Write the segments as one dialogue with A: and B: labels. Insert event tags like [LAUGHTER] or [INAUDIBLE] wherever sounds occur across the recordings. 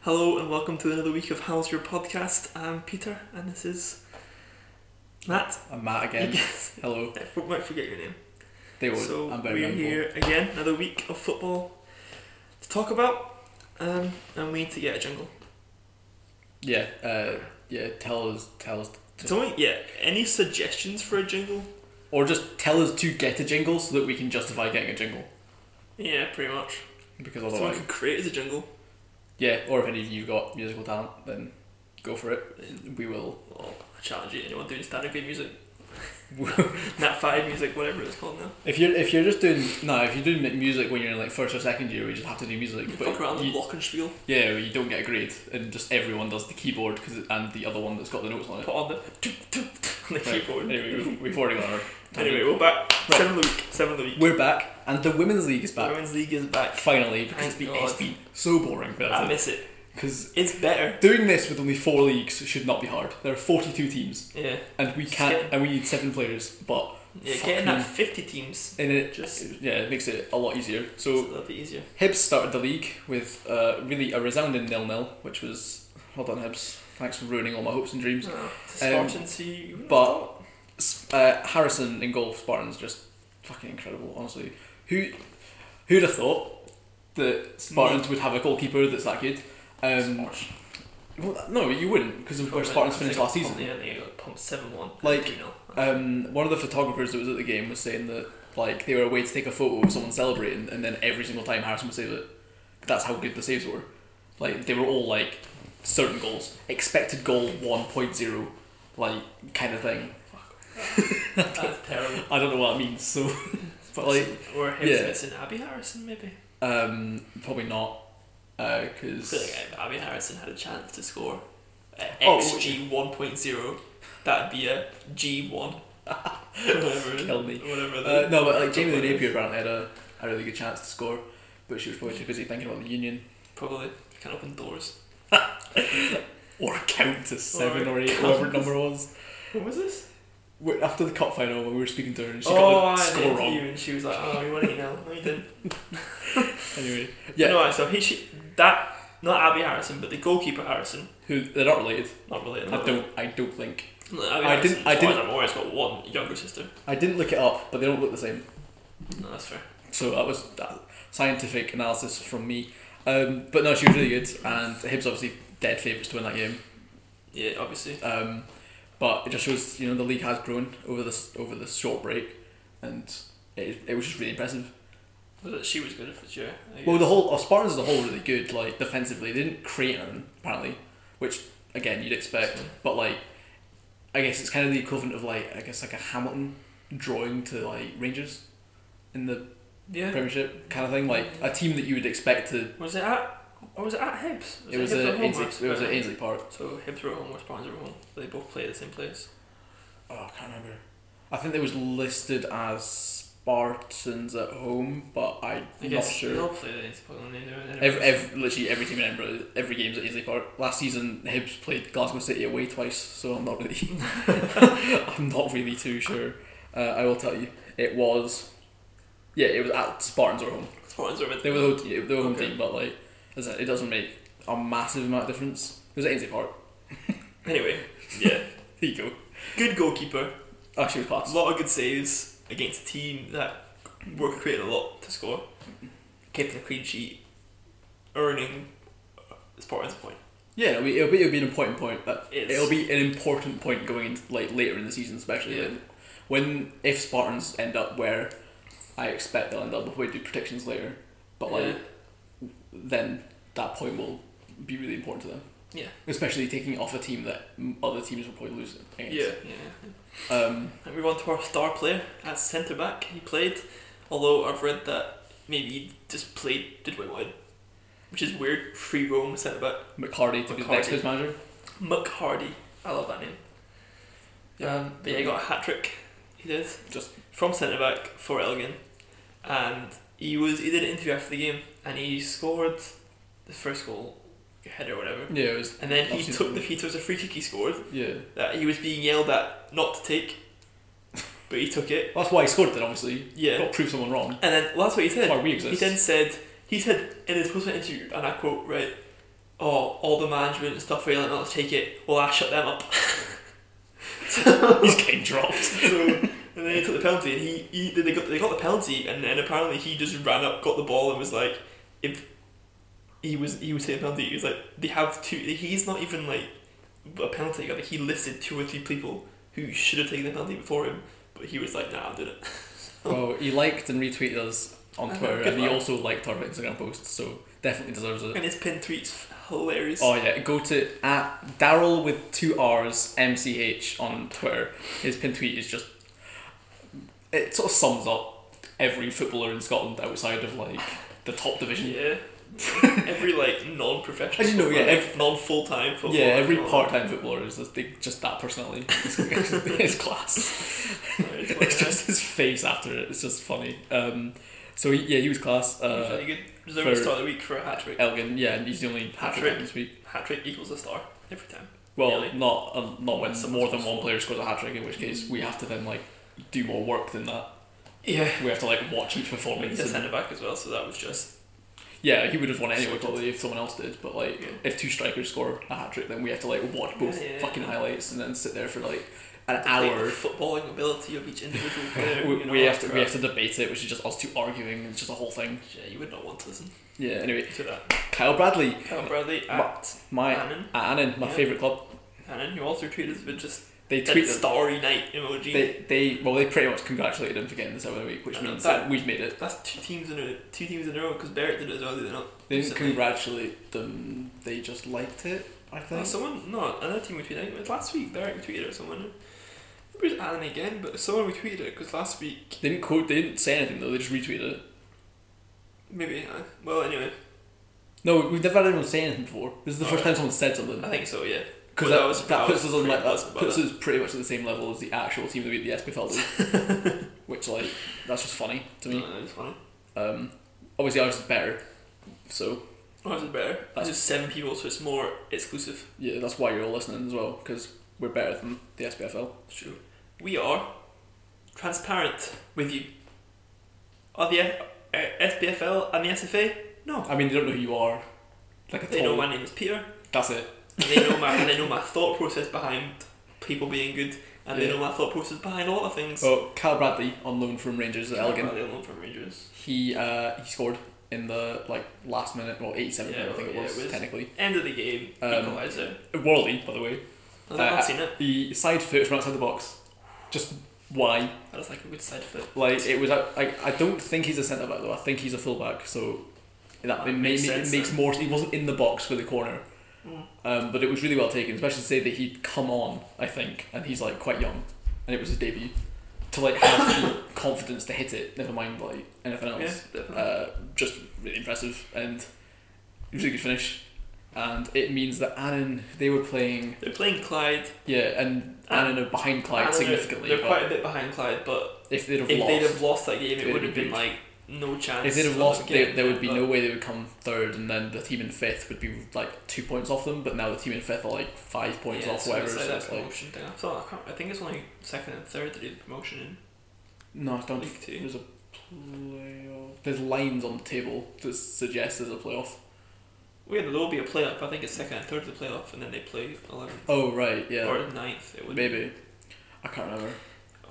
A: Hello and welcome to another week of How's Your Podcast. I'm Peter and this is Matt.
B: I'm
A: [LAUGHS]
B: Matt again.
A: Yes,
B: Hello.
A: I f- might forget your name.
B: They would.
A: so
B: Oh, I'm very
A: we're
B: memorable.
A: here again, another week of football to talk about, um, and we need to get a jingle.
B: Yeah. Uh, yeah. Tell us. Tell us. to-
A: Tell me, yeah, any suggestions for a jingle?
B: or just tell us to get a jingle so that we can justify getting a jingle.
A: Yeah, pretty much.
B: Because
A: If
B: otherwise,
A: Someone could create us a jingle.
B: yeah. Or if any of you got musical talent, then go for it. We will.
A: Well, I challenge you, anyone doing standard good
B: [LAUGHS]
A: music, Nat 5 music, whatever it's called now.
B: if you're if you're just doing no, if you're doing mu- music when you're in like first or second year, we just have to do music.
A: You fuck around with
B: But you,
A: Glockenspiel,
B: yeah, you don't get a grade, and just everyone does the keyboard because and the other one that's got the notes on it.
A: put on the, [LAUGHS] on the
B: Right,
A: keyboard.
B: Anyway, we've, we've already gone. over.
A: Anyway, we're back. Seven of the week. Seven of the week.
B: we're back, and the women's league is back.
A: Women's league is back.
B: Finally, because
A: Thank
B: the
A: God.
B: it's been so boring.
A: I miss it.
B: Because
A: It's better.
B: doing this with only four leagues should not be hard. There are forty-two teams,
A: Yeah.
B: and we
A: Just
B: can't,
A: get-
B: and we need seven players. But
A: Yeah.
B: Fuck
A: getting
B: me.
A: that fifty teams
B: and it um,
A: Just-
B: just yeah, it makes it a lot easier.
A: is a
B: So
A: little bit easier.
B: Hibs started the league with uh, really a resounding nil-nil, which was well done, Hibs. Thanks for ruining all my hopes and dreams.
A: Uh, Spartans, so you wouldn't
B: um, but-
A: have thought.
B: S- Uh, Harrison in goal, for Spartans just fucking incredible. Honestly, who who'd have thought that Spartans would have a goalkeeper that's that good? Um,
A: Spartans.
B: well, no, you wouldn't, because of where Spartans finished last season.
A: Yeah, they got pumped seven one.
B: Like,
A: you
B: [LAUGHS]
A: know.
B: um, one of the photographers that was at the game was saying that like they were away to take a photo of someone celebrating, and then every single time Harrison would save it. That's how good the saves were. Like they were all like certain goals, expected goal one point zero, like kind of thing.
A: that's terrible.
B: I don't know what that means. So, [LAUGHS] but like
A: or him
B: yeah.
A: missing Abby Harrison, maybe.
B: um, probably not, uh,
A: I feel
B: because
A: like if Abby Harrison had a chance to score uh,
B: Oh,
A: XG one point zero. That'd be a G
B: [LAUGHS]
A: one. whatever.
B: Kill me.
A: Whatever.
B: uh,
A: the-
B: no, but like Jamie Lee Napier apparently had a, a really good chance to score, but she was probably too busy thinking about the union
A: Probably can open doors.
B: or count to seven
A: Or
B: or eight,
A: count.
B: whatever number it was.
A: What was this?
B: Wait, after the cup final when we were speaking to her and she
A: oh,
B: got the
A: I
B: score
A: did
B: wrong.
A: You, and she was like, "Oh, you want to eat now?"
B: [LAUGHS]
A: No, you didn't.
B: Anyway, yeah,
A: No, so he, she, that, not Abby Harrison, but the goalkeeper Harrison.
B: who they're not related.
A: Not related.
B: I don't. I don't think.
A: No, Abby
B: I
A: Harrison,
B: didn't- I
A: as far
B: didn't-
A: as I'm aware, has got one younger sister.
B: I didn't look it up, but they don't look the same.
A: No, that's fair.
B: So that was that scientific analysis from me. Um, but no, she was really good, and Hibs obviously dead favourites to win that game.
A: Yeah, obviously.
B: Um, but it just shows you know the league has grown over this over this short break, and it, it was just really impressive.
A: But that she was good for sure. I
B: Well, the
A: guess.
B: whole oh, Spartans as a whole were really good, like defensively. They didn't create anything apparently, which again you'd expect. But like, I guess it's kind of the equivalent of like I guess like a Hamilton drawing to like Rangers in the
A: Yeah.
B: Premiership kind of thing, like a team that you would expect to.
A: Was it at? Or was it at Hibs?
B: it was
A: Hibs
B: at
A: home or
B: Ainsley, it was at
A: Spartans?
B: Ainsley Park.
A: So Hibs were at home or Spartans were at home. They both play at the same place.
B: Oh, I can't remember. I think it was listed as Spartans at home, but I'm
A: I
B: not
A: guess
B: sure.
A: they all play at Ainsley Park. don't they? They're in
B: Every,
A: Edinburgh.
B: every, literally every team in Edinburgh, every game's at Ainsley Park. Last season, Hibs played Glasgow City away twice, so I'm not really, I'm not really too sure. Uh, I will tell you, it was, yeah, it was at Spartans or home.
A: Spartans were with
B: They were the home, te- they were the home
A: Okay.
B: team, but like, as I said, it doesn't make a massive amount of difference. It was at Ainsley Park.
A: Anyway, yeah.
B: There you go.
A: Good goalkeeper.
B: Oh, she was
A: A
B: class.
A: lot of good saves against a team that were creating a lot to score. Keeping a clean sheet, earning Spartans a point.
B: Yeah, it'll be, it'll be, it'll be an important point. Uh,
A: It's-
B: it'll be an important point going into like later in the season, especially
A: Yeah.
B: like, when if Spartans end up where I expect they'll end up if we do predictions later, but like
A: Yeah.
B: then that point will be really important to them.
A: Yeah.
B: Especially taking off a team that m- other teams will probably lose
A: Yeah,
B: against.
A: yeah.
B: Yeah. Um,
A: And we on to our star player at centre back. He played, although I've read that maybe he just played did what he wanted, which is weird. Free roam centre back.
B: McCarty to be the next
A: McCarty.
B: coach manager.
A: Muck Hardy, I love that name. Um, but yeah, he got a hat trick. He did.
B: Just
A: from centre back for Elgin, and he was he did an interview after the game, and he scored the first goal, header or whatever,
B: yeah, it was
A: and then he
B: Absolutely.
A: took the he took a free kick he scored
B: yeah.
A: that he was being yelled at not to take, but he took it.
B: That's why he scored it. Obviously,
A: Yeah,
B: got to prove someone wrong.
A: and then well, that's what he
B: That's
A: said.
B: why we
A: He
B: exist.
A: then said he said in his post interview, and I quote right. oh, all the management and stuff, are like, no, let's take it. Well, I shut them up. [LAUGHS]
B: He's getting dropped.
A: so, and then he took the penalty, and he, he they got they got the penalty, and then apparently he just ran up, got the ball, and was like, if he was he was taking a penalty, he was like, they have two. He's not even like a penalty guy. Like, he listed two or three people who should have taken the penalty before him, but he was like, nah, I'm doing it.
B: Well, he liked and retweeted us on
A: Oh,
B: Twitter,
A: good
B: and he
A: lad.
B: also liked our Instagram post, so definitely deserves it.
A: And his pin tweets hilarious.
B: Oh yeah, go to at Daryl with two R's MCH on Twitter. His pin tweet is just it sort of sums up every footballer in Scotland outside of like the top division. [LAUGHS]
A: Yeah. every like non-professional,
B: I didn't know, yeah,
A: like,
B: ev-
A: non-full time football.
B: Yeah, every part-time footballer is just, they, just that personality. It's, it's class. [LAUGHS] It's just his face after it. It's just funny. Um, so he- yeah, he was class. Uh,
A: you could deserve a
B: for-
A: star of the week for a hat trick.
B: Elgin, yeah, and he's the only hat-trick
A: Hat-trick.
B: this week.
A: Hat trick equals a star every time.
B: Well,
A: Really? Mm,
B: not um, not when
A: Someone
B: more than
A: scores
B: one
A: four.
B: player scores a hat trick. In which case, we have to then like do more work than that.
A: Yeah.
B: We have to like watch each
A: Well,
B: performance.
A: he's a
B: and-
A: centre back as well, so that was just
B: yeah, he would have won anyway
A: Sorted.
B: probably if someone else did. But like,
A: Yeah.
B: if two strikers score a hat trick, then we have to like watch both
A: Yeah, yeah,
B: fucking
A: yeah.
B: highlights and then sit there for like an
A: like,
B: hour.
A: the footballing ability of each
B: [LAUGHS]
A: individual player.
B: We,
A: you know,
B: we have to
A: after
B: we
A: a-
B: have to debate it, which is just us two arguing. It's just a whole thing.
A: Yeah, you would not want to listen
B: Yeah. Anyway,
A: to that.
B: Kyle Bradley,
A: Callum Bradley
B: Ma-
A: at
B: my
A: Annan.
B: at Annan, my
A: Yeah.
B: favorite club.
A: Annan, who also tweeted us with just
B: They
A: that
B: tweeted
A: starry night emoji.
B: They, they well they pretty much congratulated him for getting this out of the week, which
A: I know,
B: means
A: that-
B: that we've made it.
A: That's two teams in a two teams in a row because Barrett did it as well, did they not?
B: They didn't
A: Recently.
B: congratulate them. They just liked it. I
A: No,
B: think.
A: someone, no, another team we tweeted. I think it was last week. Derek tweeted or someone. It was Alan again, but someone we tweeted it because last week
B: They didn't quote. They didn't say anything though. They just retweeted it.
A: maybe. Uh, well, anyway,
B: No, we've never had anyone say anything before. This is the first time someone said something.
A: I think so. Yeah, Oh. Well,
B: because
A: that
B: that,
A: was-
B: that,
A: that
B: puts
A: was
B: us on
A: pretty
B: like
A: pleasant,
B: that
A: but
B: puts us pretty much at the same level as the actual team that beat the SPFL, did,
A: [LAUGHS]
B: which like that's just funny to me.
A: No, that was funny.
B: Um, obviously ours is better, so
A: Ours is better. It's
B: That's-
A: just seven people, so it's more exclusive.
B: yeah, that's why you're all listening as well because we're better than the SPFL.
A: It's true. We are transparent with you. Are the F- uh, SPFL and the SFA? No,
B: I mean, they don't know who you are. Like at
A: they know
B: all.
A: my name is Peter.
B: That's it.
A: And they know my and they know my thought process behind people being good, and
B: Yeah.
A: they know my thought process behind a lot of things.
B: Well, Cal Bradley on loan from Rangers at Elgin.
A: They don't from Rangers.
B: He uh, he scored in the like last minute, well, 87th
A: Yeah,
B: minute, I think it
A: yeah,
B: was,
A: it was.
B: technically.
A: End of the game,
B: Um,
A: equaliser.
B: Worley, by the way,
A: I've
B: uh,
A: not seen it.
B: the side foot from outside the box. Just why?
A: That was like a good side foot.
B: Like it was. out- Like I don't think he's a centre back though. I think he's a full back. So that
A: That
B: it,
A: makes
B: makes, it
A: sense
B: makes
A: then.
B: more. He wasn't in the box for the corner.
A: Mm.
B: Um, but it was really well taken, especially to say that he'd come on, I think, and he's like quite young, and it was his debut. To like have the [COUGHS] confidence to hit it, never mind like anything
A: Yeah,
B: else.
A: definitely.
B: uh, just really impressive and it was a good finish. And it means that Annan they were playing
A: they're playing Clyde.
B: yeah, and Annan are behind Clyde
A: and they're-
B: significantly.
A: They're
B: but
A: quite a bit behind Clyde, but
B: if they'd have
A: if
B: lost,
A: they'd have lost that game,
B: They'd
A: it would
B: have
A: have
B: been
A: been like no chance.
B: if they'd have
A: of
B: lost, they,
A: getting
B: there would be
A: but
B: no way they would come third, and then the team in fifth would be like two points off them. But now the team in fifth are like five points
A: yeah,
B: off,
A: so
B: whatever.
A: It's like
B: So
A: that
B: it's like
A: promotion thing. I, thought, I, can't, I think it's only second and third to do the promotion in.
B: no, I don't.
A: League two.
B: There's a playoff. There's lines on the table that suggest there's a playoff.
A: Well, yeah, there will be a playoff. I think it's second and third to the playoff, and then they play 11th
B: Oh right, yeah,
A: or 9th. It would
B: maybe. I can't remember.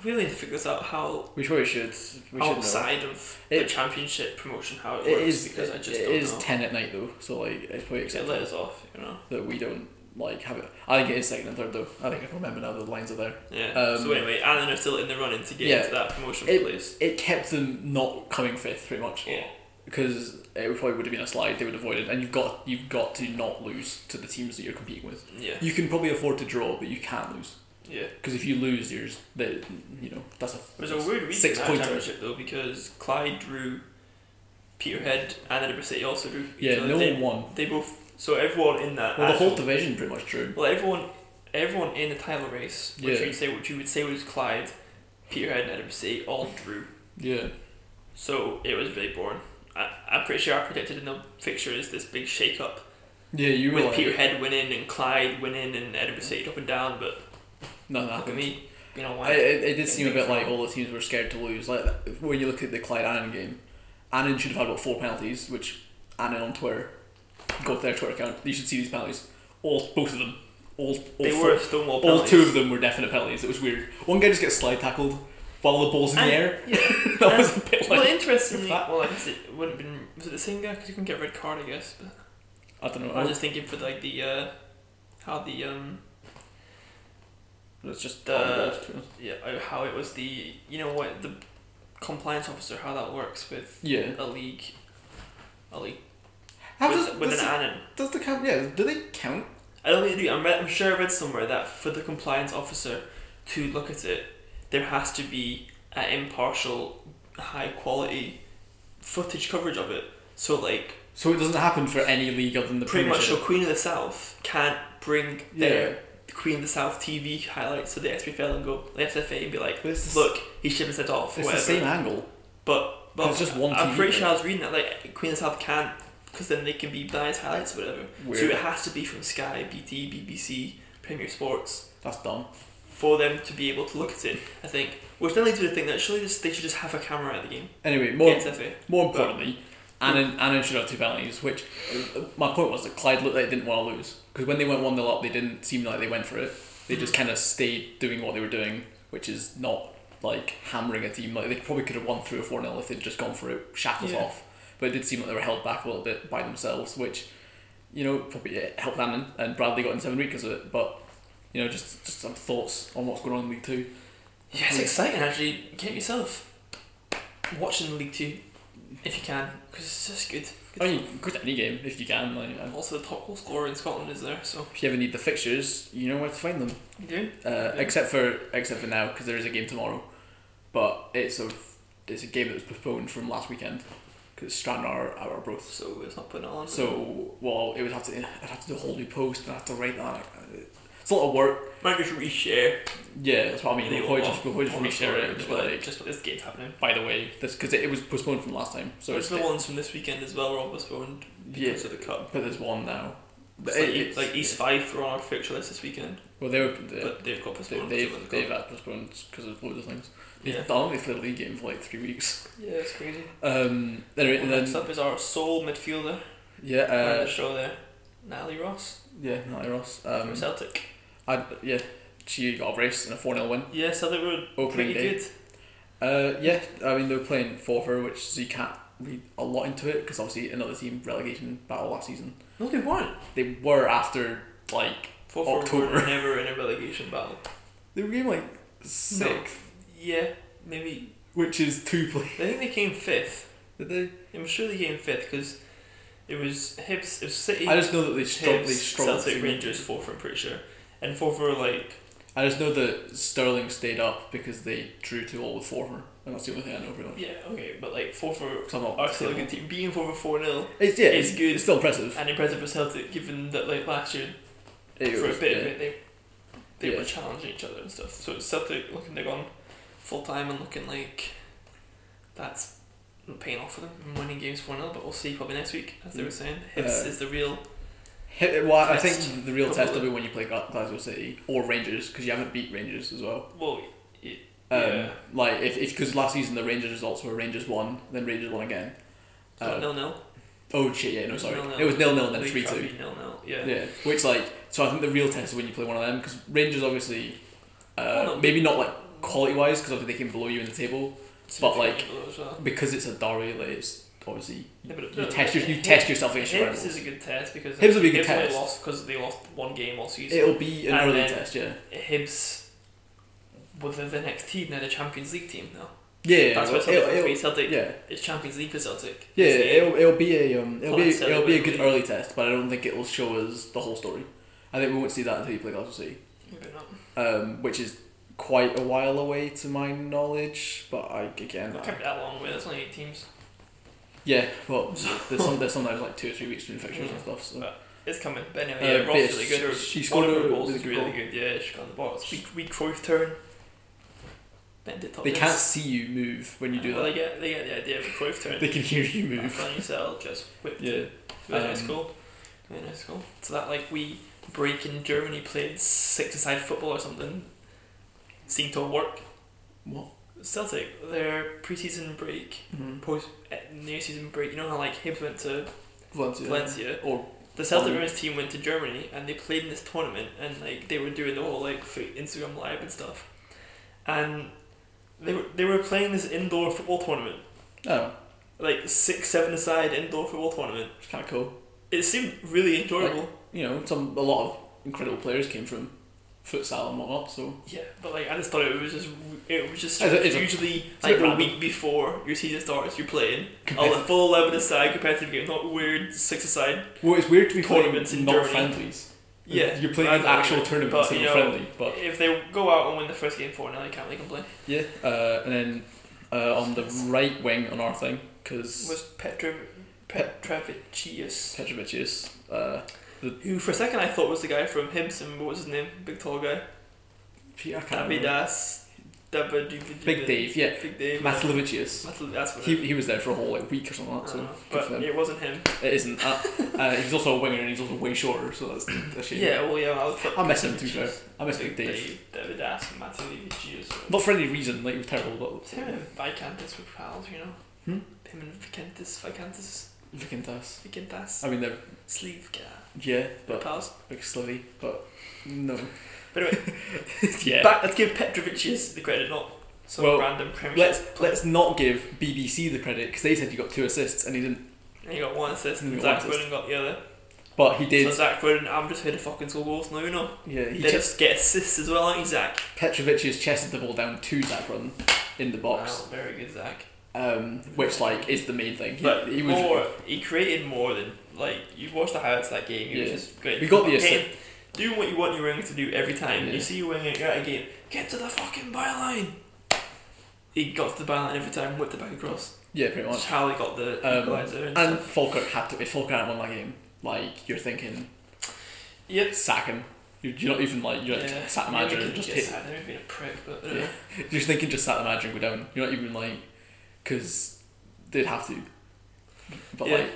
A: We really need to figure this out how
B: We probably should. We
A: Oh,
B: should know.
A: outside of the
B: It-
A: championship promotion how it,
B: It
A: works
B: is
A: because I just
B: it
A: don't
B: is
A: know.
B: ten at night though, so like it's probably
A: They let
B: acceptable
A: us off, you know.
B: that we don't like have it. I think it is second and third though. I think I can remember now the lines are there.
A: Yeah.
B: Um,
A: so anyway, Alan are still in the running to get
B: yeah,
A: into that promotion
B: it-
A: place.
B: It kept them not coming fifth pretty much
A: Yeah.
B: because it would- probably would have been a slide they would have avoided, and you've got you've got to not lose to the teams that you're competing with.
A: Yeah.
B: You can probably afford to draw, but you can't lose
A: Yeah.
B: because if you lose, you're that you know that's a
A: It was a weird week
B: six
A: in that
B: pointer.
A: championship though because Clyde drew Peterhead and Edinburgh City also drew. each
B: Yeah,
A: other.
B: no
A: they,
B: one won.
A: they both so everyone in that
B: Well, the whole
A: actual-
B: division pretty much drew.
A: well everyone everyone in the title race, which
B: Yeah.
A: you'd say which you would say was Clyde, Peterhead and Edinburgh City all drew.
B: Yeah.
A: So it was really boring. I, I'm pretty sure I predicted in the fixture is this big shake up
B: Yeah, you were
A: with
B: like,
A: Peterhead winning and Clyde winning and Edinburgh City up and down, but
B: none
A: look at
B: happened.
A: me, you know
B: I,
A: why?
B: it, it did seem a
A: think
B: bit
A: so.
B: like all the teams were scared to lose. Like when you look at the Clyde Annan game, Annan should have had about four penalties, which Annan on Twitter Go to their Twitter account. You should see these penalties. All both of them. All, all
A: They
B: four-
A: were Stonewall
B: all
A: penalties.
B: two of them were definite penalties. It was weird. One guy just gets slide tackled while the ball's in
A: And-
B: the air. [LAUGHS]
A: Yeah.
B: That
A: and-
B: was a bit
A: well,
B: like
A: interestingly,
B: that-
A: well, I guess it wouldn't have been. Was it the same guy? Because you can get a red card, I guess. But
B: I don't know.
A: I was just thinking for like the uh, how the um
B: It's just
A: The-
B: on the ball, to be honest.
A: yeah uh, how it was the you know what the compliance officer how that works with
B: yeah.
A: a league, a league
B: How
A: with,
B: does,
A: with
B: does,
A: an
B: the,
A: anon.
B: does the count? Yeah, do they count?
A: I don't think they do. I'm, re- I'm sure I read somewhere that for the compliance officer to look at it, there has to be an impartial, high quality footage coverage of it. So like
B: So it doesn't happen for any league other than the
A: pretty much, so
B: Premiership.
A: Queen of the South can't bring
B: Yeah.
A: their Queen of the South TV highlights to the SPFL and go the SFA and be like,
B: This is-
A: look, he should have sent off.
B: It's
A: whatever.
B: the same angle.
A: But but
B: It's just one
A: I'm
B: TV
A: pretty sure
B: thing.
A: I was reading that like Queen of the South can't because then they can be biased highlights or whatever. So
B: Weird.
A: it has to be from Sky, BT, BBC, Premier Sports
B: That's dumb.
A: for them to be able to look at it. I think, which then leads me to think that surely this, they should just have a camera at the game.
B: Anyway, more
A: against FA.
B: more importantly, Annan Annan should have two penalties. Which my point was that Clyde looked like they didn't want to lose because when they went one 0 up, they didn't seem like they went for it. They just kind of stayed doing what they were doing, which is not like hammering a team. Like they probably could have won three or four 0 if they'd just gone for it, shackles
A: Yeah.
B: off. But it did seem like they were held back a little bit by themselves, which you know probably it helped Annan and Bradley got in seven weeks of it. But you know, just just some thoughts on what's going on in League Two.
A: Yeah, it's exciting actually. Get yourself watching League Two if you can, because it's just good. good
B: I mean, good at any game if you can. Like,
A: fun.
B: and
A: also, the top goal scorer in Scotland is there, so
B: if you ever need the fixtures, you know where to find them.
A: you do.
B: Uh, except for except for now because there is a game tomorrow, but it's a it's a game that was postponed from last weekend because Stranraer are out of both.
A: So it's not putting it on.
B: So well, it would have to I'd have to do a whole new post and I have to write that. uh, It's a lot of work.
A: might just reshare.
B: Yeah, that's what I mean.
A: the
B: We'll probably
A: all-
B: just we'll probably
A: all the
B: just reshare it.
A: story,
B: and just be
A: but
B: like,
A: just this game's happening.
B: by the way, this because it, it was postponed from last time. So
A: So
B: it's
A: it's the ones from this weekend as well. Were all postponed
B: yeah,
A: because of the cup.
B: but there's one now. But
A: It's
B: it-
A: like,
B: it's-
A: like East Fife were on our fixture list this weekend,
B: Well, they were. They,
A: but they've got
B: they,
A: postponed. because of
B: they've
A: the
B: they've
A: cup.
B: had postponed because of loads of things. They've
A: yeah,
B: only played a league game for like three weeks.
A: yeah, it's crazy.
B: Um. Anyway, and
A: Next
B: then Uh,
A: up is our sole midfielder
B: yeah.
A: on the
B: Uh,
A: show there, Natalie Ross
B: Yeah, Natalie Ross.
A: from
B: Um,
A: Celtic.
B: I, yeah, she got a brace and a 4 0 win.
A: Yeah, Celtic were
B: Opening
A: pretty
B: day.
A: good.
B: Uh, yeah, I mean, they were playing 4 for, which so you can't read a lot into it because obviously another team relegation battle last season.
A: No, they weren't.
B: They were after, like,
A: Four four
B: October.
A: were never in a relegation battle.
B: they were game like 6th,
A: Yeah, maybe
B: which is two play.
A: I think they came fifth.
B: Did they?
A: I'm sure they came fifth because it was Hibs, it was City,
B: I just know that they struggled.
A: Hibs,
B: They struggled
A: Celtic,
B: to-
A: Rangers, fourth. I'm pretty sure, and fourth were like
B: I just know that Sterling stayed up because they drew two all with Former, and that's the only thing I know pretty much.
A: yeah okay, but like fourth were
B: 'Cause I'm not-
A: are still a good team. Being four for four 0
B: It's, yeah,
A: It's
B: it's
A: good.
B: good. It's still impressive.
A: and impressive for Celtic, given that like last year
B: It
A: for
B: was-
A: a bit
B: yeah.
A: of it, they they
B: Yeah.
A: were challenging each other and stuff. So it's Celtic looking they're gone full time and looking like that's paying off for them and winning games four 0 But we'll see probably next week, as they were saying. Hibs
B: Uh,
A: is the real
B: Hit, well, I
A: Test.
B: think the real test will
A: Probably.
B: be when you play Gla- Glasgow City or Rangers because you haven't beat Rangers as well.
A: well. y-
B: Um,
A: Yeah.
B: Like if because last season the Rangers results were Rangers won, then Rangers won again. Uh,
A: nil nil.
B: Oh shit! Yeah, no, sorry, it was nil nil and then three two.
A: Nil nil. Yeah.
B: Yeah, which like so I think the real test is when you play one of them because Rangers obviously, uh,
A: Well, no.
B: maybe not like quality wise because obviously they came below you in the table But, like, because it's a derby. Like, it's obviously
A: Yeah, but-
B: you
A: no,
B: test your,
A: but
B: you
A: Hib-
B: test yourself against your
A: Hibs
B: rivals.
A: is a good test because
B: Hibs will be a good
A: Hibs only
B: test.
A: lost because they lost one game all season.
B: It'll be an
A: And
B: early
A: then-
B: test. Yeah.
A: Hibs were the, the next team, they're the Champions League team now.
B: Yeah. yeah,
A: That's
B: well,
A: why Celtic
B: it'll-
A: wants to be
B: it'll-
A: Celtic.
B: yeah.
A: It's Champions League for Celtic.
B: Yeah,
A: It's the-
B: it'll, it'll be a um, it'll be
A: Can't say
B: it'll be a
A: that
B: good
A: we-
B: early test, but I don't think it'll show us the whole story. I think we won't see that until you play Glasgow City,
A: Maybe not.
B: um, which is quite a while away to my knowledge. But I again,
A: Not
B: I,
A: kept that long way. That's only eight teams.
B: yeah, well, there's some there's sometimes like two or three weeks between fixtures and
A: Mm.
B: stuff. So
A: It's coming. But anyway,
B: Uh,
A: yeah, Ross
B: but
A: is really
B: she-
A: good.
B: she
A: One
B: scored
A: of her
B: a
A: goals
B: really
A: is
B: good
A: really good. Yeah, she got on the ball. It's weak, weak fourth turn. Bent it up
B: they
A: this.
B: can't see you move when you do
A: Well, they
B: that.
A: get they get the idea of a fourth turn.
B: They can hear you move.
A: Funny cell just whipped
B: Yeah,
A: it. Really nice
B: Um,
A: goal. Really nice goal. So that like we break in Germany played six aside football or something. Seemed to work.
B: what?
A: Celtic, their pre-season break,
B: Mhm.
A: post eh, new season break. You know how like Hibs went to
B: Valencia.
A: Valencia.
B: Or
A: The Celtic
B: Um,
A: women's team went to Germany and they played in this tournament and like they were doing the whole like fa- Instagram live and stuff, and they were they were playing this indoor football tournament,
B: I don't know.
A: like six seven aside indoor football tournament.
B: It's kind of cool.
A: It seemed really enjoyable.
B: You know, some a lot of incredible players came from futsal and whatnot.
A: [LAUGHS]
B: So
A: yeah, but like I just thought it was just it was just
B: It's a- it's a-
A: usually
B: a
A: like
B: bit
A: a
B: random.
A: week before your season starts, you're playing a
B: Competitive.
A: full eleven aside competitive game, not weird six aside.
B: well, it's weird to be playing
A: Tournaments in
B: not
A: Germany.
B: friendlies.
A: Yeah,
B: you're playing
A: I
B: an
A: don't
B: actual
A: know,
B: tournament
A: but,
B: instead of
A: you
B: a
A: know,
B: friendly. But
A: if they go out and win the first game four 0 you can't really complain.
B: yeah, uh, and then uh, on the right wing on our thing because
A: was Petrov Petrovicius,
B: Petrovicius, uh,
A: who for a second I thought was the guy from Hibson, what was his name? Big tall guy.
B: Peter, I can't remember.
A: Davidas. David,
B: Big Dave, yeah,
A: Big Dave.
B: Matlevicius.
A: Matil- that's what
B: He,
A: it is.
B: he was there for a whole like week or something like that.
A: I don't
B: So
A: know,
B: good for
A: but
B: him.
A: it wasn't him.
B: It isn't. Uh, uh, he's also a winger and he's also way shorter, so that's a shame.
A: Yeah, well, yeah, I was
B: I miss him, to be fair. I miss Big Dave.
A: Davidas, Matilevicius.
B: Not for any reason, like, he was terrible,
A: Him and Vicantis were pals, you know?
B: Hmm?
A: Him and Vicantis, Vicantis,
B: but Vikintas.
A: Vicantas,
B: I mean, they're,
A: Slivka,
B: yeah,
A: they're
B: Um, but,
A: pals.
B: like, slivvy, but no.
A: But anyway,
B: [LAUGHS] yeah.
A: back, let's give Petrovicius the credit, not some
B: Well,
A: random premiership
B: let's
A: player.
B: let's not give BBC the credit because they said you got two assists and he didn't,
A: And he got one assist,
B: And
A: and
B: he got
A: Zach
B: one
A: Gordon got the other.
B: but he
A: So
B: did.
A: Zach Gordon, I'm just here to fucking score goals now, you know.
B: Yeah, he
A: They
B: just
A: just get assists as well, aren't you, Zach?
B: Petrovicius chested the ball down to Zach Run in the box,
A: Wow, very good, Zach.
B: um, which like is the main thing. He,
A: But
B: he was
A: more, he created more than like you watched the highlights of that game. He
B: Yeah.
A: was just great.
B: We got the
A: Again, Do what you want your winger to do every time.
B: Yeah.
A: You see your winger at a game, get to the fucking byline. He got to the byline every time, whipped it back across.
B: yeah, pretty much.
A: That's how he got the
B: Um,
A: equaliser. And,
B: And
A: stuff.
B: Falkirk had to. If Falkirk had won that game, like you're thinking,
A: yep.
B: sack him. You're, you're not even like you're like, sat the
A: I mean,
B: manager
A: we
B: and
A: could
B: just
A: get
B: hit.
A: sad. They've been a prick, but uh,
B: Yeah. [LAUGHS] You're just thinking just sat the manager and go down. You're not even like, because they'd have to. But
A: Yeah.
B: like,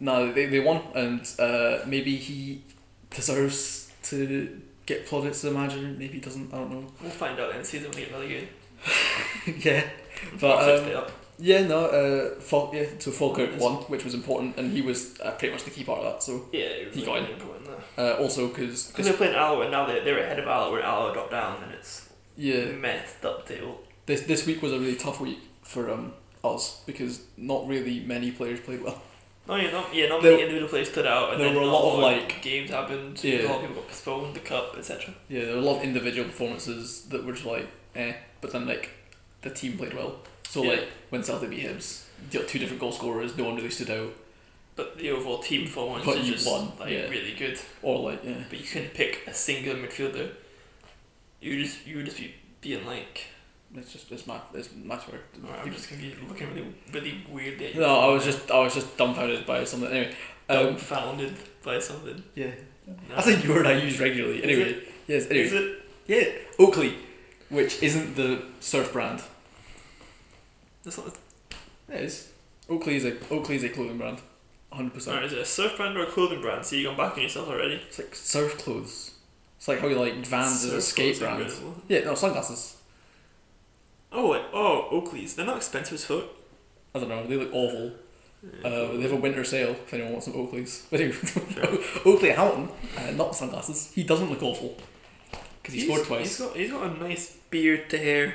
B: no, they they won, and uh, maybe he deserves to get plaudits as a manager. Maybe he doesn't. I don't know. [LAUGHS]
A: we'll find out in the season when we get really good.
B: yeah,
A: I'll
B: but
A: fix
B: um,
A: it up.
B: yeah, no. Uh, Falk, yeah, so Falkirk won, which was important, and he was uh, pretty much the key part of that. So
A: Yeah, it was
B: He
A: really
B: got in.
A: important though.
B: uh, also because
A: Because they're playing Alloa and now they're, they're ahead of Alloa and Alloa dropped down and it's
B: yeah.
A: messed up deal.
B: This this week was a really tough week for um us because not really many players played well.
A: No, yeah, not, yeah, not
B: There-
A: many individual players stood out and
B: there
A: then
B: were a lot of, like-
A: games happened,
B: Yeah.
A: a lot of people got postponed, the cup, etc.
B: Yeah, there were a lot of individual performances that were just like eh, but then like the team played well. So
A: Yeah.
B: like when Celtic beat Hibs, you got two different goal scorers. No one really stood out,
A: But the overall team performance
B: But
A: is
B: you
A: just
B: won,
A: like
B: yeah.
A: really good.
B: or like eh, yeah,
A: But you couldn't pick a single midfielder. You just you would just be being like
B: it's just it's my it's my work.
A: alright, I'm just confused looking really really weirdly at you.
B: No, I was just I was just dumbfounded by something. Anyway, um,
A: dumbfounded by something.
B: yeah,
A: No.
B: that's a word I use regularly.
A: Is
B: Anyway, yes, anyway,
A: Is it
B: yeah, Oakley, which isn't the surf brand.
A: that's not
B: It is. Oakley is a Oakley is a clothing brand, hundred percent.
A: Alright, is it a surf brand or a clothing brand? So you've gone back on yourself already.
B: It's like surf clothes. It's like how you like Vans is a
A: Surf
B: skate
A: clothes are
B: brand.
A: incredible.
B: Yeah, no sunglasses.
A: Oh, wait, oh, Oakleys. They're not expensive as fuck.
B: I don't know. They look awful. Uh, they have a winter sale if anyone wants some Oakleys. [LAUGHS] But anyway,
A: Sure.
B: Oakley Hamilton, uh, not sunglasses. He doesn't look awful because he scored twice.
A: He's got, he's got a nice beard to hair.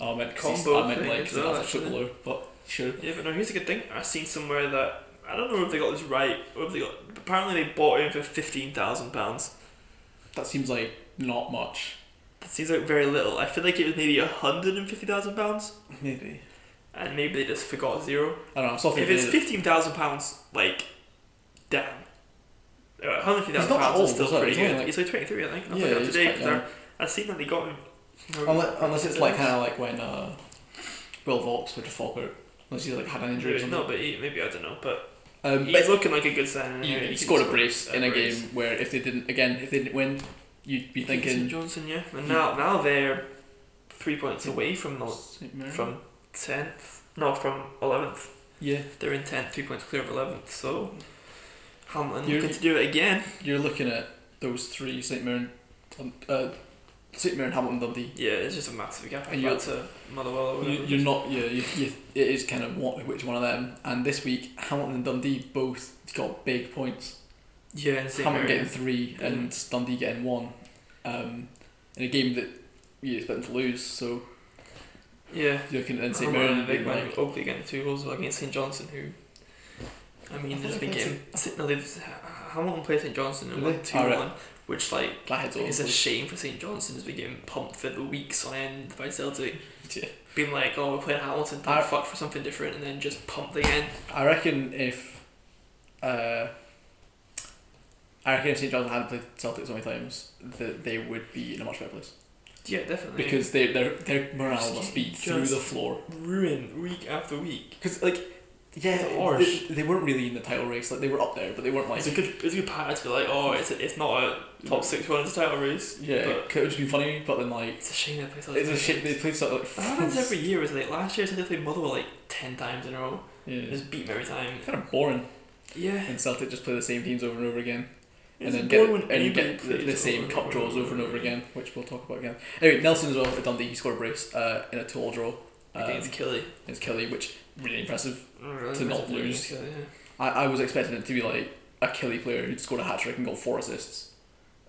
B: oh, I meant 'cause he's-
A: combo
B: I meant
A: thing
B: like
A: as
B: 'cause he
A: well,
B: was a
A: actually.
B: footballer, but sure.
A: Yeah, but no, here's a good thing. I seen somewhere that I don't know if they got this right or if they got. Apparently, they bought him for fifteen thousand pounds.
B: That seems like not much.
A: That seems like very little. I feel like it was maybe hundred and fifty thousand pounds,
B: Maybe.
A: and maybe they just forgot zero.
B: I don't know. I'm still
A: If
B: thinking
A: it's
B: that-
A: fifteen thousand pounds, like, damn. Uh, Hundred fifty
B: He's
A: thousand
B: not that
A: pounds
B: old,
A: is still
B: is he?
A: pretty
B: He's only
A: good.
B: like-
A: He's like twenty three, I think. I
B: Yeah,
A: yeah,
B: he's
A: today
B: quite
A: 'cause
B: young.
A: I, I seen that they got him.
B: unless, unless it's like kind of like when uh, Will Volks went to Falkirk. Unless he's like had an injury or something.
A: No, but he, maybe I don't know, but.
B: Um, but
A: He's looking like a good sign.
B: You,
A: anyway.
B: you
A: He
B: scored a
A: can
B: brace
A: score
B: in a
A: brace.
B: game where if they didn't again if they didn't win, you'd be
A: Keaton
B: thinking
A: Johnson, yeah, and now now they're three
B: Hmm.
A: points away from the
B: St. Mirren?
A: from tenth. No, from eleventh.
B: yeah
A: They're in tenth, three points clear of eleventh. So Hamlin
B: You're-
A: looking to do it again.
B: you're looking at those three St Mirren um, uh, St Mirren, Hamilton, Dundee.
A: Yeah, it's just a massive gap.
B: And
A: And
B: you're-
A: back to Motherwell or whatever.
B: You, you're not. Yeah, you, you, it is kind of what, which one of them. And this week, Hamilton and Dundee both got big points.
A: yeah, and St.
B: Hamilton
A: Mirren.
B: getting three and Dundee getting one, um, in a game that you expect them to lose. So
A: Yeah.
B: you're looking at St
A: Hamilton and
B: Mirren.
A: a big
B: being
A: man
B: like-
A: Oakley getting two goals against St Johnson, who, I mean,
B: I
A: there's
B: think
A: been
B: it's
A: game. No, they've Hamilton played St Johnson and
B: Did
A: won
B: they?
A: two
B: Oh, right.
A: one, which like
B: That heads
A: it's a
B: off.
A: shame for St Johnson as we getting pumped for the weeks on end by Celtic,
B: [LAUGHS] Yeah.
A: being like, oh, we're playing Hamilton,
B: I-
A: don't fuck for something different, and then just pumped again.
B: I reckon if uh, I reckon if St John's hadn't played Celtic so many times, that they would be in a much better place
A: Yeah, definitely.
B: because their their their morale must be
A: Just-
B: through the floor.
A: ruin week after week.
B: Because like
A: It's
B: yeah,
A: harsh.
B: they, they weren't really in the title race. Like they were up there, but they weren't like
A: It's a good, it's a good pattern to be like, oh, it's it's not a top six run into title race.
B: yeah.
A: but-
B: It would just been funny, but then like
A: It's a shame they play Celtic.
B: it's a shit. They played Celtic.
A: That happens every year, isn't it? Last year, I think they played Motherwell like ten times in a row.
B: [LAUGHS] Yeah, it's
A: Just beat them every time.
B: kind of boring.
A: Yeah.
B: And Celtic just play the same teams over and over again. and
A: It's
B: then
A: boring
B: get,
A: when
B: and you
A: anybody
B: get the, the
A: plays
B: same
A: over
B: cup
A: and
B: draws over and over again, which we'll talk about again. Anyway, Nelson as well for Dundee, he scored a brace uh, in a two-all draw um,
A: Against Kelly.
B: against Kelly, which really impressive.
A: Really
B: to not
A: impressive
B: lose.
A: against Kelly,
B: I, I was expecting it to be like a Kelly player who'd scored a hat trick and got four assists.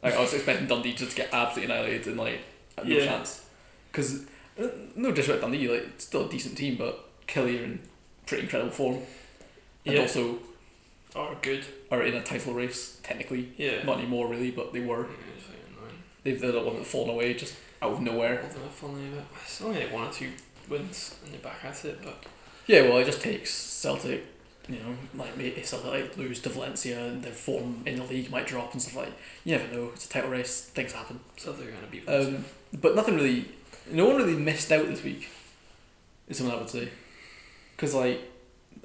B: Like I was expecting Dundee just to get absolutely annihilated and like had no
A: Yeah.
B: chance. Because no disrespect to Dundee, like it's still a decent team, but Kelly are in pretty incredible form,
A: Yeah.
B: and
A: yeah.
B: also
A: Oh, good.
B: are in a title race technically.
A: Yeah.
B: Not anymore really, but they were.
A: Yeah, it's fucking annoying.
B: They've they're the one that fallen away just out of nowhere.
A: Although, funnily, but it's only like one or two wins and they're back at it, but
B: Yeah, well, it just takes Celtic, you know, like maybe Celtic like, lose to Valencia and their form in the league might drop and stuff like. You never know. It's a title race. Things happen.
A: Celtic are going to beat them.
B: Um, but nothing really. No one really missed out this week. Is something I would say, because like,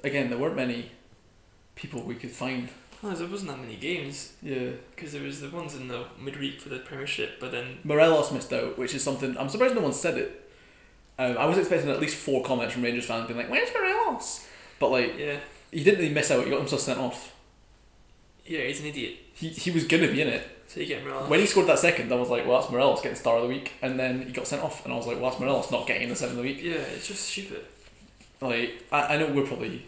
B: again, there weren't many people we could find.
A: Oh, there wasn't that many games
B: Yeah,
A: because there was the ones in the midweek for the Premiership, but then
B: Morelos missed out, which is something I'm surprised no one said it. Um, I was expecting at least four comments from Rangers fans being like, "Where's Morelos?" But like,
A: yeah,
B: he didn't really miss out. He got himself sent off.
A: yeah, he's an idiot.
B: He he was gonna be in it.
A: So you get Morales.
B: When he scored that second, I was like, well, that's Morelos getting star of the week. And then he got sent off, and I was like, well, that's Morelos not getting the seven of the week.
A: yeah, it's just stupid.
B: Like, I, I know we're probably,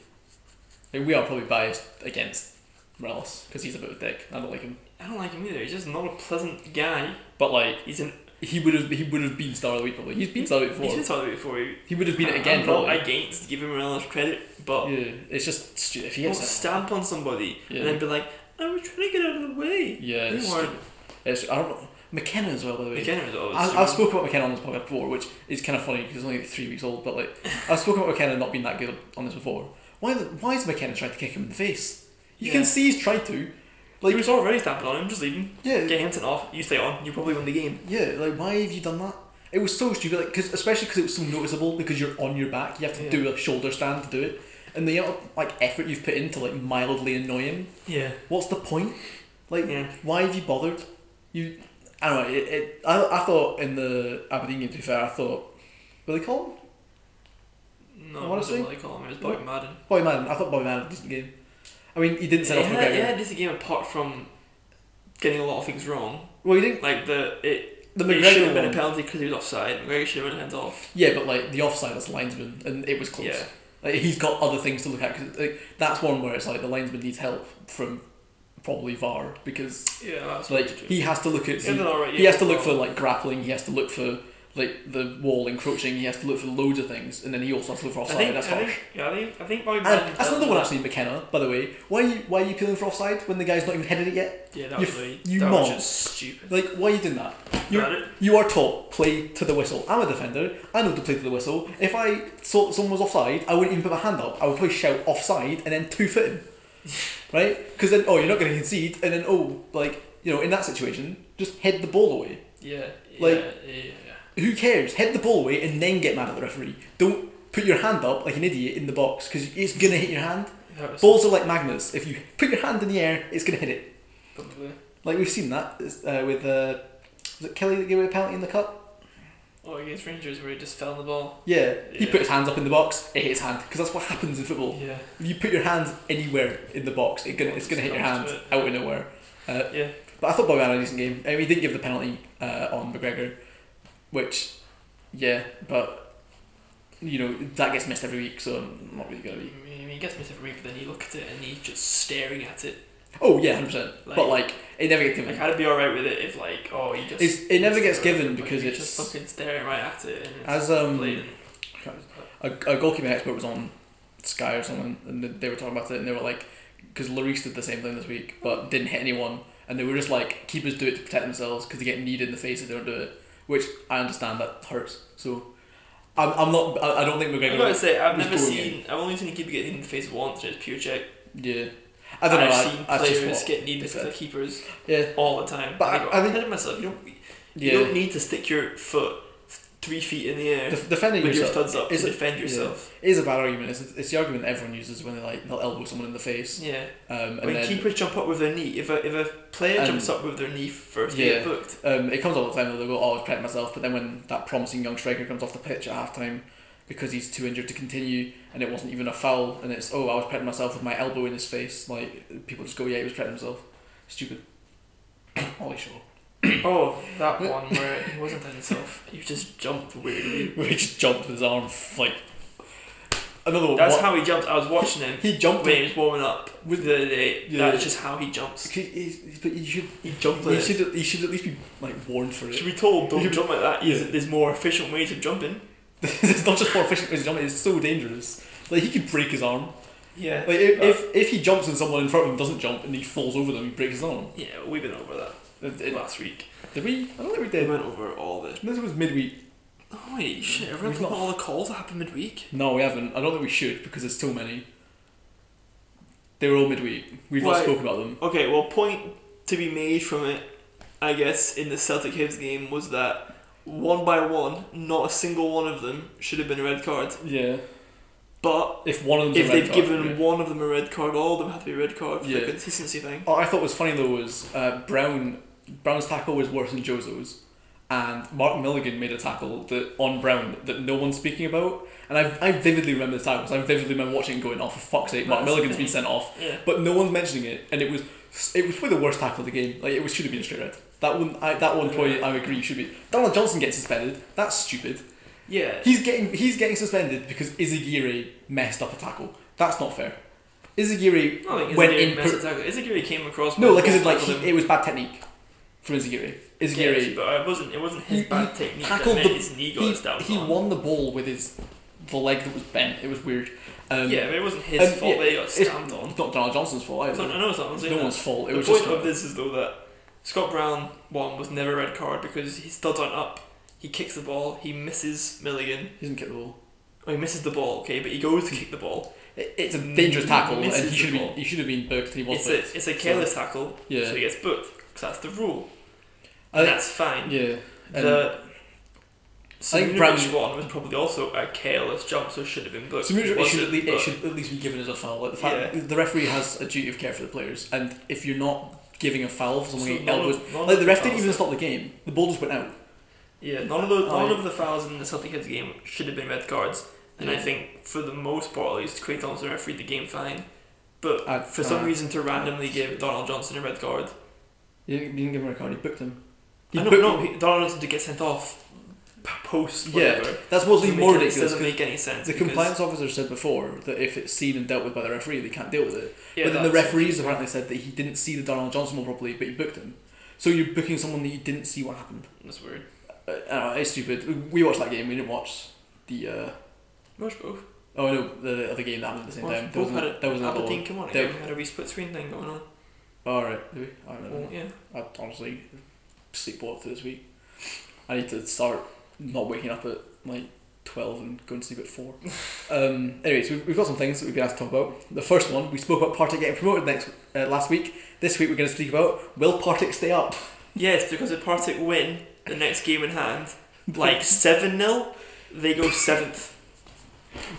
B: like, we are probably biased against Morelos because he's a bit of a dick. I don't like him.
A: I don't like him either. He's just not a pleasant guy.
B: But like,
A: He's an.
B: he would have he would have been star of the week probably. He's been star of the week
A: He's been
B: before.
A: talked about before. He,
B: He would have been it again
A: I'm
B: probably.
A: not against giving Morales credit, but
B: yeah, it's just stupid. If he
A: don't
B: gets sent off-
A: stamp on somebody
B: Yeah.
A: and then be like, "I was trying to get out of the way."
B: yeah,
A: You
B: it's,
A: weren't.
B: stupid. it's I don't know McKenna as well by the way.
A: McKenna was always.
B: I,
A: stupid.
B: I've spoken about McKenna on this podcast before, which is kind of funny because he's only three weeks old. But like, I've spoken about McKenna not being that good on this before. Why? the- Why is McKenna trying to kick him in the face? You
A: Yeah.
B: can see he's tried to. Like,
A: he was already stamping on him. Just leave him.
B: yeah,
A: Get him sent off. You stay on. You probably win the game.
B: yeah. Like, why have you done that? It was so stupid. Like, cause especially because it was so noticeable because you're on your back. You have to
A: Yeah.
B: do a shoulder stand to do it, and the amount of, like effort you've put into like mildly annoy him.
A: Yeah.
B: What's the point? Like,
A: Yeah.
B: why have you bothered? You, I don't know. It, it, I, I thought in the Aberdeen game. To be fair, I thought, what do they call him?
A: No,
B: Honestly?
A: honestly, what they call him. It was Bobby Madden.
B: Bobby Madden. I thought Bobby Madden had a decent game. I mean, he didn't
A: He
B: set off
A: had,
B: McGregor.
A: he had this game apart from getting a lot of things wrong.
B: Well, he didn't.
A: Like the it,
B: The
A: it should
B: McGregor
A: have been
B: one.
A: a penalty because he was offside. McGregor should have been hands off.
B: Yeah, but like the offside is linesman, and it was close.
A: Yeah.
B: Like he's got other things to look at. 'cause, like that's one where it's like the linesman needs help from probably VAR because
A: Yeah, that's
B: like
A: what
B: he has to look at.
A: he, did. all right,
B: he has to
A: yeah.
B: look for like grappling. He has to look for like the wall encroaching. He has to look for loads of things, and then he also has to look for
A: I
B: offside.
A: think,
B: that's
A: I
B: harsh.
A: think, yeah, I think, I think Bobby Madden.
B: And that's another one actually, McKenna. By the way, why are you why are you peeling for offside when the guy's not even headed it yet?
A: Yeah, that
B: You
A: was
B: f-
A: really,
B: you
A: that was
B: mom.
A: just stupid.
B: Like why are you doing that? You're,
A: Got it?
B: You are taught play to the whistle. I'm a defender. I know to play to the whistle. If I saw someone was offside, I wouldn't even put my hand up. I would probably shout offside and then two foot him, right? Because then oh you're not going to concede, and then oh like you know in that situation just head the ball away.
A: Yeah, yeah,
B: Like-
A: yeah, yeah, yeah.
B: Who cares? Head the ball away and then get mad at the referee. Don't put your hand up like an idiot in the box because it's gonna hit your hand.
A: That was
B: Balls are like magnets. If you put your hand in the air, it's gonna hit it.
A: probably-
B: Like we've seen that it's, uh, with uh, was it Kelly that gave away a penalty in the cup.
A: Oh, against Rangers where he just fell on the ball.
B: Yeah, he
A: Yeah.
B: put his hands up in the box. It hit his hand because that's what happens in football.
A: Yeah,
B: If you put your hands anywhere in the box, it gonna, it's gonna hit your hand
A: Comes to
B: out of nowhere. Uh,
A: yeah.
B: but I thought Bobby had a decent game. I mean, he didn't give the penalty uh, on McGregor, Which, yeah, but you know that gets missed every week, so I'm not really gonna
A: I
B: be.
A: mean, he gets missed every week, but then you look at it and he's just staring at it.
B: Oh yeah, hundred percent. But
A: Like-
B: like, it never gets given.
A: Like I'd be alright with it if like oh he just.
B: Mm. It's- it never
A: he's
B: gets
A: staring,
B: given
A: but
B: because
A: he's
B: it's-
A: just fucking staring right at it and it's
B: As um,
A: blatant.
B: a, a goalkeeping expert was on Sky or something, and they- they were talking about it, and they were like, because Lloris did the same thing this week, but didn't hit anyone, and they were just like, keepers do it to protect themselves because they get kneed in the face if they don't do it, which I understand that hurts. So, I'm, I'm not. I, I don't think
A: I'm
B: McGregor.
A: gonna say I've
B: he's
A: never
B: going
A: seen. I've only seen a keeper get hit in the face once, and it's pure check.
B: yeah, I don't know.
A: have
B: I,
A: seen
B: that's just
A: players
B: what
A: get kneed
B: they
A: because of
B: said.
A: keepers
B: Yeah,
A: all the time.
B: But
A: I,
B: I-
A: go,
B: I
A: I'm
B: mean-
A: ahead of myself. You don't. You
B: yeah.
A: don't need to stick your foot three feet in the air
B: Def- defending
A: with your
B: yourself
A: studs up to
B: is it-
A: defend
B: yeah.
A: yourself.
B: is a bad argument. It's, it's the argument everyone uses when they like they'll elbow someone in the face.
A: Yeah.
B: Um, and
A: When
B: then
A: keepers jump up with their knee, if a if a player
B: And-
A: jumps up with their knee first, they
B: Yeah.
A: get booked.
B: [CLEARS THROAT] Um, it comes all the time. though, They go, "Oh, I've protected myself," but then when that promising young striker comes off the pitch at halftime because he's too injured to continue, and it wasn't even a foul, and it's, "Oh, I was protecting myself with my elbow in his face." Like people just go, "Yeah, he was protecting himself." Stupid. [COUGHS] Ollie Shaw.
A: Oh, that one where he wasn't himself. He just jumped weirdly.
B: [LAUGHS] Where he just jumped with his arm f- like. Another one.
A: That's
B: what-
A: how he jumped. I was watching him
B: he jumped.
A: when he was warming up with the other day.
B: Yeah.
A: That's just how he jumps.
B: He, he, but you should.
A: He jumped.
B: He
A: Like
B: should. He should at least be like warned for it.
A: should be told
B: You
A: don't
B: should-
A: jump like that.
B: Yeah.
A: There's more efficient ways of jumping.
B: [LAUGHS] it's not just more efficient because jumping. It's so dangerous. Like he could break his arm.
A: Yeah.
B: Like if, if if he jumps and someone in front of him doesn't jump and he falls over them, he breaks his arm.
A: yeah, we've been over that
B: It- it-
A: last week.
B: Did we? I don't think we
A: They
B: did.
A: went over all the.
B: This was midweek.
A: Oh wait, shit! I
B: We've
A: remember
B: not-
A: all the calls that happened midweek.
B: No, we haven't. I don't think we should because there's too many. They were all midweek. We've not
A: Right.
B: spoken about them.
A: Okay, well, point to be made from it, I guess, in the Celtic Hibs game was that one by one, not a single one of them should have been a red card.
B: Yeah.
A: But
B: If one of them's
A: if
B: a red
A: they've
B: card,
A: given
B: yeah.
A: one of them a red card, all of them have to be red card for
B: Yeah.
A: the consistency thing.
B: What I thought was funny though was uh, Brown Brown's tackle was worse than Jozo's, and Mark Milligan made a tackle that on Brown that no one's speaking about, and I, I vividly remember the tackles. I vividly remember watching it going, "Oh for fuck's sake, Mark
A: That's the
B: Milligan's been
A: thing.
B: sent off,"
A: Yeah.
B: but no one's mentioning it, and it was it was probably the worst tackle of the game. Like it was should have been a straight red. That one, I, that one point, I agree should be. Donald Johnson gets suspended. That's stupid.
A: Yeah.
B: He's getting he's getting suspended because Izagiri messed up a tackle. That's not fair. Izagiri
A: No, like,
B: went
A: Izagiri
B: in.
A: messed
B: per-
A: it up. Izagiri came across.
B: no,
A: well,
B: like, is it like
A: tackled him.
B: he, it was bad technique from Izagiri?
A: Yes,
B: Izagiri,
A: but it wasn't. It wasn't his
B: He-
A: bad
B: he
A: technique that
B: tackled
A: meant
B: the-
A: his knee got established.
B: he, he
A: on.
B: won the ball with his the leg that was bent. It was weird. Um,
A: yeah, but it wasn't his
B: and
A: fault
B: yeah,
A: that he got
B: it's-
A: stamped on.
B: It's not Donald Johnson's fault either.
A: So, I know it's not. I'm
B: it's
A: saying
B: no
A: that.
B: one's fault. It
A: the
B: was
A: point
B: just
A: of this is though that Scott Brown one was never red card because his studs aren't up. He kicks the ball. He misses Milligan.
B: he doesn't kick the ball.
A: Oh, he misses the ball. Okay, but he goes to kick the ball.
B: It, it's a
A: Mm,
B: dangerous tackle, and
A: misses
B: he
A: the
B: should have been
A: ball.
B: he should have been booked. He was
A: It's a
B: booked.
A: it's a careless tackle.
B: Yeah.
A: So he gets booked. 'cause that's the rule.
B: I
A: And
B: think,
A: that's fine.
B: yeah. And
A: the
B: think
A: Samunovic
B: Brown-
A: one was probably also a careless jump, so it should have been booked.
B: So it
A: It
B: should, at
A: wasn't,
B: least, it
A: but-
B: should at least be given as a foul. Like the, fact, the referee has a duty of care for the players, and if you're not giving a foul for
A: so
B: someone who
A: none
B: elbows,
A: of- none
B: like
A: of
B: the ref didn't
A: fouls-
B: even stop the game. The ball just went out.
A: Yeah, none of the none
B: Aye.
A: of the fouls in the Celtic Hibs game should have been red cards, and I
B: Yeah.
A: think for the most part, at least, Craig Thompson refereed the game fine. But
B: I'd-
A: for some
B: uh,
A: reason, to randomly give Donald Johnson a red card,
B: He didn't, he didn't give him a card. He booked him. He
A: I don't
B: booked
A: know.
B: him.
A: he- Donald Johnson did get sent off p- post
B: Yeah,
A: whatever.
B: that's what's even
A: Doesn't
B: more
A: make any-
B: ridiculous.
A: Doesn't
B: 'cause
A: make any sense.
B: The
A: because-
B: compliance officer said before that if it's seen and dealt with by the referee, they can't deal with it.
A: yeah,
B: but then the
A: that's-
B: referees apparently said that he didn't see the Donald Johnson one properly, but he booked him. So you're booking someone that you didn't see what happened.
A: That's weird.
B: Uh, I don't know, it's stupid. We watched that game. We didn't watch the. Uh,
A: Watch both.
B: Oh no, the other game that happened at the same time.
A: Watch
B: There was
A: both had
B: another,
A: a,
B: there was another
A: Aberdeen
B: one.
A: come on.
B: There-
A: again, had a wee split screen thing going on.
B: All right, did we? I don't know.
A: Well, yeah.
B: I honestly sleepwalked through this week. I need to start not waking up at like twelve and going to sleep
A: [LAUGHS]
B: at four. um. Anyways, we've, we've got some things that we've been asked to talk about. The first one we spoke about Partick getting promoted next uh, last week. This week we're going to speak about will Partick stay up? [LAUGHS]
A: Yes, because if Partick win the next game in [LAUGHS] hand, like seven 0 they go seventh.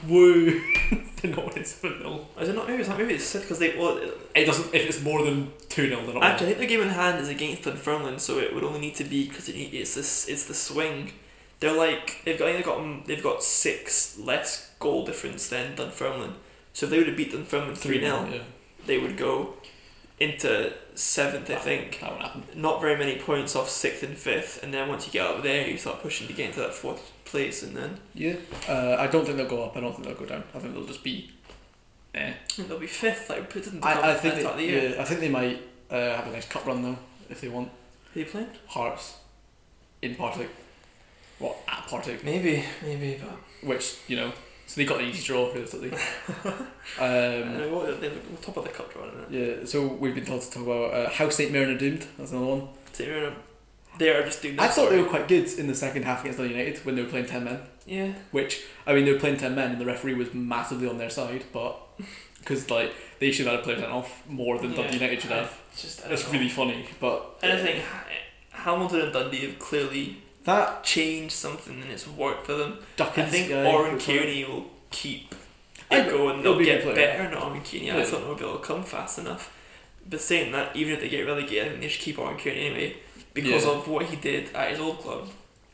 B: Woo! [LAUGHS] they're not winning seven 0
A: Is it not maybe it's not maybe it's said because they well
B: It doesn't. If it's more than two 0 they're not.
A: actually I think the game in hand is against Dunfermline so it would only need to be because it, need- it's this it's the swing they're like they've got I think they've got um, they've got six less goal difference than Dunfermline so if they would have beat Dunfermline three 0
B: Yeah.
A: they would go into seventh, I think.
B: That won't happen.
A: Not very many points off sixth and fifth, and then once you get up there, you start pushing to get into that fourth place, and then
B: Yeah. Uh, I don't think they'll go up. I don't think they'll go down. I think they'll just be. Eh.
A: they'll be fifth. Like it doesn't become
B: I, I
A: the
B: think
A: best
B: they,
A: part of the year.
B: yeah, I think they might uh, have a nice cup run though if they want
A: Who you playing?
B: Hearts in Partick. Well, at Partick.
A: Maybe, maybe, but
B: which you know, so they got an easy draw Um, realistically.
A: [LAUGHS] I
B: um,
A: know, we'll, they'll- we'll top of the cup draw, isn't it?
B: yeah, so we've been told to talk about uh, how Saint Mirren are doomed. That's another one.
A: So you're in a- they are just doing.
B: I
A: that
B: thought they
A: sorry.
B: were quite good in the second half against Dundee United when they were playing ten men.
A: Yeah,
B: Which I mean, they were playing ten men and the referee was massively on their side, but because like they should have had a player sent off more than
A: Yeah.
B: Dundee United should have.
A: it's just I don't
B: It's
A: know.
B: really funny, but
A: And I think Ha- Hamilton and Dundee have clearly
B: that
A: changed something, and it's worked for them. I
B: Duckins
A: think
B: guy-
A: Oren Kearney will keep
B: I-
A: it going.
B: he'll
A: They'll
B: be a
A: get
B: good player.
A: better, and Oren Kearney. I
B: Yeah.
A: just don't know if they'll come fast enough. But saying that, even if they get relegated, I think they should keep Oren Kearney anyway because
B: Yeah.
A: of what he did at his old club.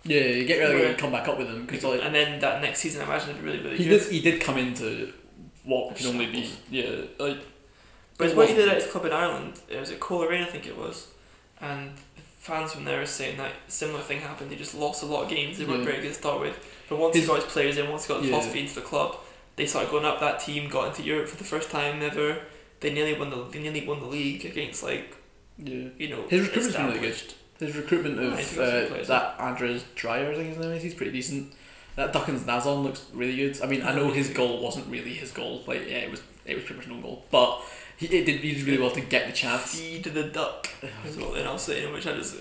B: Yeah, you get really
A: Where-
B: good and come back up with him because like
A: and then that next season, I imagine it'd be really, really
B: he
A: good.
B: did he did come into what can only be yeah like
A: But it's
B: It
A: what he
B: wasn't-
A: did at his club in Ireland. It was at Coleraine, I think it was. And fans from there are saying that similar thing happened. They just lost a lot of games. They weren't
B: Yeah.
A: very good to start with. But once he
B: His-
A: got his players in, once he got his
B: Yeah.
A: philosophy into the club, they started going up. That team got into Europe for the first time ever. They nearly won the they nearly won the league against like
B: yeah.
A: you know
B: His recruitment's been really
A: established-
B: His recruitment
A: I think
B: of
A: that's what
B: uh,
A: plays
B: that Andres Dreyer, I think his name is, he's pretty decent. That Duckins Nazon looks really good. I mean, I know his goal wasn't really his goal. Like, yeah, it was it was pretty much an own goal, but he it did he did really well to get the chance.
A: Feed the duck is what then I'll say in which I just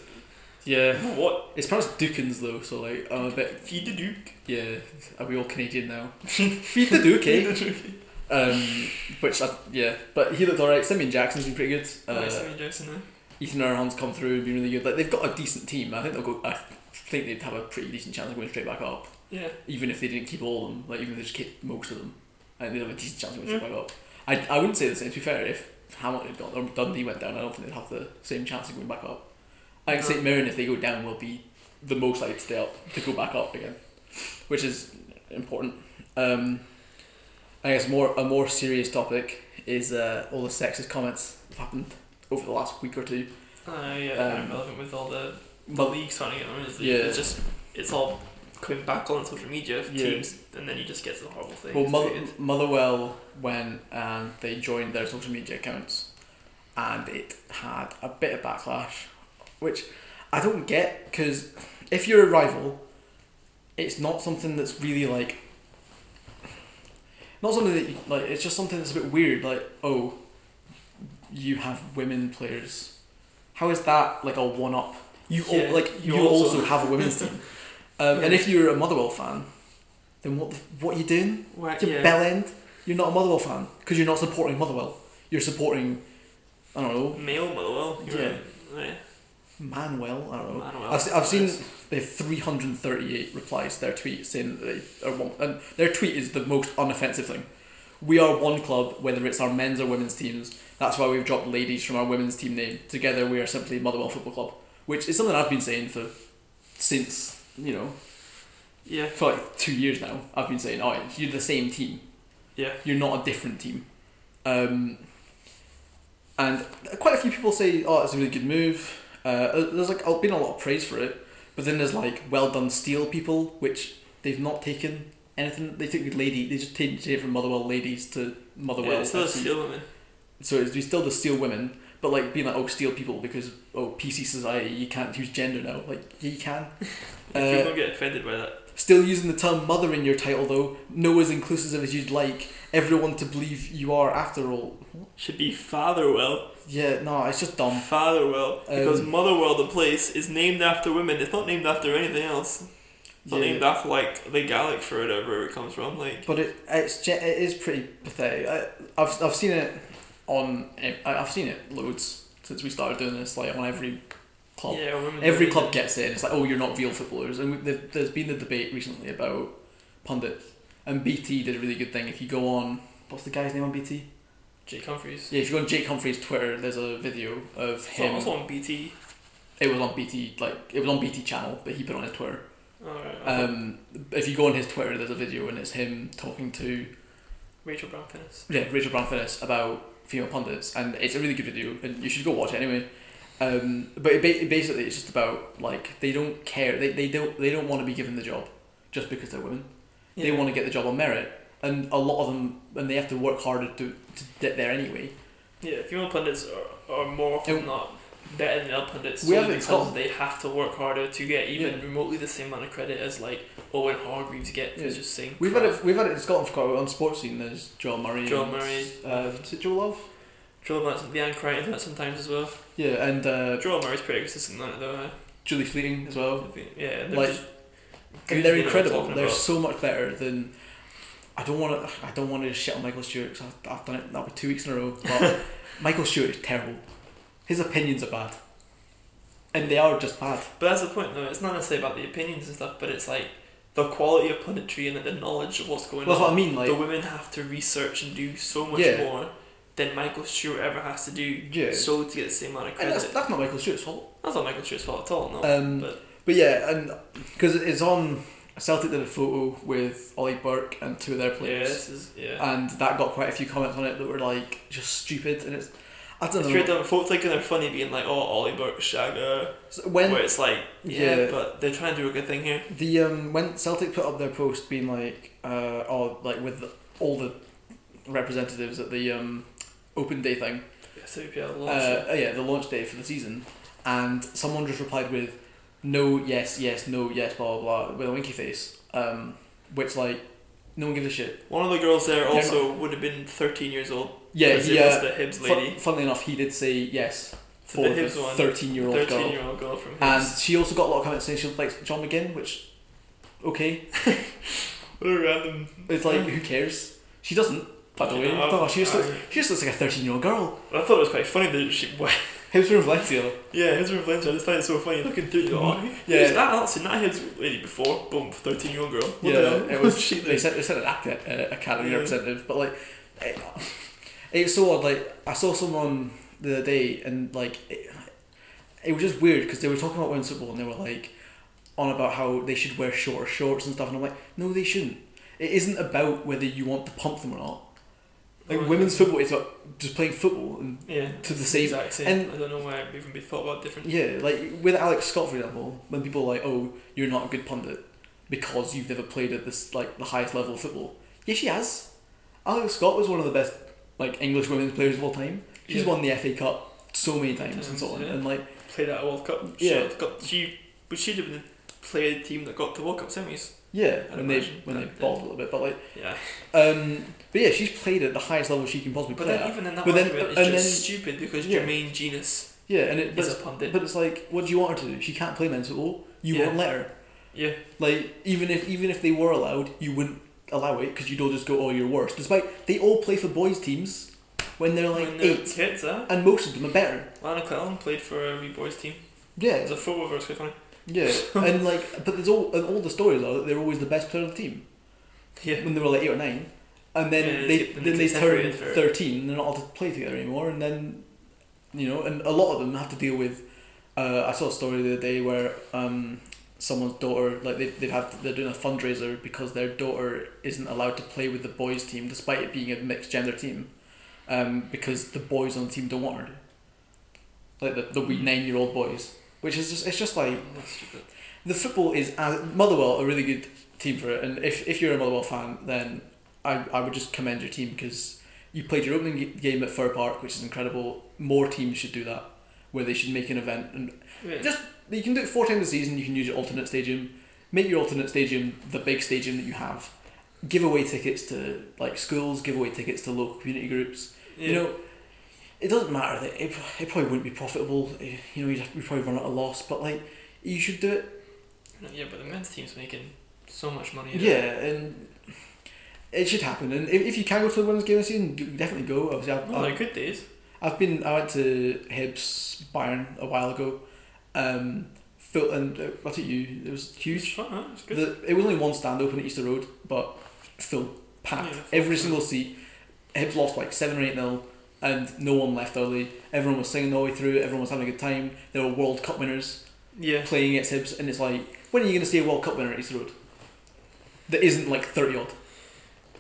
B: Yeah,
A: what
B: it's pronounced Dukins though, so like I'm a bit
A: feed the duke.
B: yeah. Are we all Canadian now? [LAUGHS] Feed the Duke, eh?
A: Feed the duke.
B: Um, which I, yeah, but he looked alright. Simeon Jackson's been pretty good.
A: Right,
B: Uh,
A: Sammy Jackson, eh?
B: Ethan Erhan's come through and been really good. Like they've got a decent team. I think they'll go. I think they'd have a pretty decent chance of going straight back up.
A: Yeah.
B: even if they didn't keep all of them, like even if they just kept most of them, I think they'd have a decent chance of winning back up. I, I wouldn't say the same. To be fair, if Hamilton had gone or Dundee went down, I don't think they'd have the same chance of going back up. I think
A: No.
B: St Mirren, if they go down, will be the most likely to stay up to go back up again, which is important. Um, I guess more a more serious topic is uh, all the sexist comments that have happened over the last week or two.
A: Uh, yeah,
B: Um,
A: um, relevant with all the the
B: But
A: league's trying to get them. It's,
B: Yeah.
A: it's just it's all coming back on social media for
B: Yeah.
A: teams, and then you just get some horrible things.
B: Well, Mother-
A: tweeted.
B: Motherwell went and they joined their social media accounts, and it had a bit of backlash, which I don't get because if you're a rival, it's not something that's really like. Not something that you, like. It's just something that's a bit weird. Like, oh, you have women players. How is that like a one up? You al-
A: Yeah,
B: like
A: you
B: you,
A: also-
B: also. have
A: [LAUGHS]
B: a women's team, um, and
A: Yeah.
B: if you're a Motherwell fan, then what the, what are you doing?
A: Where-
B: It's a
A: yeah.
B: bell end. You're not a Motherwell fan because you're not supporting Motherwell. You're supporting, I don't know,
A: male Motherwell. you're
B: Yeah.
A: right. Yeah.
B: Manuel. I don't know.
A: Manuel.
B: I've, se- I've seen they have 338 replies to their tweet saying that they are one, and their tweet is the most unoffensive thing. We are one club, whether it's our men's or women's teams. That's why we've dropped ladies from our women's team name. Together, we are simply Motherwell Football Club, which is something I've been saying for since you know
A: Yeah,
B: for like two years now. I've been saying, oh, you're the same team.
A: yeah.
B: You're not a different team. Um, and quite a few people say, oh, it's a really good move. Uh, there's like been a lot of praise for it, but then there's like well done steel people, which they've not taken anything. They took the lady. They just changed it from Motherwell ladies to Motherwell.
A: yeah, it's still a
B: FC.
A: steel woman.
B: So it's still the steel women, but like being like oh steel people because oh PC society you can't use gender now. Like yeah, you
A: [LAUGHS]
B: can. Uh,
A: People get offended by that.
B: Still using the term mother in your title though, no as inclusive as you'd like, everyone to believe you are after all.
A: Should be Fatherwell.
B: Yeah, no, it's just dumb.
A: Fatherwell, because
B: Um,
A: Motherwell, the place, is named after women. It's not named after anything else. It's not
B: Yeah.
A: named after like the Gaelic for whatever it comes from. Like
B: But it it's ge- it is pretty pathetic. I, I've I've seen it on eh, I- I've seen it loads since we started doing this, like on every club.
A: yeah, women
B: Every
A: don't
B: club gets it, and it's like, oh, you're not real footballers. And we, there- there's been the debate recently about pundits, and BT did a really good thing. If you go on, what's the guy's name on BT?
A: Jake Humphries.
B: Yeah, if you go on Jake Humphrey's Twitter, there's a video of
A: Him.
B: him.
A: Also on BT.
B: It was on BT, like it was on BT channel, but he put it on his Twitter.
A: Alright, okay.
B: Um, if you go on his Twitter, there's a video and it's him talking to
A: Rachel Brown Finnis.
B: yeah Rachel Brownfinis about female pundits, and it's a really good video, and you should go watch it anyway. Um, but it ba- basically, it's just about like they don't care. They, they don't they don't want to be given the job just because they're women. They want to get the job on merit, and a lot of them, and they have to work harder to to get there anyway.
A: Yeah, female pundits are, are more often
B: And-
A: than not better than male pundits
B: Oh. We
A: solely
B: have it in
A: because
B: Scotland.
A: they have to work harder to get even remotely the same amount of credit as like Owen Hargreaves get for
B: Yeah.
A: just saying
B: We've had
A: crap.
B: it. We've had it in Scotland for quite a while on sports scene. There's Joel Murray.
A: Joel
B: and,
A: Murray.
B: Uh, is it Joel Love?
A: Joel Murray's the Anne Crichton does that sometimes as well.
B: Yeah, and uh,
A: Joel Murray's pretty consistent on it though. eh?
B: Julie Fleeting as well.
A: I think- Yeah, they're
B: Like,
A: just good
B: and
A: people
B: they're
A: we're
B: incredible.
A: talking
B: They're
A: about.
B: so much better than. I don't want to. I don't want to shit on Michael Stewart 'cause I've, I've done it now for two weeks in a row.
A: [LAUGHS]
B: But Michael Stewart is terrible. His opinions are bad, and they are just bad.
A: But that's the point though. It's not necessarily about the opinions and stuff, but it's like the quality of punditry and like, the knowledge of what's going
B: Well, that's
A: on.
B: what I mean.
A: the
B: Like,
A: women have to research and do so much
B: Yeah.
A: more than Michael Stewart ever has to do
B: Yeah.
A: so to get the same amount of
B: and
A: credit.
B: that's,
A: That's,
B: that's not Michael Stewart's fault.
A: not Michael Stewart's fault at all, no.
B: Um,
A: but-
B: but yeah, and because it's on Celtic did a photo with Ollie Burke and two of their
A: yeah,
B: players,
A: this is yeah.
B: and that got quite a few comments on it that were like just stupid, and it's. I don't
A: It's
B: know.
A: weird that folks like they're funny being like, oh, Ollie Burke, Shagger,
B: So when
A: where it's like, yeah,
B: Yeah.
A: but they're trying to do a good thing here.
B: The um when Celtic put up their post being like uh oh like with the, all the representatives at the um open day thing
A: Yeah, so yeah,
B: uh,
A: lots of-
B: uh, yeah the launch day for the season and someone just replied with no yes yes no yes blah blah blah with a winky face um which like no one gives a shit
A: One of the girls there
B: They're
A: also would have been 13 years old.
B: yeah
A: because
B: he
A: it was
B: uh,
A: the Hibs
B: fu-
A: lady.
B: funnily enough he did say yes
A: The
B: for the
A: Hibs one.
B: thirteen year old
A: 13
B: girl
A: year old girl from
B: and
A: Hibs.
B: she also got a lot of comments saying she looked like John McGinn which okay
A: What a random.
B: It's
A: [LAUGHS]
B: like who cares? She doesn't. By the
A: She
B: way,
A: don't have-
B: No, she just looks,
A: aye.
B: she just looks like a thirteen year old girl.
A: I thought it was quite funny that she.
B: Hibs from Valencia.
A: Yeah, his Valencia. I just find it so funny looking through the eye.
B: Yeah.
A: Yeah, Mm-hmm. that I've seen that heads lady before. Boom, thirteen year old girl. What
B: yeah,
A: the hell? [LAUGHS]
B: it was.
A: What's she
B: they
A: doing?
B: said they said an act, uh, academy
A: Yeah.
B: representative, but like, it, it's so odd. Like I saw someone the other day, and like, it, it was just weird because they were talking about women's football, and they were like, on about how they should wear shorter shorts and stuff, and I'm like, no, they shouldn't. It isn't about whether you want to pump them or not. Like
A: Right.
B: women's football, it's about just playing football and
A: Yeah.
B: to the same
A: Exact same.
B: and-
A: I don't know why I've even been thought about different.
B: Yeah, like with Alex Scott, for example, when people are like, "Oh, you're not a good pundit because you've never played at this like the highest level of football." Yeah, she has. Alex Scott was one of the best like English women's players of all time. She's
A: Yeah.
B: won the FA Cup so many times and
A: Times,
B: so on,
A: yeah.
B: and like
A: Played at a World Cup.
B: Yeah.
A: She got she, but she'd have been played a team that got to World Cup semis.
B: yeah,
A: I'd
B: when they
A: imagine
B: when they
A: that,
B: bottled a little bit, but like,
A: Yeah.
B: um, but yeah, she's played at the highest level she can possibly
A: But
B: play
A: then
B: at.
A: even in that
B: But then-
A: argument, it's
B: and
A: just
B: then-
A: stupid because
B: yeah.
A: Jermaine Genus
B: yeah, and it
A: is a
B: but,
A: pundit.
B: but it's like, what do you want her to do? She can't play men's football. You
A: Yeah.
B: won't let her.
A: yeah.
B: Like even if even if they were allowed, you wouldn't allow it because you don't just go, "Oh, you're worse." Despite they all play for boys teams when they're like
A: when
B: eight,
A: kids, huh?
B: and most of them are better.
A: Lana Clellan played for a wee boys team. As
B: Yeah,
A: a footballer, it's quite funny. [LAUGHS]
B: yeah, and like, but there's all and all the stories are that they're always the best player on the team
A: Yeah.
B: when they were like eight or nine, and
A: Yeah,
B: then
A: they
B: they
A: get- then
B: then
A: they
B: they
A: get
B: turn
A: separated for-
B: thirteen, and they're not allowed to play together anymore, and then you know, and a lot of them have to deal with. Uh, I saw a story the other day where um, someone's daughter, like they've, they've had, they're doing a fundraiser because their daughter isn't allowed to play with the boys' team despite it being a mixed gender team, um, because the boys on the team don't want her to. Like the the wee
A: Mm.
B: nine year old boys, which is just it's just like
A: That's stupid.
B: the football is as Motherwell a really good team for it, and if, if you're a Motherwell fan, then I, I would just commend your team because you played your opening g- game at Fir Park, which is incredible. More teams should do that, where they should make an event, and
A: Yeah.
B: just you can do it four times a season. You can use your alternate stadium, make your alternate stadium the big stadium that you have. Give away tickets to like schools, give away tickets to local community groups
A: Yeah.
B: you know, it doesn't matter that it, it probably wouldn't be profitable. eh, You know, you'd, have, you'd probably run at a loss, but like you should do it.
A: yeah, but the men's team's making so much money.
B: Yeah, and it should happen. And if, if you can go to the women's game this season, g- definitely go. Obviously, I've,
A: No, they're
B: I've,
A: good days.
B: I've been I went to Hibs Bayern a while ago. Um, Phil and uh, that's at you. It was
A: Huge
B: huge.
A: fun, huh? It's good.
B: The, it was only one stand open at Easter Road, but filled, packed.
A: Yeah,
B: Every
A: full.
B: single seat. Hibs lost like 7 or 8 nil, and no one left early. Everyone was singing the way through, everyone was having a good time. They were World Cup winners
A: yeah.
B: playing against Hibs, and it's like, when are you going to see a World Cup winner at Easter Road? That isn't like 30 odd.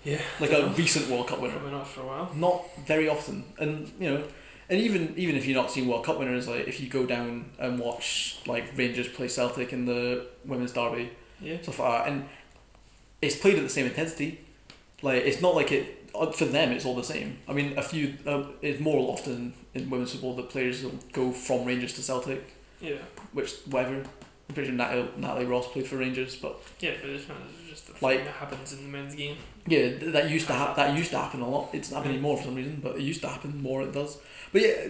A: Yeah.
B: like a recent World Cup winner.
A: Probably not for a while.
B: Not very often, and you know, and even even if you're not seeing World Cup winners, like if you go down and watch like Rangers play Celtic in the women's derby,
A: Yeah.
B: stuff like that, and it's played at the same intensity. Like it's not like it uh, for them. It's all the same. I mean, a few. Uh, it's more often in women's football that players will go from Rangers to Celtic,
A: Yeah.
B: which whatever. I'm pretty sure Natalie, Natalie Ross played for Rangers, but
A: Yeah, but it's kind of just the
B: Like-
A: thing that happens in the men's game.
B: yeah, th- that used to ha- that used to happen a lot. It's not happening more for some reason, but it used to happen more. It does, but yeah,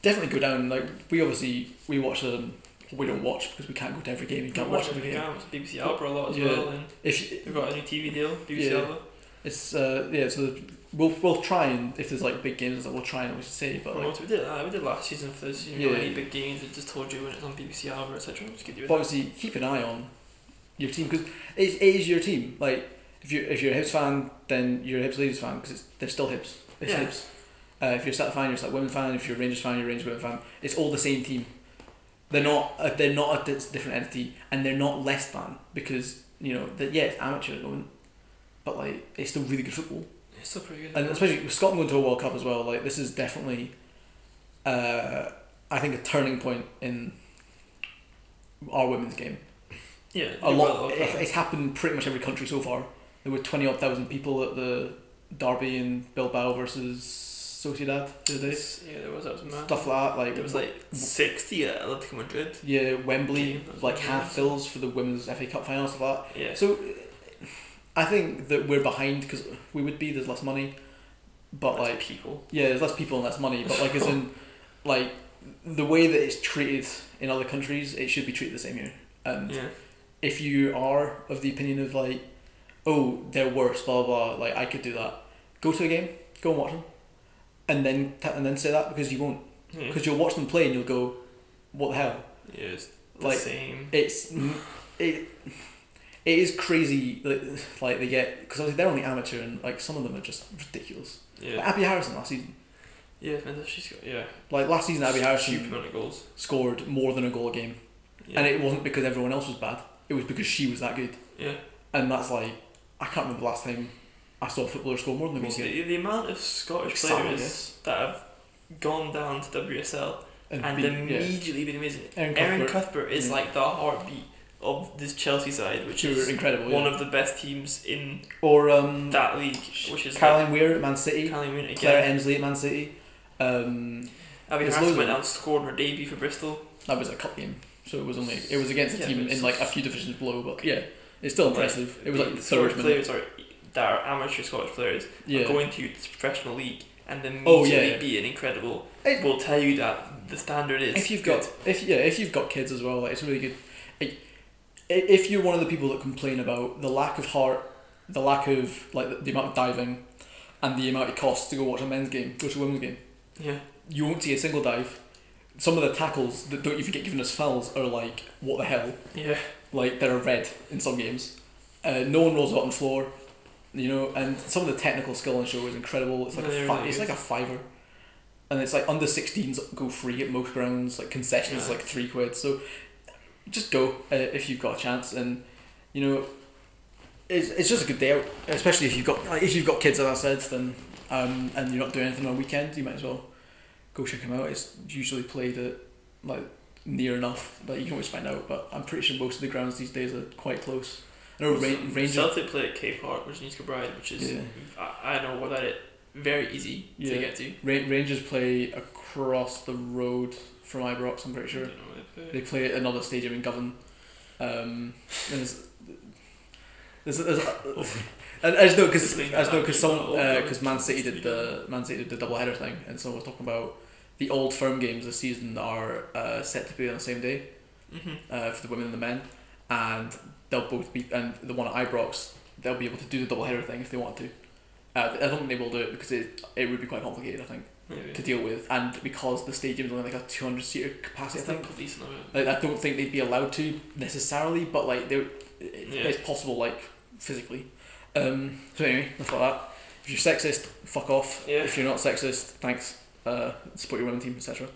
B: definitely go down. Like we obviously we watch um we don't watch because we can't go to every game. You can't watch every game.
A: Games. BBC Alba a lot as
B: Yeah.
A: well, and
B: If you-
A: they've got a new TV deal. BBC
B: Yeah.
A: Alba.
B: It's uh yeah, so we'll we'll try and if there's like big games that we'll try and we should say, but
A: Well,
B: like,
A: what we did that we did last season for this. You know,
B: Yeah.
A: any big games, it just told you when it's on BBC Alba, etc. Just give you.
B: but obviously keep an eye on your team because it, it is your team. Like if you if you're a Hibs fan, then you're a Hibs Ladies fan because they're still Hibs. It's
A: Yeah.
B: Hibs. Uh, if you're a Celtic fan, you're a Celtic women fan. If you're a Rangers fan, you're a Rangers women fan. It's all the same team. They're not uh, they're not a dis- different entity, and they're not less than because you know that yeah it's amateur at the moment, but like it's still really good football.
A: It's still pretty good.
B: and especially with Scotland going to a World Cup as well. Like this is definitely, uh, I think a turning point in our women's game.
A: yeah,
B: A
A: they
B: lot.
A: were
B: It, it's happened pretty much every country so far. There were twenty odd thousand people at the derby in Bilbao versus Sociedad the other day.
A: Yeah, there was that was mad.
B: Stuff like that. Like
A: There was like sixty at Atletico Madrid.
B: yeah, Wembley
A: Game, that's
B: like
A: what it
B: half
A: was.
B: fills for the women's FA Cup final stuff like that.
A: Yeah.
B: So, I think that we're behind because we would be. There's less money, but
A: That's
B: like
A: people.
B: yeah, there's less people and less money, but like
A: [LAUGHS]
B: as in, like the way that it's treated in other countries, it should be treated the same here. And
A: Yeah.
B: if you are of the opinion of like, oh, they're worse, blah blah, blah, like I could do that, go to a game, go and watch them, and then t- and then say that because you won't,
A: Yeah.
B: because you'll watch them play and you'll go, what the hell?
A: Yeah, it's the
B: Like
A: same. [LAUGHS]
B: it's
A: Mm.
B: it. It is crazy, like, like they get because they're only amateur and like some of them are just ridiculous. Like
A: Yeah.
B: Abby Harrison last season,
A: Yeah, and she's got yeah.
B: like last season, Abby Harrison
A: Stupid amount of goals.
B: scored more than a goal a game.
A: Yeah.
B: And it wasn't because everyone else was bad. It was because she was that good.
A: yeah.
B: And that's like I can't remember the last time I saw a footballer score more than a goal a game.
A: The, the amount of Scottish
B: Salmon,
A: players
B: yes.
A: that have gone down to WSL
B: And,
A: and
B: beat- yeah,
A: immediately been amazing.
B: Aaron
A: Aaron
B: Cuthbert. Mm.
A: Cuthbert is
B: Yeah.
A: like the heartbeat of this Chelsea side, which
B: she was
A: is
B: incredible.
A: one
B: yeah.
A: of the best teams in
B: or um,
A: that league, which is
B: Caroline Weir at Man City,
A: like, Caroline Moon
B: Claire
A: again.
B: Emsley at Man City. Um,
A: Abby
B: there's
A: Harrison
B: loads
A: went
B: of-
A: out and scored her debut for Bristol.
B: that was a cup game, so it was only it was against a
A: Yeah,
B: team
A: but it's
B: in like a
A: just-
B: few divisions below, but yeah, it's still impressive. It was like the
A: Scottish
B: third minute.
A: players are that are amateur Scottish players
B: Yeah,
A: are going to this professional league and then
B: Oh, yeah,
A: immediately
B: yeah.
A: be an incredible.
B: It-
A: will tell you that the standard is
B: if you've got if yeah if you've got kids as well like it's really good like, i- if you're one of the people that complain about the lack of heart the lack of like the, the amount of diving and the amount it costs to go watch a men's game go to a women's game
A: good. yeah
B: you won't see a single dive some of the tackles that don't even get given as fouls are like what the hell
A: yeah
B: like they're red in some games uh, no one rolls out on the floor you know and some of the technical skill on show is incredible it's like
A: They're
B: a fi-
A: really
B: it's
A: good.
B: like a fiver and it's like under 16s go free at most grounds like concessions is
A: Yeah.
B: like three quid so just go uh, if you've got a chance and you know it's, it's just a good day out especially if you've got like, if you've got kids as I said then um, and you're not doing anything on a weekend you might as well go check them out it's usually played at like near enough like you can always find out but I'm pretty sure most of the grounds these days are quite close I know Ra- Rangers
A: Celtic play at K Park, which is East Kilbride, which is
B: Yeah.
A: I, I know what that is very easy to
B: Yeah.
A: get to.
B: Ra- Rangers play across the road from Ibrox I'm pretty
A: I
B: sure
A: don't know what they play.
B: They play at another stadium in Govan. Um, there's, there's, there's, and I just know because I just know because some because Man City did the Man City did the double header thing, and someone was talking about the old firm games this season are uh, set to be on the same day
A: Mhm.
B: uh, for the women and the men, and they'll both be and the one at Ibrox they'll be able to do the double header thing if they want to. Uh, I don't think they will do it because it it would be quite complicated I think
A: Maybe.
B: to deal with, and because the stadium's only like a two hundred seater capacity I
A: It's like
B: think.
A: policing of it.
B: Like I don't think they'd be allowed to necessarily, but like they, it-
A: Yeah.
B: it's possible like physically. Um, so anyway, that's like that. If you're sexist, fuck off.
A: Yeah.
B: If you're not sexist, thanks. Uh, support your women
A: [LAUGHS]
B: team, etc.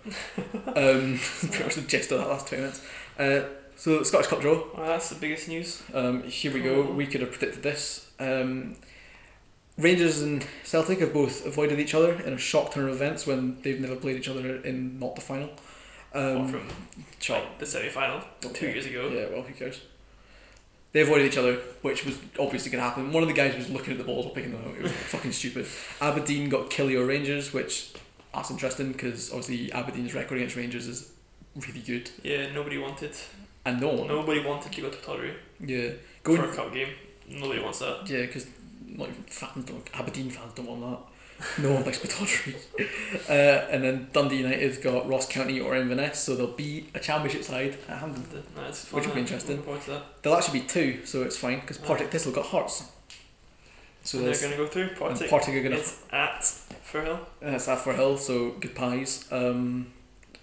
B: um, [LAUGHS] pretty much the gist of that last twenty minutes. Uh, so Scottish Cup draw.
A: Well, that's the biggest news.
B: Um, here we go. We could have predicted this. Um, Rangers and Celtic have both avoided each other in a shock turn of events when they've never played each other in not the final. Um,
A: Apart from
B: shock.
A: the semi final two
B: Okay.
A: years ago.
B: Yeah, well, who cares? They avoided each other, which was obviously going to happen. One of the guys was looking at the balls while picking them out.
A: [LAUGHS]
B: It was fucking stupid. Aberdeen got Killio Rangers, which that's interesting because obviously Aberdeen's record against Rangers is really good,
A: Yeah, nobody wanted.
B: and no one.
A: Nobody wanted to go to Tottenham
B: Yeah,
A: for
B: going.
A: a cup game. Nobody wants that.
B: Yeah, because like fans don't, Aberdeen fans don't want that. No one likes Pataudry. [LAUGHS] uh, and then Dundee United got Ross County or Inverness, so they'll be a championship side at Hampden.
A: No, it's fine.
B: Which would be interesting.
A: Looking forward to that.
B: There'll actually be two, so it's fine because Partick Thistle got Hearts. So
A: and they're
B: there's
A: going to go through.
B: and
A: Partick.
B: Partick are gonna.
A: It's at Firhill.
B: That's Afro Hill, so good pies. Um,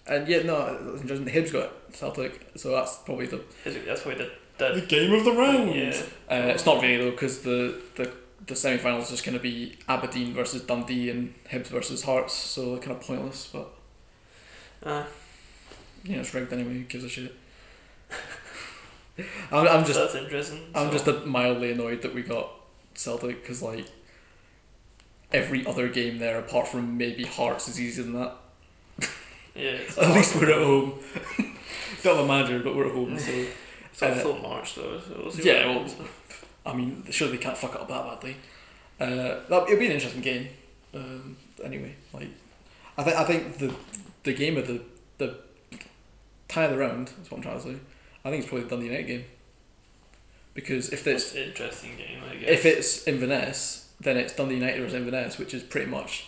B: and yeah, no, that's interesting. The Hibs got Celtic, so that's probably the.
A: That's probably the, the
B: game of the
A: Yeah.
B: Uh, it's not really though, because the the the semi final is just going to be Aberdeen versus Dundee and Hibs versus Hearts, so they're kind of pointless. But
A: Uh,
B: you know, it's rigged anyway. Who gives
A: [LAUGHS]
B: a shit? I'm, I'm just
A: that's interesting.
B: I'm
A: So-
B: just a mildly annoyed that we got Celtic because like every other game there, apart from maybe Hearts, is easier than that. [LAUGHS]
A: Yeah. It's
B: At least we're at home. [LAUGHS] Don't have a manager, but we're at home. So
A: It's not
B: uh,
A: till March though. So we'll see
B: yeah,
A: what
B: well-
A: happens.
B: I mean, surely they can't fuck it up that badly. Uh, that it'll be an interesting game. Um, anyway, like I think I think the the game of the the tie of the round is what I'm trying to say. I think it's probably the Dundee United game because if it's
A: It's an interesting game. I guess.
B: if it's Inverness, then it's Dundee United versus Inverness, which is pretty much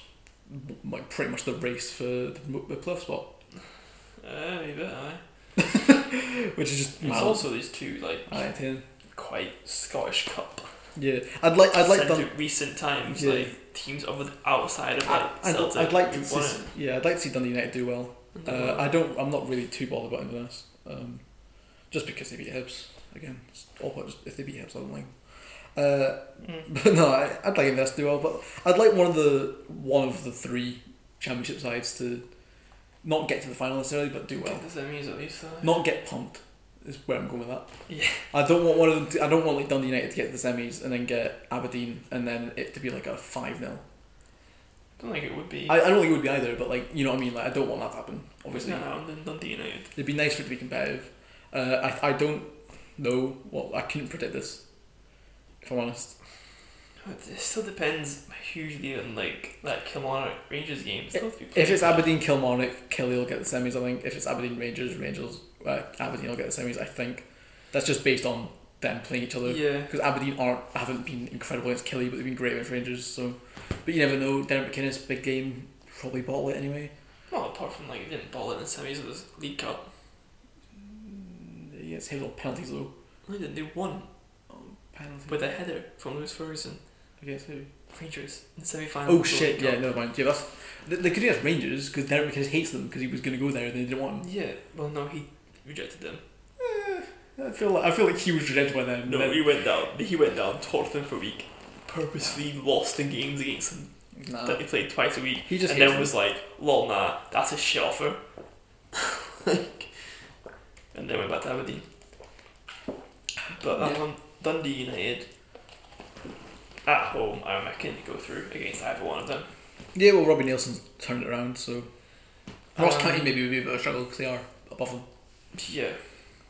B: like pretty much the race for the, mo- the playoff spot,
A: Uh, you bet, aye.
B: which is just
A: It's
B: miles.
A: also these two like
B: I think,
A: quite Scottish Cup.
B: yeah, I'd like I'd like
A: centric
B: Dundee.
A: recent times
B: Yeah.
A: like teams of the outside of like
B: I'd,
A: Celtic.
B: I'd like to
A: who've
B: see,
A: won
B: yeah, I'd like to see Dundee United do well.
A: it.
B: Uh, I don't. I'm not really too bothered about Inverness, um, just because they beat Hibs again. It's all about just if they beat Hibs, I don't like. them. Uh,
A: Mm.
B: but [LAUGHS] no, I, I'd like Inverness to do well, but I'd like one of the one of the three championship sides to not get to the final necessarily, but do well.
A: Does that mean at least though?
B: Not get pumped is where I'm going with that.
A: Yeah.
B: I don't want one of them. To, I don't want like Dundee United to get to the semis and then get Aberdeen and then it to be like a five 0
A: I don't think it would be.
B: I, I don't think it would be either, but like you know what I mean. Like I don't want that to happen. Obviously,
A: obviously now and then Dundee United.
B: It'd be nice for it to be competitive. Uh, I, I don't know. Well, I couldn't predict this, if I'm honest.
A: It still depends hugely on like that Kilmarnock Rangers game. Still has to be
B: If
A: played.
B: it's Aberdeen Kilmarnock, Kelly will get the semis, I think. If it's Aberdeen Rangers, Rangers, uh, Aberdeen will get the semis, I think. That's just based on them playing each other.
A: yeah,
B: Because Aberdeen aren't haven't been incredible against Kelly, but they've been great against Rangers. So, but you never know. Derek McInnes, big game, probably bottle it anyway.
A: well apart from like he didn't ball it in the semis of the League Cup.
B: He gets hit on penalties though.
A: They didn't. They won
B: Penalties.
A: with Um, a header from Lewis Ferguson.
B: guess who?
A: Rangers in the semi final.
B: Oh shit! Yeah, never mind. Yeah, that's they, they could have Rangers because Derek McInnes hates them because he was going to go there and they didn't want him.
A: Yeah. Well, no, he rejected them.
B: I feel like I feel like he was rejected by them.
A: No,
B: Then-
A: he went down. He went down, taught them for a week, purposely lost in games against them
B: Nah.
A: that he played twice a week,
B: He just
A: and
B: hates
A: then was like, "Lol, nah, that's a shit offer." [LAUGHS] like, and then went back to Aberdeen. But that
B: Yeah.
A: one, Dundee United, at home, I reckon go through against either one of them.
B: yeah, well, Robbie Nielsen's turned it around, so Ross
A: Um,
B: County maybe would be a bit of a struggle because they are above them.
A: Yeah,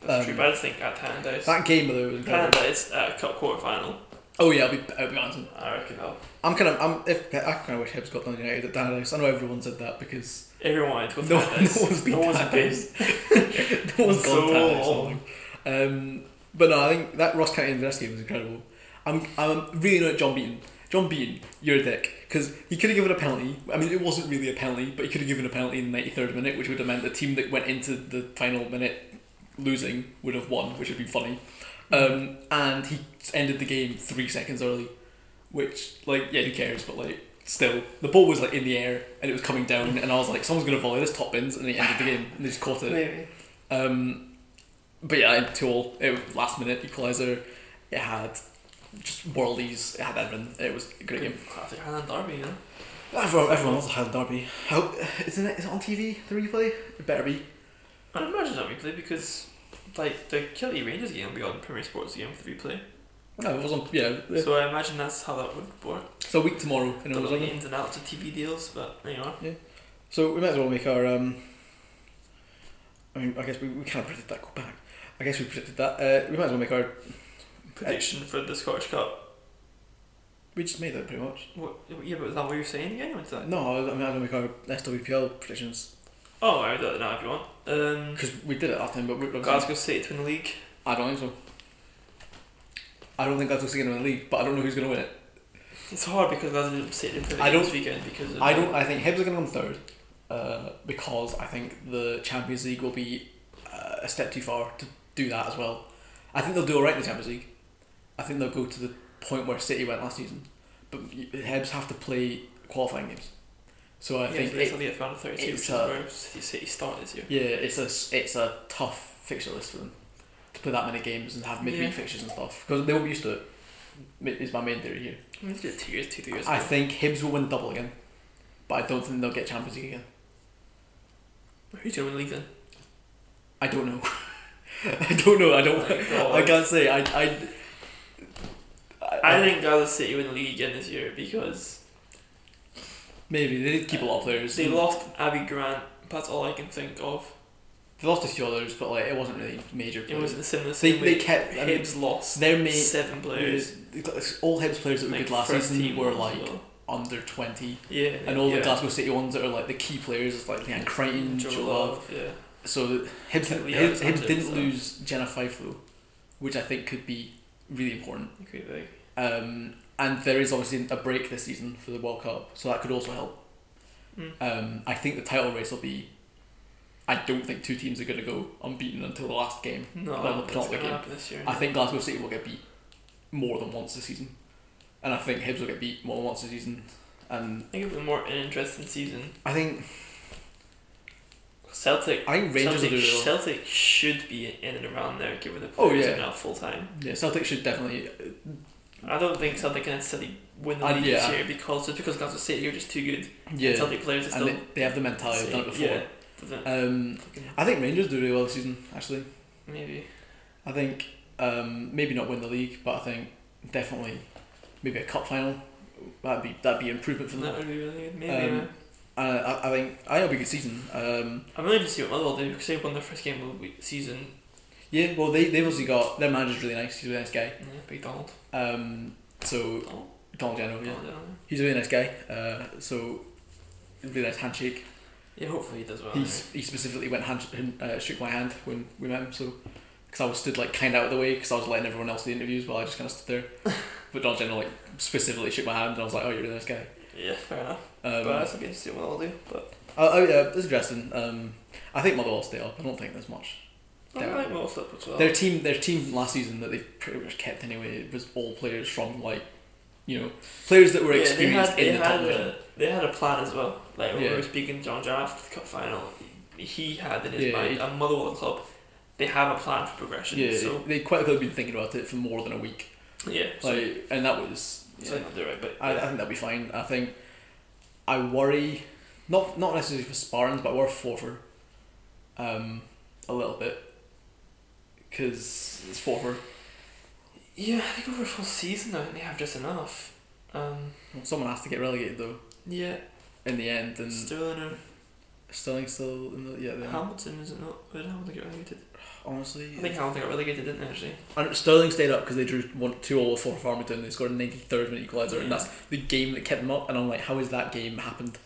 A: that's
B: Um,
A: true. But I just think at Tannadice,
B: That game though was incredible.
A: Tannadice at a cup quarter final,
B: Oh yeah, I'll be I'll be honest.
A: I reckon that'll
B: I'm kind of I'm if I kind of wish Hibs got Dundee United at Tannadice. I know everyone said that because
A: Everyone wanted to go
B: no,
A: to
B: no [LAUGHS]
A: Tannadice.
B: one's been
A: No one's been.
B: Tannadice. [LAUGHS] no one's gone
A: So
B: Tannadice all
A: long.
B: along. Um, but no, I think that Ross County Inverness game was incredible. I'm I'm really annoyed at John Beaton. John Beaton, you're a dick. Because he could have given a penalty. I mean, it wasn't really a penalty, but he could have given a penalty in the 93rd minute, which would have meant the team that went into the final minute losing would have won, which would have been funny. Um, and he ended the game three seconds early, which, like, yeah, who cares, but, like, still. The ball was, like, in the air and it was coming down, and I was like, someone's going to volley this top bins, and he ended the game, and they just caught it.
A: Maybe.
B: Um, but yeah, Tool, it was last minute equaliser. It had just worldies. It had everything. It was a great game.
A: Classic Highland Derby, you know.
B: Everyone, everyone loves a Highland Derby. I hope, isn't it? Is it on TV? The replay? It better be.
A: I'd imagine that replay because, like, the Kelly Rangers game will be on Premier Sports game for the replay.
B: No, it wasn't. Yeah. yeah.
A: So I imagine that's how that would work.
B: So a week tomorrow. You
A: Don't
B: know, or
A: know the
B: something.
A: ins and outs of TV deals, but there you are.
B: So we might as well make our. Um, I mean, I guess we, we kind of predicted that. Go back. I guess we predicted that. Uh, we might as well make our.
A: Prediction for the Scottish Cup.
B: We just made that pretty much.
A: What, yeah, but is that what you're saying again? What's that?
B: No, I I mean, I don't make our SWPL predictions
A: Oh, I do that now if you want. Um,
B: because we did it last time, but we,
A: Glasgow City to win the league.
B: I don't think so. I don't think Glasgow's going to win the league, but I don't know who's going to win it.
A: It's hard because Glasgow City didn't play the
B: I
A: game
B: don't-
A: this weekend because of
B: I don't. I think Hibs are going to come third, uh, because I think the Champions League will be uh, a step too far to do that as well. I think they'll do all right in the Champions League. I think they'll go to the point where City went last season, but y- Hibs have to play qualifying games. So I
A: yeah,
B: think
A: so it's
B: it,
A: only at round of 32,
B: it's,
A: which is
B: uh,
A: where City, City start this year.
B: yeah, it's a s- it's a tough fixture list for them to play that many games and have midweek
A: Yeah.
B: fixtures and stuff because they won't be used to it. mi- Is my main theory here.
A: I mean, they did it two years, two, three years
B: I
A: ago.
B: think Hibs will win the double again, but I don't think they'll get Champions League again.
A: Who's going to win the
B: [LAUGHS]
A: league
B: I don't know. [LAUGHS] I don't know. I don't.
A: then? Oh,
B: [LAUGHS] I can't say. I. I. I,
A: I think Glasgow City win the league again this year because
B: maybe they did keep a lot of players.
A: they lost Abby Grant. That's all I can think of.
B: They lost a few others, but like it wasn't really major.
A: It was
B: Players.
A: the similar
B: they,
A: same
B: they
A: way.
B: kept. I mean,
A: Hibs lost
B: their main
A: seven players.
B: all Hibs players that were
A: like,
B: good last
A: first
B: season
A: team
B: were
A: as
B: like
A: well.
B: under twenty,
A: yeah,
B: and all
A: yeah.
B: the Glasgow City ones that are like the key players is like Leanne Crichton,
A: Joe
B: Joe,
A: Love,
B: Love.
A: yeah.
B: So the- Hibs,
A: Kelly
B: Hibs, Hibs
A: Alexander
B: didn't
A: as well.
B: lose Jenna Fifelo, which I think could be really important.
A: it could be big.
B: Um, and there is obviously a break this season for the World Cup, so that could also help.
A: Mm.
B: Um, I think the title race will be. I don't think two teams are going to go unbeaten until the last game.
A: No,
B: Well, the
A: that's
B: penalty
A: gonna
B: game.
A: happen this year.
B: I think Glasgow City will get beat more than once this season, and I think Hibs will get beat more than once this season. And
A: I think it'll be more an interesting season.
B: I think
A: Celtic.
B: I think Rangers
A: Celtic,
B: will do really well.
A: Celtic should be in and around there, given the
B: Oh,
A: players
B: yeah.
A: are now full time.
B: Yeah, Celtic should definitely.
A: I don't think Celtic can necessarily win the
B: Uh,
A: league
B: yeah.
A: this year because just because Glasgow City are just too good.
B: Yeah,
A: Celtic players are
B: and
A: still.
B: they, they have the mentality. They've done
A: sick.
B: it before.
A: Yeah, doesn't-
B: Um,
A: fucking-
B: I think Rangers do really well this season. Actually,
A: maybe.
B: I think um, maybe not win the league, but I think definitely maybe a cup final. That'd be that'd be improvement from
A: That
B: that.
A: would be really good. Maybe.
B: Um,
A: yeah.
B: Uh, I, I think I think it'll be a good season. Um,
A: I'm really interested to see what Motherwell do because they won their first game of the week- season.
B: yeah, well they they've obviously got their manager's really nice. He's a really nice guy.
A: Yeah, big Donald.
B: Um, so
A: Donald.
B: Donald Geno, Oh, yeah,
A: Donald Donald.
B: he's a really nice guy. Uh, so really nice handshake.
A: Yeah, hopefully he does well.
B: He s- he specifically went hand uh, shook my hand when we met him. So because I was stood like kind of out of the way because I was letting everyone else do the interviews while I just kind of stood there. but Donald Geno like specifically shook my hand and I was like, oh, you're a really nice guy.
A: Yeah, fair enough.
B: Um,
A: But I'll be interested to see what Motherwell do. But
B: Oh, oh yeah, it's interesting. Um, I think Motherwell will stay up. I don't think there's much.
A: I
B: Yeah.
A: like most up as well.
B: Their team, their team last season that they pretty much kept anyway was all players from like, you know, players that were
A: Yeah, they
B: experienced
A: had, they
B: in the top
A: had
B: division.
A: a, they had a plan as well. Like when
B: Yeah.
A: we were speaking to John John after the cup final, he had in his
B: Yeah,
A: mind
B: he-
A: a Motherwell club. They have a plan for progression.
B: Yeah,
A: So
B: they quite clearly been thinking about it for more than a week.
A: yeah, so,
B: Like, and that was.
A: so they'll do it. But
B: I, I think that'll be fine. I think, I worry, not not necessarily for Sparrins, but I worry for Forfar, um, a little bit, because it's Forfar.
A: yeah, I think over a full season though, they have just enough. Um,
B: Someone has to get relegated though
A: yeah,
B: in the end, and
A: Sterling or
B: Sterling still in the yeah. They are.
A: Hamilton is it not? Where did Hamilton get relegated?
B: Honestly,
A: I think Hamilton got relegated, didn't they? Actually,
B: and Sterling stayed up because they drew one two all for Farmington. They scored a ninety third minute equaliser, and that's the game that kept them up. And I'm like, how has that game happened?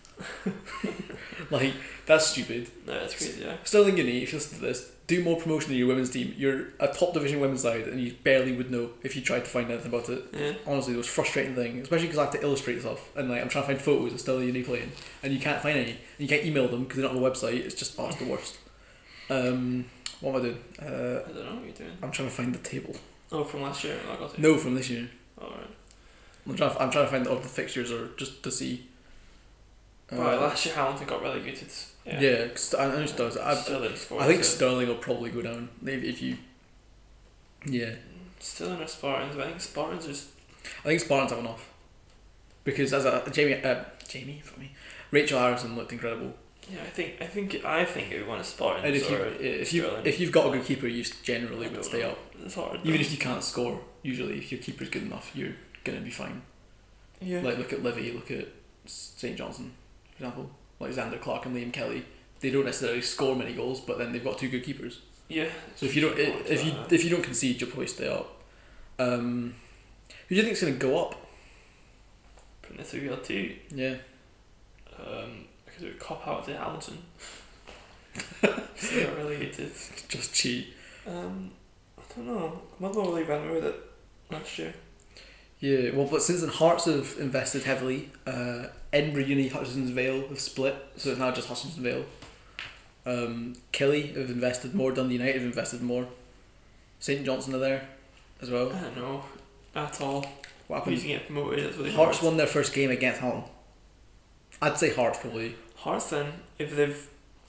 B: [LAUGHS] like that's stupid.
A: no, that's crazy. Yeah,
B: Sterling Uni, if you listen to this, do more promotion of your women's team. You're a top division women's side, and you barely would know if you tried to find anything about it.
A: yeah.
B: Honestly, the most frustrating thing, especially because I have to illustrate stuff, and like I'm trying to find photos of Sterling Uni playing, and you can't find any, and you can't email them because they're not on the website. It's just oh, it's the worst. Um, what am I doing? Uh,
A: I don't know what you're doing.
B: I'm trying to find the table.
A: Oh, from last year, I got it.
B: No, from this year.
A: All right.
B: I'm trying. To, I'm trying to find all the fixtures or just to see. Uh,
A: Right, last year Hamilton got relegated. Yeah,
B: yeah, 'cause I, I know Sterling. I,
A: Still didn't score,
B: I think
A: so-
B: Sterling will probably go down if, if you. Yeah,
A: Still in our Spartans, but I think Spartans is
B: I think Spartans have enough because as a Jamie, uh, Jamie for me, Rachel Harrison looked incredible.
A: Yeah, I think I think I think it would want to spot in
B: And if you
A: Zora
B: if you
A: Sterling.
B: if you've got a good keeper, you s-
A: I
B: generally
A: don't
B: would stay
A: know.
B: up.
A: it's hard.
B: Even
A: though.
B: if you can't score, usually if your keeper's good enough, you're gonna be fine.
A: yeah.
B: Like look at Livy, look at St Johnson, for example. Like Xander Clark and Liam Kelly, they don't necessarily score many goals, but then they've got two good keepers.
A: yeah.
B: So if you don't
A: It's
B: if you
A: hard,
B: if you don't concede, you'll probably stay up. Um, who do you think's gonna go up?
A: uh, Pernitha Real too.
B: Yeah,
A: Um, I could do a cop out to Hamilton. [LAUGHS] They're related.
B: just cheat.
A: Um, I don't know. Motherwell really ran away with it last year.
B: Yeah, well, but since then Hearts have invested heavily. Uh, Edinburgh Uni, Hutchinson's Vale have split, so it's now just Hutchinson Vale. Um, Kelly have invested more. Dundee United have invested more. St Johnson are there, as
A: I
B: well.
A: don't know at all.
B: What
A: Who's
B: happened?
A: gonna get promoted? That's what they
B: Hmm. Hearts
A: want.
B: won their first game against Hull. I'd say Hearts probably
A: Hearts then, if they've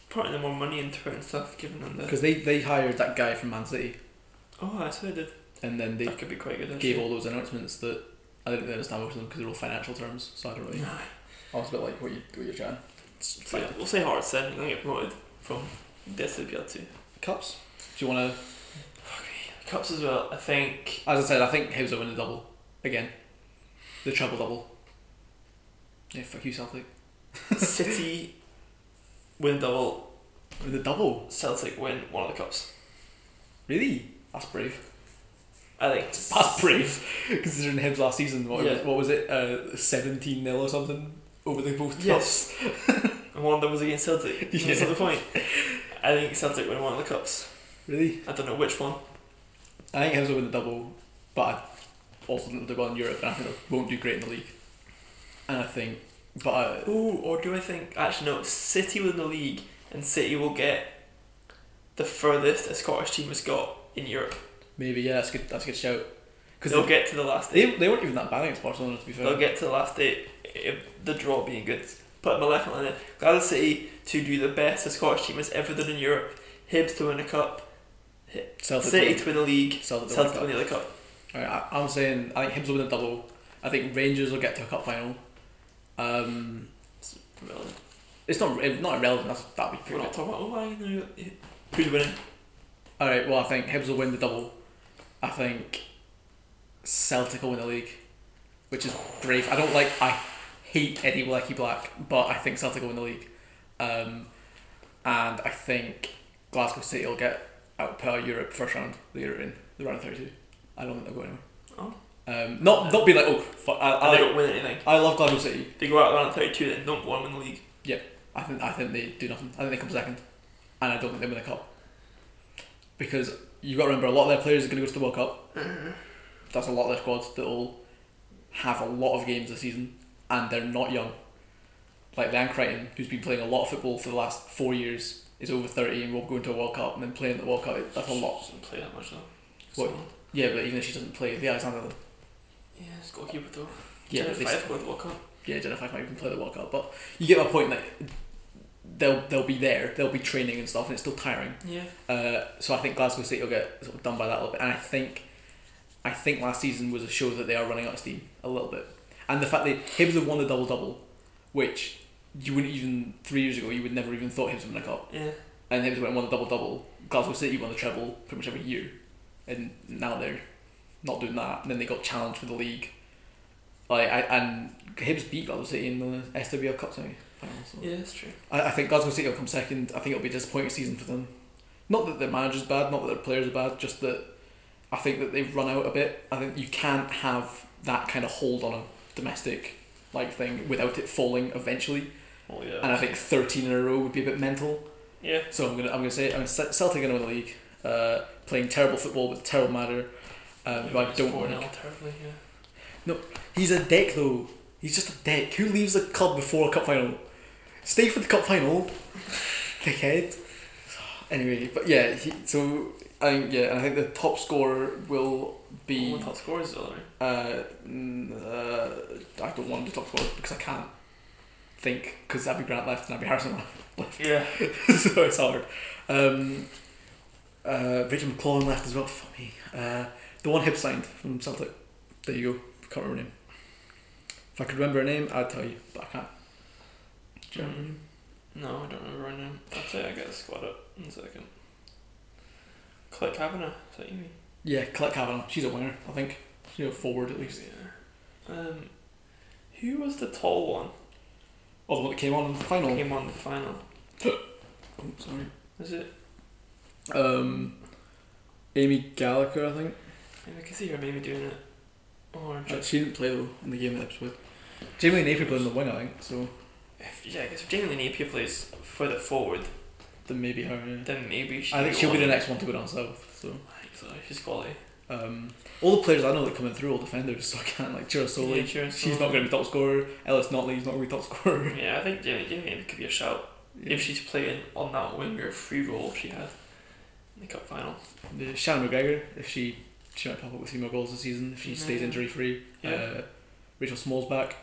A: put in more money into it and stuff, given them the
B: because they, they hired that guy from Man City,
A: oh, that's what they did.
B: and then they
A: that could be quite good.
B: gave
A: actually.
B: all those announcements that I didn't really understand most of them because they're all financial terms. So I don't really.
A: Nah.
B: I was a bit like, what you what you're trying?
A: So, yeah, we'll say Hearts then. They're gonna get promoted from this to PL two.
B: Cups. Do you want to?
A: Cups as well. I
B: [LAUGHS]
A: think
B: As I said, I think Hibs will win the double again. The treble double. Yeah, fuck you, Celtic.
A: City win double.
B: The double?
A: Celtic win one of the cups.
B: Really? That's brave. [LAUGHS]
A: I think
B: That's brave. Considering Hibs last season, what, was,
A: Yeah.
B: what was it? Uh, 17 0 or something over the both [LAUGHS] cups?
A: Yes. [LAUGHS] and one of them was against Celtic.
B: Yeah.
A: That's not the point. I think Celtic win one of the cups.
B: Really?
A: I don't know which one.
B: I think Hibs will win the double, but I also think they'll do well in Europe, and I think they won't do great in the league. And I think, but uh,
A: Ooh, or do I think actually no? City win the league, and City will get the furthest a Scottish team has got in Europe.
B: maybe, yeah, that's a good, that's a good shout. Because
A: They'll get to the last
B: they,
A: eight.
B: they, weren't even that bad against Barcelona, to be fair.
A: They'll get to the last eight. If the draw being good, but Maleficent in it. Glasgow City to do the best a Scottish team has ever done in Europe. Hibs to win a cup.
B: Celtic
A: City
B: won-
A: to win the league.
B: Celtic won the
A: Celtic
B: cup.
A: to win the other cup.
B: Alright, I, I'm saying I think Hibs will win a double. I think Rangers will get to a cup final. Um,
A: Well,
B: it's not it- not irrelevant. That's, that'd be
A: We're
B: pretty.
A: not talking about. Oh, I know. Who's winning?
B: All right. Well, I think Hibs will win the double. I think Celtic will win the league, which is brave. I don't like. I hate Eddie Blackie Black, but I think Celtic will win the league. Um, and I think Glasgow City will get out per Europe first round. They're in the round of thirty-two. I don't think they'll go anywhere.
A: Oh.
B: Um, not not be like oh fuck, I,
A: And they
B: I,
A: don't win anything.
B: I love Glasgow City.
A: They go out around 32 and don't want to win the league.
B: I think I think they do nothing. I think they come second, and I don't think they win the cup because you've got to remember a lot of their players are going to go to the World Cup. That's a lot of their squads that all have a lot of games this season, and they're not young. Like Dan Crichton, who's been playing a lot of football for the last four years, is over thirty and will go into a World Cup and then play in the World Cup. it- That's a lot.
A: Doesn't play that much though.
B: What?
A: So-
B: Yeah, but even if she doesn't play, the Alexander.
A: Yeah, it's goalkeeper though.
B: Yeah,
A: Jenna
B: but they,
A: Five with World Cup.
B: yeah, Jenna Fife might even play the World Cup, but you get my point. Like they'll they'll be there, they'll be training and stuff, and it's still tiring.
A: Yeah.
B: Uh, so I think Glasgow City will get sort of done by that a little bit, and I think, I think last season was a show that they are running out of steam a little bit, and the fact that Hibs have won the double double, which you wouldn't even three years ago you would never even thought Hibs would win a cup,
A: Yeah.
B: and Hibs went and won the double double. Glasgow City won the treble pretty much every year, and now they're not doing that. And then they got challenged for the league, like I and Hibs beat Glasgow City in the SWL Cup semi final. So.
A: Yeah, it's true.
B: I, I think Glasgow City will come second. I think it'll be a disappointing season for them. Not that their manager's bad, not that their players are bad, just that I think that they've run out a bit. I think you can't have that kind of hold on a domestic like thing without it falling eventually.
A: Oh yeah.
B: And I think thirteen in a row would be a bit mental.
A: yeah.
B: So I'm gonna I'm gonna say I'm Celtic gonna win the league, uh, playing terrible football with a terrible manager. Um, who I
A: It's
B: don't
A: 4-0
B: like.
A: terribly, yeah.
B: He's a dick though. He's just a dick. Who leaves the club before a cup final? Stay for the cup final, [LAUGHS] dickhead. Anyway, but yeah, he, so I think yeah, and I think the top scorer will be.
A: All the top scorers though, right?
B: Uh, mm, uh, I don't want him to top scorer because I can't think because Abby Grant left and Abby Harrison left,
A: Yeah.
B: [LAUGHS] so it's hard. Um, uh, Richard McClellan left as well. Fuck me. Uh, the one hip signed from Celtic. There you go. Can't remember her name. If I could remember her name, I'd tell you, but I can't. Do you remember her name?
A: No, I don't remember right now. I'll tell you, I get the squad up in a second. Click Kavanaugh, is that you mean?
B: Yeah, Colette Kavanagh. She's a winger, I think. She's a forward at least.
A: Yeah. Um, who was the tall one?
B: Oh, the one that came on in the final.
A: Came on the final.
B: Oh, sorry.
A: Was it?
B: Um, Amy Gallagher, I think.
A: Maybe I can see her maybe doing it. Or
B: Uh,
A: just
B: She didn't play though in the game that I was with. Jamie Lee Napier played in the wing, I think. So
A: if, yeah, because if Jamie Napier plays further forward,
B: then maybe her. Yeah.
A: then maybe she.
B: I think she'll be the next one to go down south. So
A: Like, so she's quality.
B: um, all the players I know that come in through all defenders. So I can't like Chira Soli.
A: Yeah, sure,
B: She's
A: so-
B: not going to be top scorer. Ellis Notley's not going to be top scorer.
A: [LAUGHS] Yeah, I think Jamie Jamie Napier could be a shout if she's playing on that winger free role she had in the cup final.
B: Yeah, Shannon McGregor, if she she might pop up with a few more goals this season if she stays
A: Yeah.
B: injury free.
A: Yeah.
B: Uh, Rachel Small's back.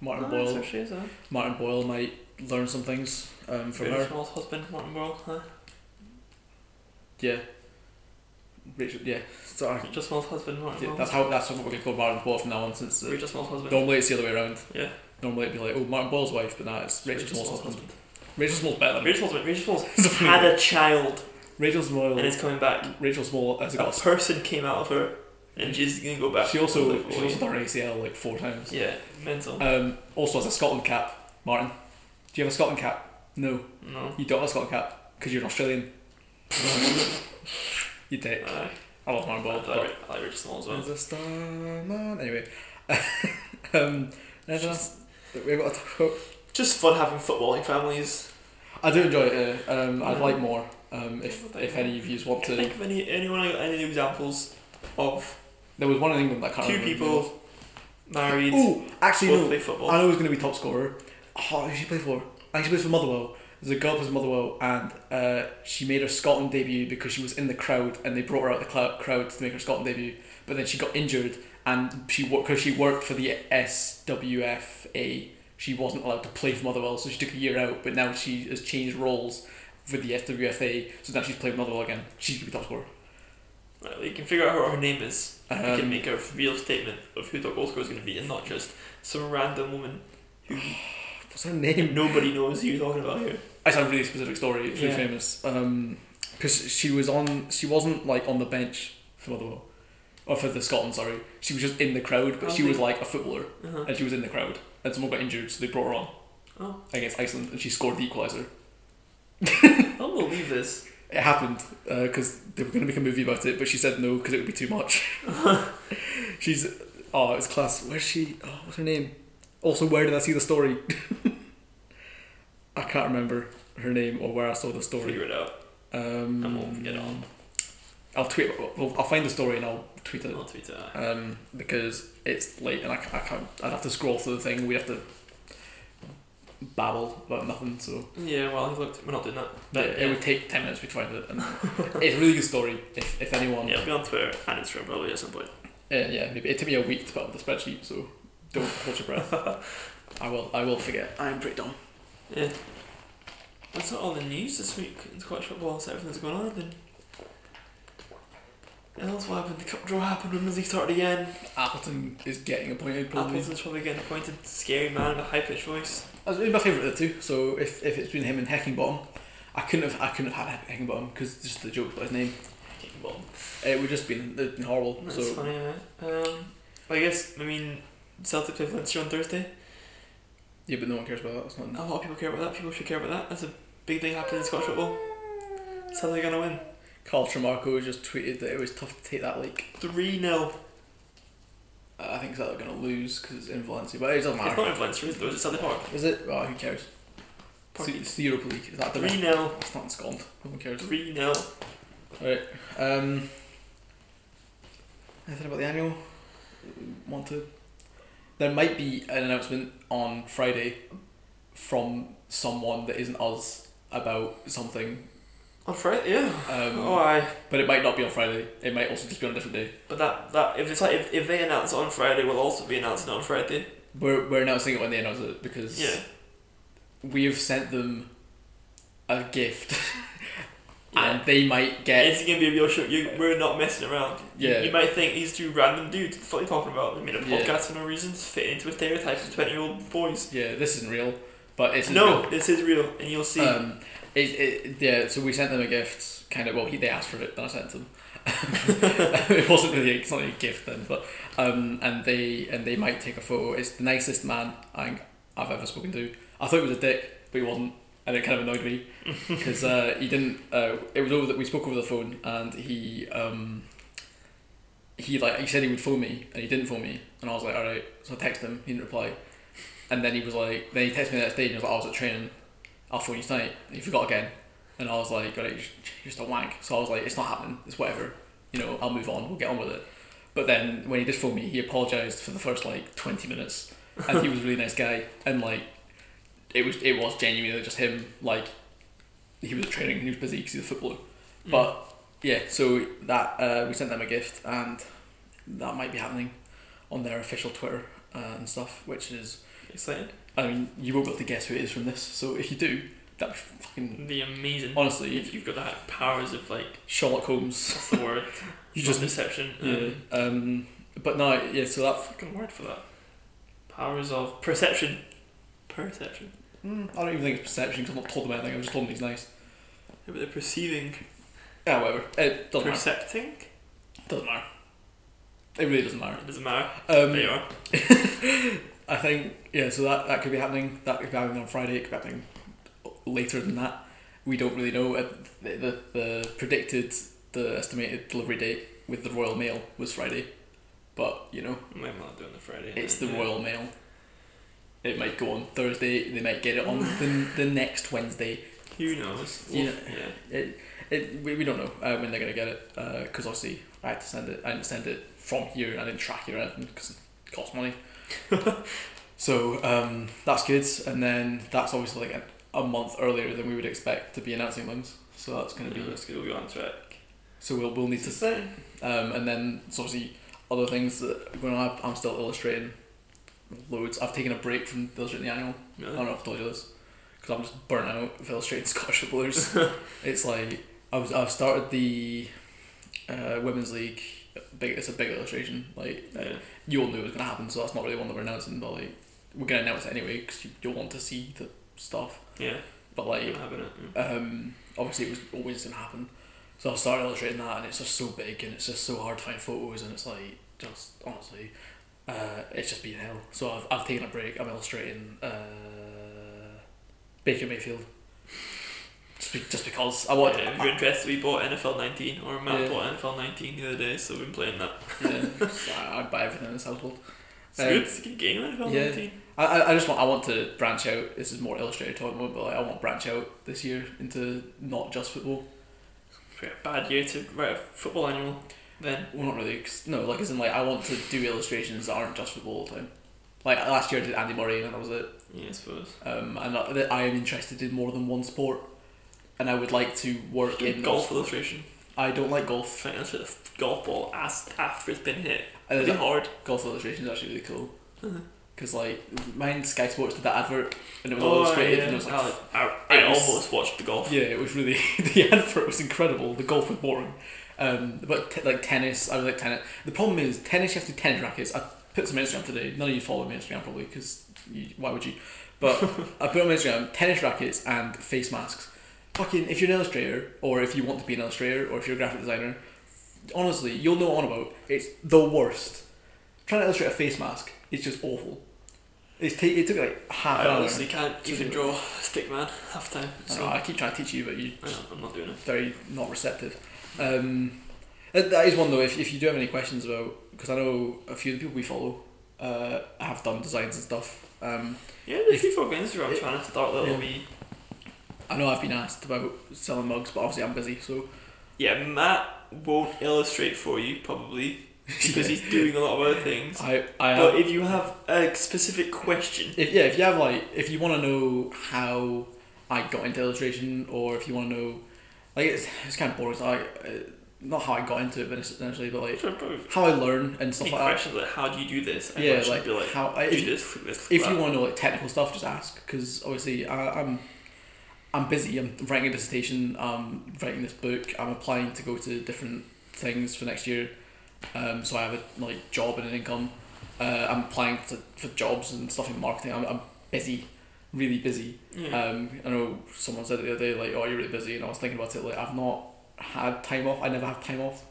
B: Martin
A: Ah,
B: Boyle.
A: So she is, huh?
B: Martin Boyle might learn some things um, from
A: Rachel
B: her.
A: Small's husband, Martin Boyle, huh?
B: Yeah. Rachel. Yeah. So I,
A: Rachel Small's husband, Martin
B: yeah,
A: Boyle.
B: that's how that's what we're going to call Martin Boyle from now on since. Uh,
A: Oh, Rachel Small's husband.
B: normally it's the other way around.
A: Yeah.
B: Normally it'd be like, oh, Martin Boyle's wife, but nah, it's Rachel, Small's husband. Rachel Small's better. Than
A: Uh, Rachel Small's, Rachel
B: [LAUGHS]
A: Small's
B: It's a funny
A: had
B: word.
A: a child
B: Rachel Small.
A: and is coming back.
B: Rachel Small has
A: A
B: got. a-
A: person came out of her and she's gonna go back.
B: She also
A: Like,
B: she also tore an ACL like four times.
A: Yeah, mental.
B: Um, also has a Scotland cap, Martin. Do you have a Scotland cap? No,
A: no.
B: you don't have a Scotland cap because you're an Australian. [LAUGHS] you dick.
A: Uh,
B: I love
A: I
B: Martin Boyle.
A: like,
B: but-
A: I like Rachel Small as well.
B: There's a star man. Anyway, [LAUGHS] um, anything else that we've got to talk about?
A: Just fun having footballing families.
B: I do enjoy it. Uh, um, I'd
A: Yeah.
B: like more. Um, if
A: Yeah.
B: if any of yous want
A: Can you
B: to,
A: think of any anyone got any examples of
B: there was one in England that I can't
A: two
B: remember.
A: people married
B: Oh, actually
A: both
B: no.
A: play football?
B: I know who's going to be top scorer. Oh, who did she play for? I think she plays for Motherwell. There's a girl who plays for Motherwell, and uh, she made her Scotland debut because she was in the crowd, and they brought her out the clou- crowd to make her Scotland debut. But then she got injured, and she worked because she worked for the SWFA. She wasn't allowed to play for Motherwell, so she took a year out. But now she has changed roles for the SWFA, so now she's playing Motherwell again. She's gonna be top scorer.
A: Right, well, you can figure out what her name is. You
B: Um,
A: can make a real statement of who the goal scorer is going to be, and not just some random woman who
B: What's her name?
A: nobody knows who you're talking about here.
B: I just have a really specific story. It's really
A: Yeah.
B: famous. Because she was on, she wasn't like on the bench for Motherwell, or for the Scotland. Sorry, she was just in the crowd, but
A: Oh,
B: she
A: they-
B: was like a footballer,
A: Uh-huh.
B: and she was in the crowd, and someone got injured, so they brought her on
A: Oh.
B: against Iceland, and she scored the equaliser. [LAUGHS]
A: I'll believe this.
B: It happened because they were going to make a movie about it, but she said no because it would be too much. [LAUGHS] She's oh, it's class. Where's she? Oh, what's her name? Also, where did I see the story? [LAUGHS] I can't remember her name or where I saw the story.
A: Figure it out.
B: Um,
A: And we'll get on.
B: I'll tweet. Well, I'll find the story and I'll tweet it
A: I'll tweet it out.
B: um, because it's late and I, ca- I can't. I'd have to scroll through the thing. We have to babble about nothing. So
A: Yeah, well, I've looked. We're not doing that.
B: that,
A: But,
B: it would
A: [LAUGHS]
B: take ten minutes to find it. And it's a really good story. If, if anyone,
A: Yeah, it'll be on Twitter and Instagram probably at some point.
B: Uh, yeah, maybe it took me a week to put up the spreadsheet. So don't hold your breath.
A: [LAUGHS]
B: I will. I will forget. I am pretty dumb.
A: Yeah. That's not all the news this week in Scottish football, so everything's going on then. And else what happened? The cup draw happened when Lizzie started again.
B: Appleton is getting appointed. Probably.
A: Appleton's probably getting appointed. Scary man with a high pitched voice.
B: That's really my favourite of the two. So if, if it's been him and Heckingbottom, I couldn't have I couldn't have had Heckingbottom because just the joke about his name. It would just been, it'd been horrible.
A: That's
B: so
A: funny, right? Um, I guess, I mean, Celtic play Leinster on Thursday.
B: yeah, but no one cares about that. That's not.
A: A lot of people care about that. People should care about that. That's a big thing happening in Scottish football. Celtic are going to win.
B: Carl Tremarco just tweeted that it was tough to take that league.
A: 3 0.
B: I think Celtic are going to lose because it's in Valencia, but it doesn't
A: It's
B: matter.
A: not in Leinster, is it? though? It's at Celtic Park.
B: Is it? Oh, who cares? It's, the- it's the Europa League. Is that the
A: 3 0.
B: It's not in Scotland. No one cares.
A: 3 0.
B: Right. Um. Anything about the annual? Want to? There might be an announcement on Friday from someone that isn't us about something,
A: On Friday, yeah.
B: um,
A: oh, aye.
B: but it might not be on Friday. It might also just be on a different day.
A: But that, that if it's like if, if they announce it on Friday, we'll also be announcing it on Friday.
B: We're, we're announcing it when they announce it because
A: Yeah.
B: we have sent them a gift,
A: Yeah.
B: and they might get
A: it's gonna be a real show. You, we're not messing around. You-
B: Yeah.
A: You, might think these two random dudes, what are you talking about? They made a
B: Yeah.
A: podcast for no reason, just fit into a stereotype of 20 year old boys.
B: yeah, this isn't real. But it's
A: No, this is real, and you'll see.
B: Um, it, it, yeah, so we sent them a gift, kind of. Well, he, they asked for it, but I sent them. [LAUGHS] it wasn't really it's not really a gift then, but um, and they and they might take a photo. It's the nicest man I think I've ever spoken to. I thought he was a dick, but he wasn't, and it kind of
A: [LAUGHS]
B: annoyed me because uh, he didn't. Uh, it was over that we spoke over the phone, and he um, he like he said he would phone me, and he didn't phone me, and I was like, all right. So I texted him, he didn't reply, and then he was like, then he texted me the next day, and he was like, I was at training, I'll phone you tonight. And he forgot again. And I was like, right, you're just a wank. So I was like, it's not happening. It's whatever. You know, I'll move on. We'll get on with it. But then when he did phone me, he apologized for the first like 20 minutes. And he was a really nice guy. And like, it was it was genuinely just him. Like, he was training. He was busy because he's a footballer.
A: Mm.
B: But yeah, so that uh, we sent them a gift, and that might be happening on their official Twitter uh, and stuff, which is
A: Excited.
B: I mean, you won't be able to guess who it is from this. So if you do, that'd be fucking
A: The amazing.
B: honestly
A: If you've got that powers of like
B: Sherlock Holmes.
A: what's the word?
B: [LAUGHS] You
A: Not
B: just
A: deception.
B: yeah.
A: Um,
B: Um, but no, yeah. So that
A: fucking word for that. Powers of perception. Perception.
B: mm, I don't even think it's perception because I'm not told him anything. I was just told him he's nice.
A: Yeah, but they're perceiving.
B: Yeah, whatever. It doesn't matter.
A: Percepting?
B: Doesn't matter. It really doesn't matter.
A: It doesn't matter.
B: Um,
A: There you are.
B: I think yeah, so that, that could be happening. That could be happening on Friday. It could be happening later than that. We don't really know. Uh, The, the, the predicted, the estimated delivery date with the Royal Mail was Friday, but you know
A: I'm not doing the Friday.
B: it's the
A: night, yeah.
B: Royal Mail. It might go on Thursday. They might get it on
A: [LAUGHS]
B: the, the next Wednesday.
A: Who knows?
B: Yeah.
A: Wolf- yeah.
B: It, it, we, we don't know uh, when they're gonna get it because obviously I had to send it. I didn't send it from here. I didn't track it or anything because it
A: [LAUGHS]
B: costs money. so um, that's good. And then that's obviously like a, a month earlier than we would expect to be announcing things. So that's gonna
A: Yeah,
B: be.
A: that's good. We'll be on track.
B: So we'll we'll need
A: It's
B: to.
A: the same.
B: Um, and then it's obviously other things that are going on. I'm still illustrating loads. I've taken a break from illustrating the annual. I don't know if I've told you this because I'm just burnt out of illustrating [LAUGHS] Scottish footballers. it's like I was I've started the uh, women's league. Big, it's a big illustration. Like uh,
A: Yeah.
B: you all knew it was gonna happen, so that's not really one that we're announcing. But like we're gonna announce it anyway because you, you'll want to see the stuff.
A: Yeah.
B: But like
A: I'm having it. yeah.
B: um, obviously it was always gonna happen. So I started illustrating that, and it's just so big, and it's just so hard to find photos, and it's like just honestly, uh, it's just been hell. So I've I've taken a break. I'm illustrating uh, Baker Mayfield. Just, be, just because I wanted.
A: Yeah, if you're interested, we bought NFL 19, or Matt
B: Yeah.
A: bought NFL 19 the other day, so we've been playing that.
B: [LAUGHS] yeah, so I, I buy everything in this household.
A: It's
B: Um,
A: good. It's a good game, NFL
B: yeah.
A: 19.
B: I, I I just want I want to branch out. This is more illustrated talking about, but like, I want to branch out this year into not just football.
A: Pretty bad year to write a football annual then.
B: Well, not really. 'cause- no, like as in like I want to do illustrations that aren't just football all the time. Like last year I did Andy Murray and that was it.
A: Yeah, I suppose.
B: Um, and I, that I am interested in more than one sport, and I would like to work
A: Do a
B: in
A: golf illustration.
B: I don't like golf.
A: Trying to illustrate the f- golf ball as, after it's been hit.
B: I
A: Really
B: don't know,
A: hard.
B: golf illustrations are actually really cool.
A: Uh-huh.
B: Cause like mine Sky Sports did that advert and it was all
A: Oh,
B: illustrated
A: yeah.
B: and it was like
A: I, I, I
B: it was-
A: almost watched the golf.
B: Yeah, it was really [LAUGHS] the advert was incredible. The golf was boring, um, but t- like tennis, I was like tennis. The problem is tennis. You have to do tennis rackets. I put some on Instagram today. None of you follow me on Instagram probably because why would you? But
A: [LAUGHS]
B: I put on my Instagram tennis rackets and face masks. Fucking if you're an illustrator or if you want to be an illustrator or if you're a graphic designer, honestly, you'll know what I'm about. It's the worst. Trying to illustrate a face mask is just awful. It's ta it took me like half
A: I
B: an hour.
A: honestly can't
B: So
A: even
B: good.
A: draw stick man half time.
B: I,
A: So
B: know, I keep trying to teach you, but you
A: I know, I'm not doing it.
B: very not receptive. Um, that that is one though. If, if you do have any questions about, because I know a few of the people we follow uh, have done designs and stuff. Um,
A: Yeah, there's a few folk on Instagram trying to start little
B: Yeah.
A: wee.
B: I know I've been asked about selling mugs, but obviously I'm busy, so
A: Yeah, Matt won't illustrate for you probably
B: [LAUGHS]
A: because he's doing a lot of other things.
B: I [LAUGHS] I
A: But
B: have,
A: if you have a specific question,
B: if yeah if you have like if you want to know how I got into illustration or if you want to know like it's, it's kind of boring. So I, uh, not how I got into it, but essentially, but like
A: probably
B: how I learn and stuff
A: any
B: like that.
A: questions like how do you do this? I
B: Yeah,
A: should
B: like,
A: be like
B: how I,
A: do
B: if,
A: this, flip this, flip
B: if you
A: that.
B: want to know like technical stuff, just ask because obviously I, I'm I'm busy. I'm writing a dissertation. I'm writing this book. I'm applying to go to different things for next year. Um, so I have a like job and an income. Uh, I'm applying to, for jobs and stuff in marketing. I'm, I'm busy. really busy.
A: Yeah.
B: Um, I know someone said the other day, like, oh, you're really busy, and I was thinking about it, like, I've not had time off. I never have time off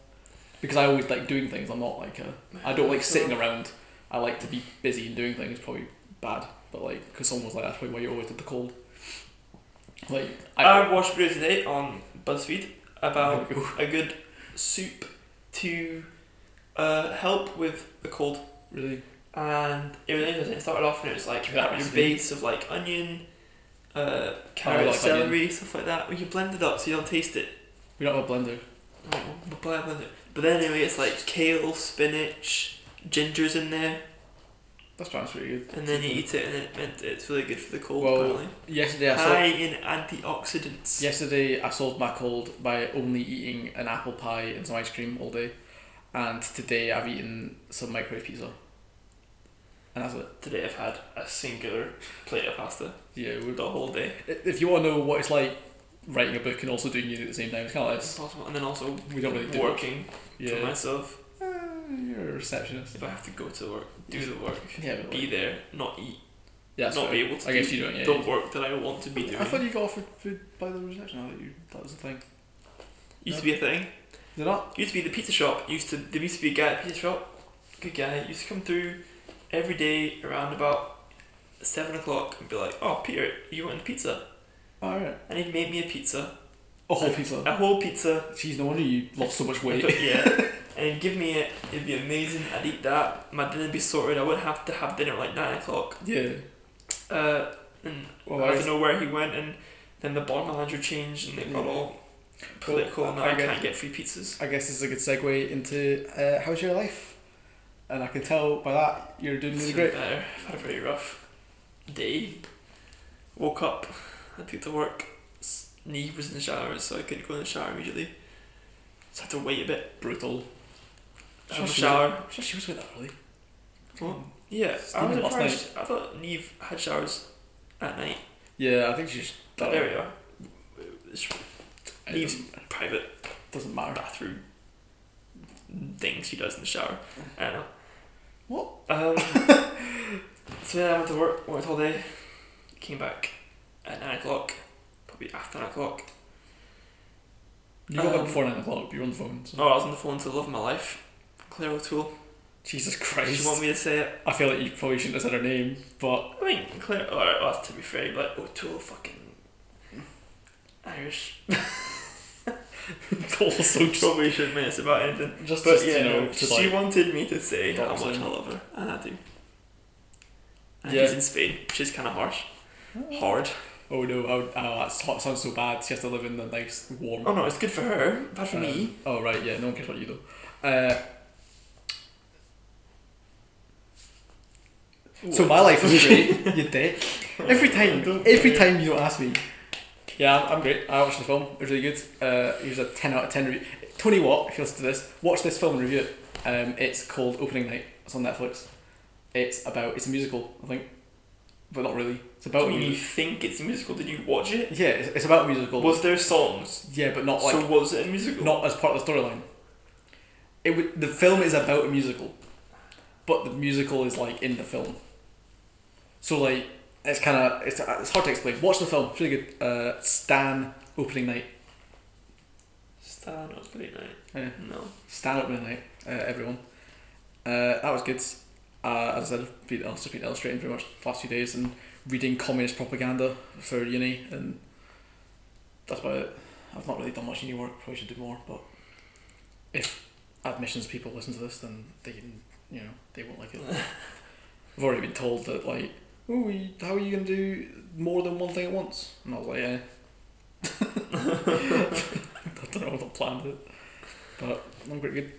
B: because I always like doing things. I'm not like a, uh, I don't like sitting around. I like to be busy and doing things. Probably bad, but like, because someone was like, that's probably why you're always at the cold. Like, I,
A: I watched a video today on BuzzFeed Um, about
B: There we go.
A: a good soup to uh, help with the cold.
B: [LAUGHS] really
A: And it was interesting. It started off and it was like
B: Give me that
A: your
B: recipe.
A: base of like onion, uh, carrot,
B: like
A: celery, stuff like that. Well, you blend it up so you don't taste it.
B: we don't have a blender.
A: Oh, we'll blend blend it. But then anyway, it's like kale, spinach, ginger's in there,
B: That sounds pretty good.
A: and then you eat it, and it, and it's really good for the cold.
B: Well,
A: apparently,
B: Yesterday I saw.
A: high in antioxidants.
B: Yesterday, I solved my cold by only eating an apple pie and some ice cream all day, and today I've eaten some microwave pizza. And that's it.
A: Today I've had a singular plate of pasta
B: Yeah, we-
A: the whole day.
B: if you want to know what it's like writing a book and also doing music at the same time, it's kind of like
A: It's possible. And then also
B: we don't really do much.
A: working for
B: Yeah,
A: myself.
B: Uh, you're a receptionist.
A: If I have to go to work, do the work,
B: Yeah, but like,
A: be there, not eat,
B: yeah, that's
A: not
B: fair.
A: be able to
B: I guess
A: do
B: you don't. Yeah,
A: the
B: yeah.
A: work that I want to be doing.
B: I thought you got offered food by the reception. I thought you that was the thing. Oh,
A: used to be a thing.
B: Is it not?
A: Used to be the pizza shop. Used to there used to be a guy at the pizza shop. Good guy. Used to come through every day around about seven o'clock and be like, "Oh, Peter, you want a pizza?"
B: All right,
A: And he'd make me a pizza,
B: a whole pizza.
A: a whole pizza.
B: Jeez, no wonder you lost so much
A: [LAUGHS]
B: weight. [LAUGHS]
A: yeah. And he'd give me it. It'd be amazing. I'd eat that. My dinner'd be sorted. I wouldn't have to have dinner at like nine o'clock.
B: yeah.
A: Uh, and
B: Well,
A: I
B: I-
A: don't know where he went. And then the bar manager changed, and they got
B: Yeah.
A: all political. and now
B: I
A: I
B: get-
A: can't get free pizzas.
B: I guess this is a good segue into uh, how's your life? And I can tell by that you're doing
A: It's
B: really
A: been
B: great.
A: better. I've had a pretty rough day. Woke up, had to get to work. S- Knee was in the shower, so I couldn't go in the shower immediately. So I had to wait a bit.
B: Brutal.
A: Have a shower.
B: Sure she was with that early.
A: What? Yeah, I was
B: Steaming last
A: impressed. I thought Neve had showers at night.
B: Yeah, I think she's.
A: But there we are. It's
B: It
A: Leaves-
B: doesn't,
A: private
B: doesn't matter.
A: bathroom thing she does in the shower. I don't know.
B: What?
A: [LAUGHS] Um, so then I went to work, worked all day, came back at 9 o'clock, probably after 9 o'clock.
B: You got up
A: Um, oh.
B: before nine o'clock. You're on the phone. So.
A: No, I was on the phone to love my life. Claire O'Toole.
B: Jesus
A: She want
B: Christ!
A: me to say it.
B: I feel like you probably shouldn't have said her name, but [LAUGHS]
A: I mean, Claire. All right, well, to be fair, but O'Toole, fucking Hmm. Irish.
B: also just,
A: Probably shouldn't mince about anything.
B: just,
A: But
B: just,
A: yeah,
B: you know,
A: no,
B: to
A: she
B: like,
A: wanted me to say how
B: Dox
A: much
B: him.
A: I love her, and I do. And
B: Yeah.
A: he's in Spain, which is kind of harsh, hard.
B: oh no, oh, oh that's, that sounds so bad. She has to live in the nice warm
A: Oh no, it's good for her, bad for
B: Um,
A: me.
B: Oh right, yeah, no one cares about you though. Uh, Uh, so my
A: [LAUGHS]
B: life is great, you dick. Every time,
A: Don't
B: every
A: care.
B: time you don't ask me. Yeah, I'm, I'm great. I watched the film. It was really good. Uh, here's a ten out of ten review. Tony Watt, if you listen to this, watch this film and review it. Um, it's called Opening Night. It's on Netflix. It's about it's a musical, I think, but not really. It's about
A: But
B: a
A: when you
B: musical.
A: think it's a musical, did you watch it?
B: Yeah, it's, it's about a musical.
A: Was there songs?
B: yeah, but not like
A: so was it a musical?
B: not as part of the storyline. It would the film is about a musical, but the musical is like in the film. So like it's kind of it's, it's hard to explain. Watch the film. It's really good. Uh, Stan opening night.
A: Star not pretty night.
B: Yeah.
A: No.
B: Stan opening night. Uh, everyone. Uh, that was good. Uh, as I said, I've been, I've just been illustrating pretty much the last few days and reading communist propaganda for uni, and that's about it. I've not really done much uni work, probably should do more, but if admissions people listen to this, then they can, you know, they won't like it. I've already been told that, like, oh, you- how are you going to do more than one thing at once? And I was like, yeah. [LAUGHS] I don't know what I planned it, but I'm pretty good.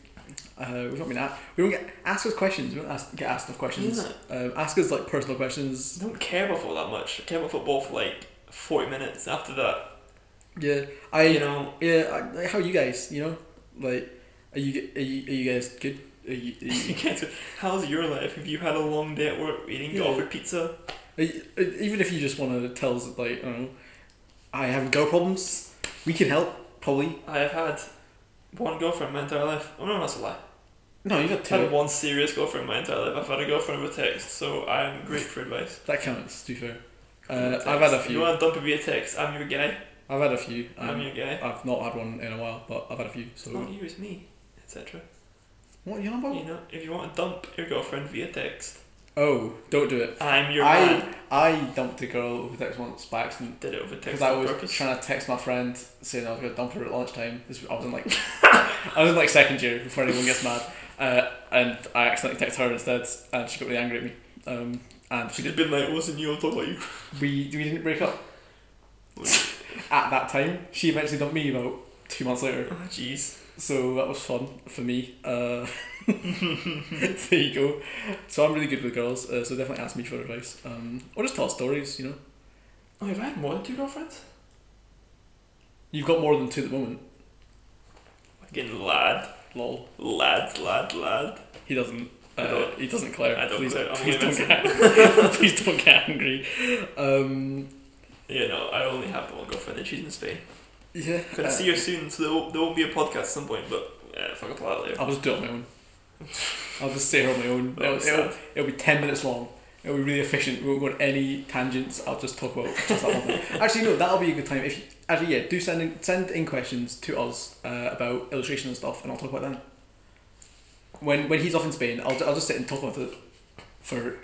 B: Uh, we've not been asked. We don't get asked us questions. We don't ask, get asked enough questions.
A: Yeah.
B: Um, ask us like personal questions.
A: I don't care about football that much. I care about football for like 40 minutes after that. [LAUGHS]
B: Yeah, I
A: you know,
B: yeah. I, like, how are you guys? You know, like, are you are you, are you guys good? Are you, are
A: you
B: [LAUGHS] you,
A: can't. do- How's your life? Have you had a long day at work eating
B: Yeah.
A: yeah. offered pizza?
B: are you- even if you just want to tell us, like, I don't know, I have girl problems. We can help, probably.
A: I have had one girlfriend my entire life. Oh no, that's a lie.
B: No, you've got
A: I've had
B: two.
A: one serious girlfriend my entire life. I've had a girlfriend with text, so I'm great for advice.
B: That counts. To be fair, Uh, I've had a few.
A: You want to dump a via text? I'm your guy.
B: I've had a few. um,
A: I'm your guy.
B: I've not had one in a while, but I've had a few.
A: It's
B: So
A: not you, it's me, etc.
B: what are you on about?
A: You know, if you want to dump your girlfriend via text,
B: Oh, don't do it.
A: I'm your
B: I
A: man.
B: I dumped a girl with text once by accident
A: Did it over
B: because
A: text
B: I
A: on
B: was
A: purpose.
B: trying to text my friend saying I was gonna dump her at lunchtime. This was- I was in like [LAUGHS] I was in like second year before anyone gets mad, uh, and I accidentally texted her instead, and she got really angry at me. Um, and she
A: She'd
B: did.
A: have been like, "Wasn't you? I'm talking about you." [LAUGHS]
B: We we didn't break up at that time. She eventually dumped me about two months later.
A: Oh, Jeez.
B: So that was fun for me. Uh, [LAUGHS] there you go. So I'm really good with girls. Uh, so definitely ask me for advice, um, or just tell stories. You know,
A: Oh, have I had more than two girlfriends?
B: you've got more than two at the moment.
A: Fucking lad,
B: Lol.
A: lad, lad, lad.
B: He doesn't.
A: I
B: Uh,
A: don't-
B: he doesn't Claire.
A: I don't
B: please,
A: Claire, I'm
B: please
A: gonna
B: don't
A: [LAUGHS]
B: get. [LAUGHS] please don't get angry. Um,
A: You know, I only have the one girlfriend, and she's in Spain.
B: yeah. uh,
A: Gonna see her soon, so there won't, there won't be a podcast at some point. But uh, fuck, I'll tell that later.
B: I'll just do it on my own. I'll just say it on my own.
A: That
B: It'll,
A: was
B: it'll,
A: sad.
B: it'll be ten minutes long. It'll be really efficient. We won't go on any tangents. I'll just talk about just that one thing. Actually, no, that'll be a good time. If you, actually, yeah, do send in, send in questions to us uh, about illustration and stuff, and I'll talk about them. When when he's off in Spain, I'll, ju- I'll just sit and talk about it for.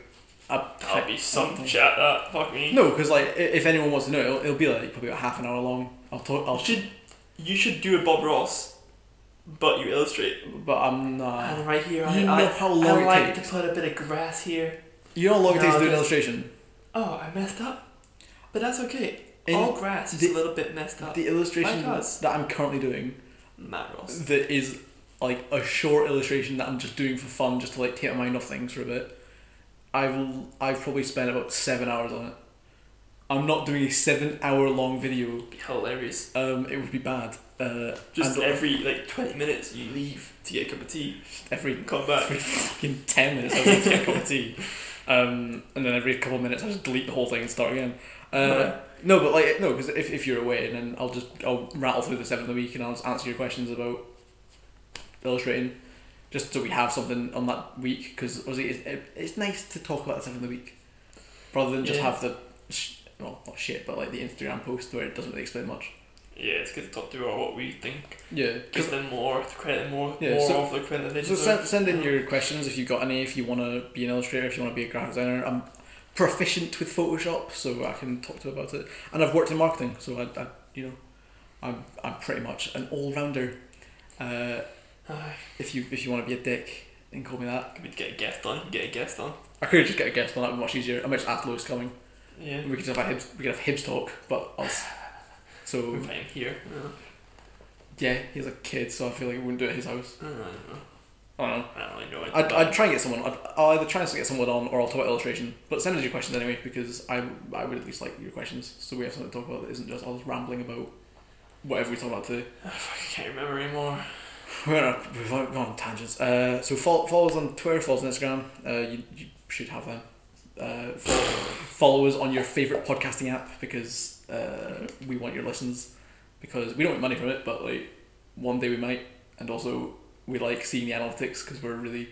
B: A,
A: That'll be some
B: something.
A: chat. That fuck me.
B: No, because like i- if anyone wants to know, it'll, it'll be like probably about half an hour long. I'll talk. I'll.
A: You should you should do a Bob Ross, but you illustrate.
B: But I'm not.
A: and right here, I,
B: Uh, you know
A: I,
B: how long
A: I
B: it
A: like
B: takes.
A: to put a bit of grass here.
B: You know how long it
A: No,
B: takes to do an
A: just-
B: illustration.
A: Oh, I messed up, but that's okay.
B: In
A: All grass is
B: the-
A: a little bit messed up.
B: The illustration
A: Like us.
B: that I'm currently doing
A: Matt Ross.
B: that is like a short illustration that I'm just doing for fun, just to like take my mind off things for a bit. I've I've probably spent about seven hours on it. I'm not doing a seven hour long video.
A: It'd be hilarious.
B: Um, it would be bad. Uh,
A: Just
B: and
A: every like twenty minutes, you leave to get a cup of tea
B: every
A: and come
B: [LAUGHS]
A: back.
B: every fucking ten minutes I was like, a cup of tea, um, and then every couple of minutes I just delete the whole thing and start again. Uh,
A: Right.
B: no, but like no, because if, if you're away, then I'll just I'll rattle through the seven of the week and I'll just answer your questions about illustrating, just so we have something on that week. Because obviously it's, it, it's nice to talk about the seven of the week, rather than just
A: Yeah.
B: have the sh- well not shit, but like the Instagram post where it doesn't really explain much.
A: Yeah, it's good to talk to about what we think.
B: Yeah,
A: Give them more credit, more
B: Yeah,
A: more
B: so-
A: of the credit they
B: So
A: deserve.
B: send, send in your questions if you've got any, if you want to be an illustrator, if you want to be a graphic designer. I'm proficient with Photoshop, so I can talk to you about it. And I've worked in marketing, so I, I you know, I'm, I'm pretty much an all-rounder. Uh,
A: Ah,
B: if you if you want to be a dick, then call me that.
A: could we get a guest on? Get a guest on.
B: I could just get a guest on, that would be much easier. I might just ask Lewis coming.
A: Yeah.
B: We could have a Hibs, we could have Hibs talk, but I'll... s- So,
A: If I'm here. Uh,
B: yeah, he's a kid, so I feel like we wouldn't do it at his house.
A: I don't know.
B: I don't know.
A: I don't really know. what-
B: I'd, I'd try and get someone. I'd, I'll either try and get someone on, or I'll talk about illustration. But send us your questions anyway, because I I would at least like your questions, so we have something to talk about that isn't just us rambling about whatever we talk about today. [LAUGHS]
A: Ah, I fucking can't remember anymore.
B: We're on, a- we've gone on tangents. Uh, so follow, follow us on Twitter, follow us on Instagram. Uh, you, you should have them. Uh, follow, follow us on your favorite podcasting app because uh, we want your listens. Because we don't make money from it, but like one day we might, and also we like seeing the analytics because we're really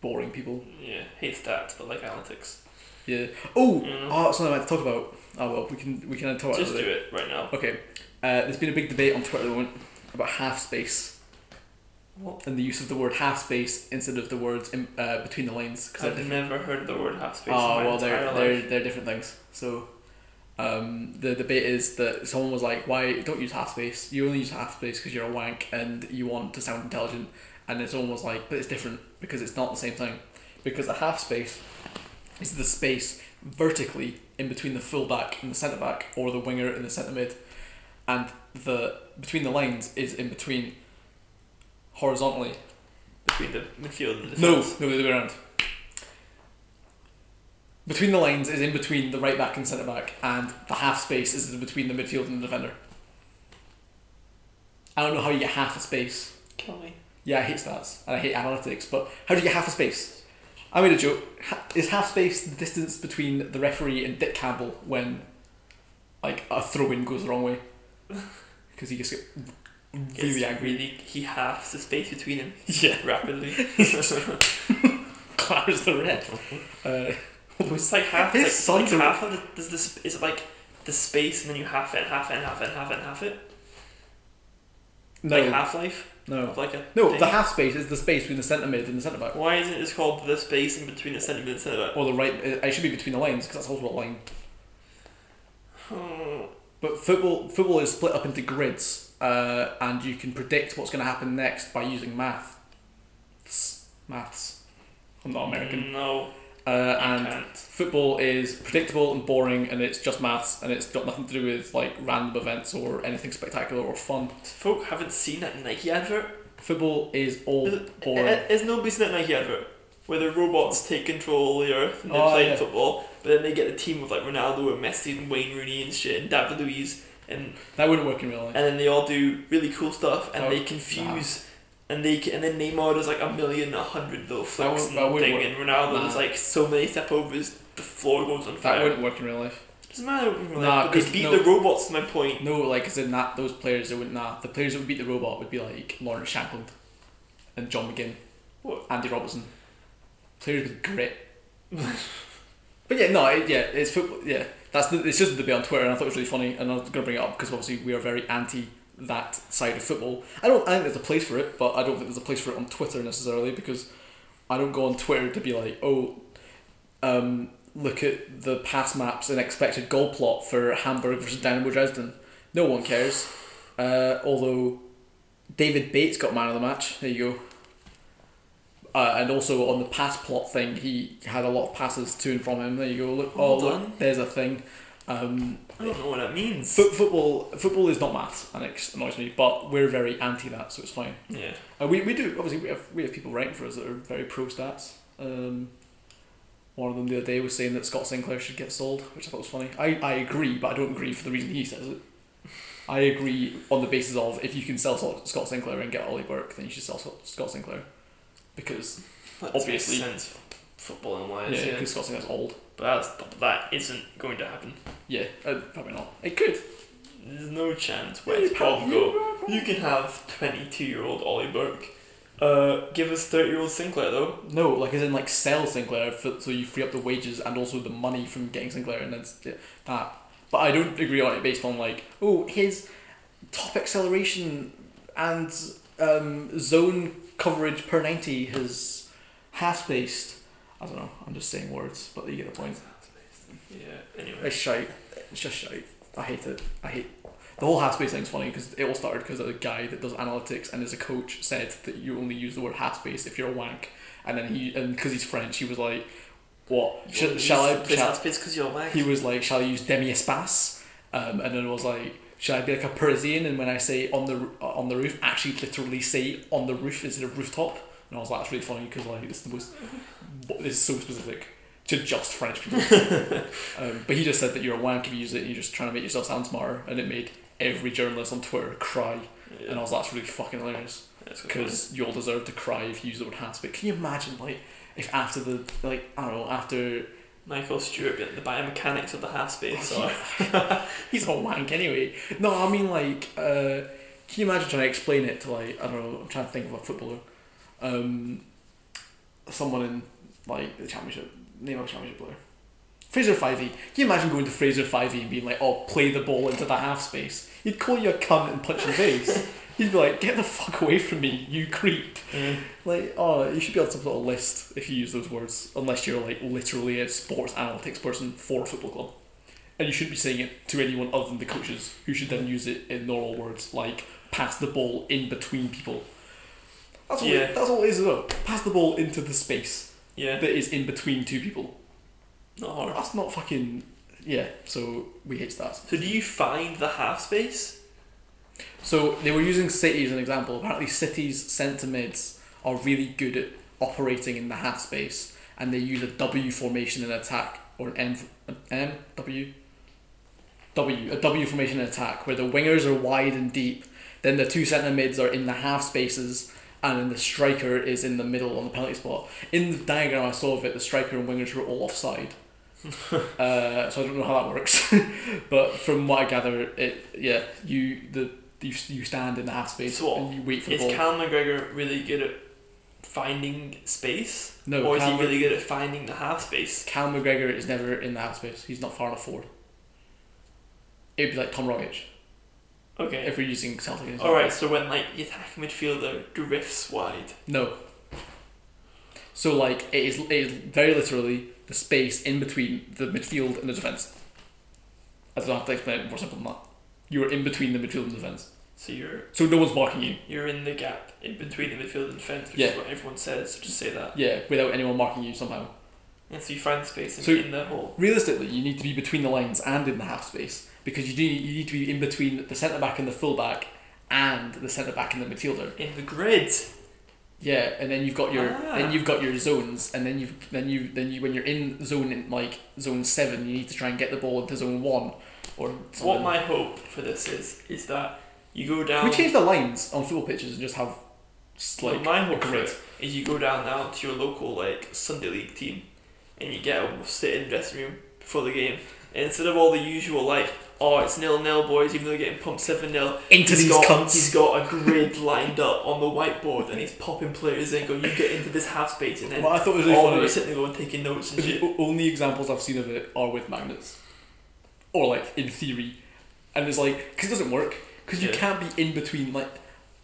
B: boring people.
A: Yeah, hate stats, but like analytics.
B: Yeah. Oh,
A: You know?
B: oh, something I meant to talk about. Oh well, we can we can talk about
A: Just
B: it.
A: do it right now.
B: Okay. Uh, there's been a big debate on Twitter at the moment about half space
A: What?
B: and the use of the word half space instead of the words in, uh, between the lines because
A: I've never heard the word half space.
B: Oh
A: in my
B: well, they're
A: entire
B: they're
A: life.
B: they're different things. So, um, the debate is that someone was like, "Why don't use half space? You only use half space because you're a wank and you want to sound intelligent." And it's almost like, but it's different because it's not the same thing. Because a half space is the space vertically in between the full back and the centre back, or the winger and the centre mid, and the between the lines is in between horizontally
A: between the midfield and the
B: no,
A: defence.
B: no, the other way around. Between the lines is in between the right back and centre back, and the half space is in between the midfield and the defender. I don't know how you get half a space.
A: Kill me.
B: Yeah, I hate stats and I hate analytics, but how do you get half a space? I made a joke. Ha- Is half space the distance between the referee and Dick Campbell when, like, a throw in goes the
A: [LAUGHS]
B: wrong way? Because he gets really
A: Gets
B: angry.
A: Really, he halves the space between him
B: Yeah.
A: [LAUGHS]
B: [LAUGHS]
A: rapidly. [LAUGHS]
B: Clara's the red. Uh,
A: It's like half.
C: His
A: It's like,
C: sons
A: like
C: are-
A: half of the, there's this. Is it like the space and then you half it, and half it, and half it, and half it, and half it?
B: No,
A: Like Half Life
B: no,
A: of like a.
B: no.
A: thing?
B: The half space is the space between the centre mid and the centre back,
A: Why isn't it just called the space in between the centimeter and centimeter? [SIGHS]
B: or the right. It should be between the lines because that's also a line.
A: Oh,
B: But football, football is split up into grids, uh, and you can predict what's going to happen next by using math. Tss, Maths. I'm not American.
A: No,
B: Uh,
A: you
B: and
A: can't.
B: football is predictable and boring, and it's just maths, and it's got nothing to do with like random events or anything spectacular or fun.
A: Folk haven't seen that Nike advert.
B: Football is all
A: Is, eh,
B: boring.
A: is nobody seen that Nike advert? Where the robots take control of the earth and they're
B: Oh,
A: playing
B: yeah.
A: football, but then they get a team of like Ronaldo and Messi and Wayne Rooney and shit and David Luiz and
B: That wouldn't work in real life.
A: and then they all do really cool stuff and
B: That
A: they
B: would-
A: confuse and they and then Neymar does like a million a hundred little flicks
B: would-
A: and
B: that would
A: thing
B: work.
A: and Ronaldo does
B: Nah.
A: like so many step overs the floor goes on
B: That
A: fire.
B: wouldn't work in real life.
A: Doesn't matter. what people
B: Nah,
A: like, but they
B: 'cause
A: beat
B: no-
A: the robots. Is my point.
B: No, like as in that those players that would nah. The players that would beat the robot would be like Lawrence Shankland and John McGinn.
A: What?
B: Andy Robertson. Players with grit. but yeah, no, it, yeah, it's football. Yeah, that's the, it's just the debate on Twitter, and I thought it was really funny, and I was gonna bring it up because obviously we are very anti that side of football. I don't I think there's a place for it, but I don't think there's a place for it on Twitter necessarily because I don't go on Twitter to be like, oh, um, look at the pass maps and expected goal plot for Hamburg versus Dynamo Dresden. No one cares. Uh, although David Bates got man of the match. There you go. Uh, and also on the pass plot thing, he had a lot of passes to and from him. There you go. Look, oh,
A: Well done.
B: look, there's a thing. Um,
A: I don't know what that means.
B: foot, football, football is not maths, and it annoys me. But we're very anti that, so it's fine.
A: yeah.
B: Uh, we, we do obviously we have we have people writing for us that are very pro stats. Um, one of them the other day was saying that Scott Sinclair should get sold, which I thought was funny. I, I agree, but I don't agree for the reason he says it. I agree on the basis of if you can sell Scott Scott Sinclair and get Ollie Burke, then you should sell Scott- Scott Sinclair. Because
A: That
B: Obviously.
A: makes sense. Footballing
B: yeah,
A: wise, yeah.
B: because Scott Sinclair's old.
A: But that's, but that isn't going to happen.
B: Yeah, uh, probably not. It could.
A: There's no chance where it's prom go. You can have 22 year old Ollie Burke. Uh, give us 30 year old Sinclair though.
B: No, like as in like sell Sinclair for, so you free up the wages and also the money from getting Sinclair and that's yeah, that. But I don't agree on it based on like oh his top acceleration and um, zone coverage per ninety has half spaced. I don't know. I'm just saying words, but you get the point.
A: Yeah, anyway.
B: It's shite. It's just shite. I hate it. I hate the whole half space thing's funny because it all started because a guy that does analytics and is a coach said that you only use the word half space if you're a wank, and then he and because he's French, he was like, "What Sh- shall I?" Shall,
A: because you're
B: he was like, "Shall I use demi espace?" Um, and then was like, "Should I be like a Parisian?" And when I say on the uh, on the roof, actually literally say on the roof instead of rooftop. And I was like, "That's really funny because like this is the most this is so specific." To just French people,
A: [LAUGHS]
B: um, but he just said that you're a wank if you use it and you're just trying to make yourself sound smarter, and it made every journalist on Twitter cry. And I was like, that's really fucking hilarious because you all deserve to cry if you use the word half space. Can you imagine, like, if after the, like, I don't know, after
A: Michael Stewart, being the biomechanics of the half
B: [LAUGHS]
A: space.
B: Oh,
A: or-
B: [LAUGHS] he's a wank anyway. No, I mean, like, uh, can you imagine trying to explain it to, like, I don't know, I'm trying to think of a footballer. Um, someone in, like, the championship, name of a championship player. Fraser Fivey. Can you imagine going to Fraser Fivey and being like, oh, play the ball into the half space? He'd call you a cunt and punch you in the face. He'd be like, get the fuck away from me, you creep. Like, oh, you should be on some sort of list if you use those words, unless you're like literally a sports analytics person for a football club. And you shouldn't be saying it to anyone other than the coaches, who should then use it in normal words like pass the ball in between people. That's all,
A: Yeah.
B: that's all it is, though. Pass the ball into the space
A: [LAUGHS] Yeah,
B: that is in between two people.
A: not
B: Oh,
A: hard.
B: that's not fucking. Yeah, so we hate stats.
A: So do you find the half space?
B: So they were using City as an example. Apparently, City's centre mids are really good at operating in the half space, and they use a W formation in attack or an M, an M W, W a W formation in attack where the wingers are wide and deep. Then the two centre mids are in the half spaces, and then the striker is in the middle on the penalty spot. In the diagram I saw of it, the striker and wingers were all
A: [LAUGHS]
B: offside. uh, so I don't know how that works, [LAUGHS] but from what I gather, it yeah you the you, you stand in the half space
A: So what?
B: and you wait for the
A: Is
B: ball.
A: Cal McGregor really good at finding space?
B: No,
A: or is he
B: Calvert-
A: really good at finding the half space?
B: Cal McGregor is never in the half space. He's not far enough forward. It'd be like Tom Rogic
A: Okay.
B: if we're using Celtic. as-
A: Alright, so when like the attacking midfielder drifts wide.
B: No. So like it is, it is very literally the space in between the midfield and the defense. I don't have to explain it more simple than that. You are in between the midfield and defense,
A: So you're
B: so no one's marking you.
A: you're in the gap in between the midfield and defence, which is
B: Yeah.
A: what everyone says, so just say that.
B: Yeah, without anyone marking you somehow.
A: And so you find the space in,
B: So-
A: in the hole.
B: Realistically, you need to be between the lines and in the half space because you do you need to be in between the centre back and the full back and the centre back and the midfielder.
A: In the grid.
B: Yeah, and then you've got your
A: Ah.
B: then you've got your zones, and then you then you then you when you're in zone in like zone seven, you need to try and get the ball into zone one or something.
A: What my um, hope for this is is that you go down
B: Can we change the lines on football pitches and just have just
A: Well,
B: like
A: my whole
B: a
A: career is you go down now to your local like Sunday league team, and you get a sit in the dressing room before the game, and instead of all the usual like, oh it's nil nil boys, even though they're getting pumped seven 0
B: into these
A: got,
B: cunts?
A: He's got a grid [LAUGHS] lined up on the whiteboard, and he's popping players in, going, you get into this half space, and then
B: What I thought was really
A: all of them
B: funny
A: are sitting there going taking notes and
B: is the
A: shit.
B: o- only examples I've seen of it are with magnets, or like in theory, and it's like because it doesn't work because you
A: Yeah.
B: can't be in between like.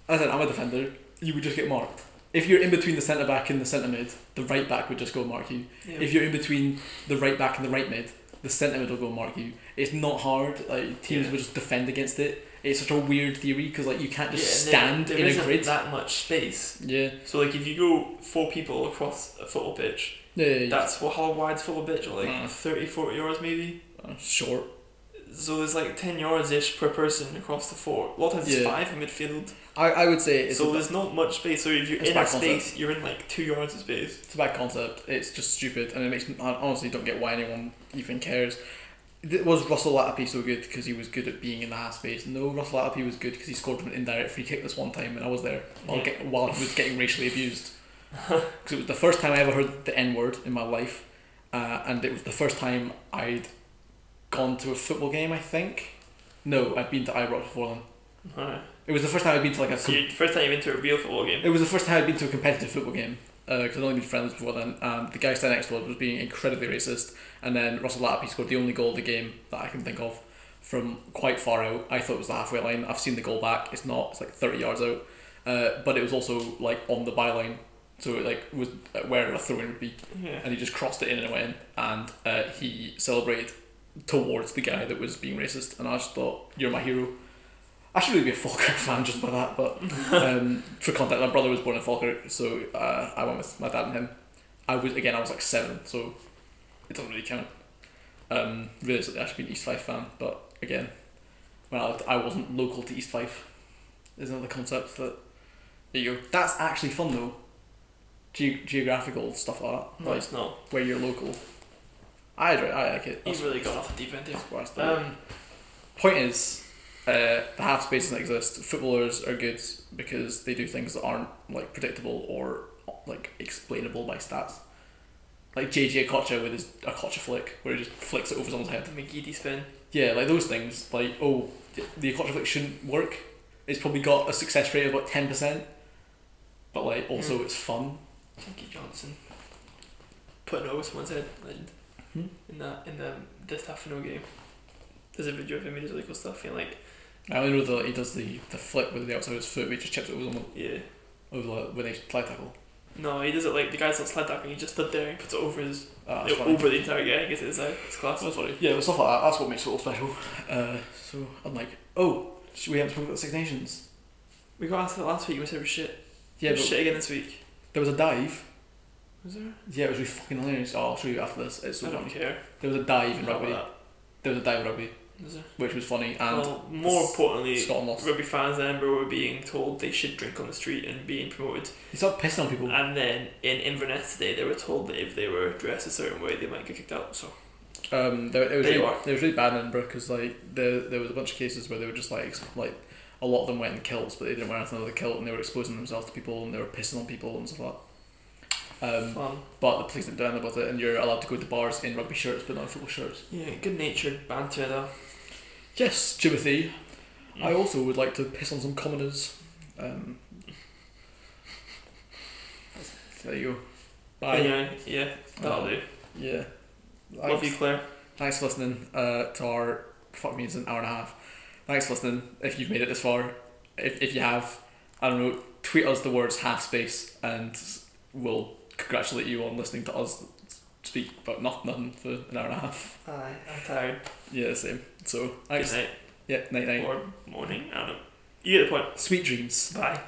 B: As I said, I'm a defender. You would just get marked if you're in between the centre back and the centre mid. The right back would just go mark you.
A: Yeah.
B: If you're in between the right back and the right mid, the centre mid will go mark you. It's not hard. Like teams
A: Yeah.
B: will just defend against it. It's such a weird theory because like you can't just
A: Yeah, and
B: stand
A: there- there
B: in a
A: isn't
B: grid.
A: that much space.
B: Yeah,
A: So like if you go four people across a football pitch,
B: yeah, yeah, yeah.
A: that's what how wide's football pitch? Like
B: Mm.
A: thirty, forty 30, 40 yards maybe.
B: Uh, short.
A: So there's like 10 yards ish per person across the four. A lot of times it's
B: Yeah.
A: five in midfield.
B: I, I would say it's
A: so
B: a,
A: there's not much space. So if you're
B: It's
A: in a
B: back on
A: space, you're in like two yards of space.
B: It's a bad concept. It's just stupid, and it makes I honestly don't get why anyone even cares. Th- Was Russell Latapi so good because he was good at being in the half space? No, Russell Latapi was good because he scored from an indirect free kick this one time, and I was there while,
A: Yeah.
B: get, while he was getting racially abused. Because it was the first time I ever heard the N word in my life, uh, and it was the first time I'd gone to a football game. I think no, I'd been to Ibrox before then.
A: Alright.
B: It was the first time I'd been to like a
A: So you first time you've been to a real football game.
B: it was the first time I'd been to a competitive football game because I'd only been friends before then. And the guy standing next to us was being incredibly racist. And then Russell Lapp, he scored the only goal of the game that I can think of from quite far out. I thought it was the halfway line. I've seen the goal back. It's not. It's like thirty yards out. Uh, but it was also like on the byline, so it like was where a throw in would be.
A: Yeah.
B: And he just crossed it in and it went in. And uh, he celebrated towards the guy that was being racist. And I just thought, you're my hero. I should really be a Falkirk [LAUGHS] fan just by
A: [LAUGHS]
B: that, but um, for context, my brother was born in Falkirk, so uh, I went with my dad and him. I was again, I was like seven, so it doesn't really count. Um, realistically, I should be an East Fife fan, but again, when I, lived- I wasn't local to East Fife. There's another concept that there you go. That's actually fun though. Ge- geographical stuff like that,
A: No,
B: like
A: it's not.
B: where you're local. I I like it.
A: He's
B: That's,
A: really gone off the deep end here.
B: that's what I started.
A: Um,
B: Point is, uh, the half space doesn't exist. Footballers are good because they do things that aren't like predictable or like explainable by stats. Like JJ Akocha with his Akocha flick, where he just flicks it over someone's head.
A: the McGeady spin.
B: Yeah, like those things. Like oh, the Akocha flick shouldn't work. It's probably got a success rate of about ten percent, but like also
A: Hmm.
B: it's fun.
A: Jackie Johnson. Putting over someone's head. Legend.
B: Hmm?
A: In that, in the Destafano game. There's a video of him, he does really cool stuff. And like,
B: I only know that he does the, the flip with the outside of his foot, where he just chips it over someone
A: yeah.
B: over the, when they slide tackle.
A: No, he does it like the guy's not sled tackling, he just stood there and puts it over his
B: Ah, that's funny.
A: over the entire guy, gets it inside. It's class.
B: That's funny. Yeah, but stuff like that. That's what makes it all special. Uh, so I'm like, oh, should we have spoken about the Six Nations?
A: We got asked that last week, we said we're shit.
B: Yeah, but
A: shit again this week.
B: there was a dive.
A: Was there?
B: Yeah, it was really fucking hilarious. Oh, I'll show you after this. It's so
A: I don't
B: funny.
A: care.
B: There was a dive in
A: Not about
B: rugby. There was a dive in rugby,
A: that. Was there?
B: which was funny. And
A: Well, more importantly,
B: Scotland lost.
A: rugby fans in Edinburgh were being told they should drink on the street and being promoted.
B: He started pissing on people.
A: And then in Inverness today, they were told that if they were dressed a certain way, they might get kicked out. So
B: Um, there, it was
A: There you
B: really,
A: are.
B: there was really bad in Edinburgh because like there, there was a bunch of cases where they were just like ex- like a lot of them went in kilts, but they didn't wear anything other than kilt, and they were exposing themselves to people, and they were pissing on people and stuff like. that. Um,
A: fun.
B: but the police didn't do anything about it, and you're allowed to go to bars in rugby shirts, but not in football shirts.
A: Yeah, good natured banter though.
B: Yes, Timothy. I
A: Mm.
B: also would like to piss on some commoners. Um, There you go. Um,
A: Bye. Yeah, yeah that'll do.
B: Yeah.
A: Love you, Claire.
B: Thanks for listening uh, to our fuck me, it's an hour and a half. Thanks for listening. If you've made it this far, if, if you have, I don't know, tweet us the words half space and we'll congratulate you on listening to us speak about not nothing for an hour and a half.
A: Aye, I'm tired.
B: Yeah, same. So
A: Good
B: thanks.
A: night
B: Yeah, night night.
A: or morning. I don't know. You get the point.
B: Sweet dreams.
A: Bye.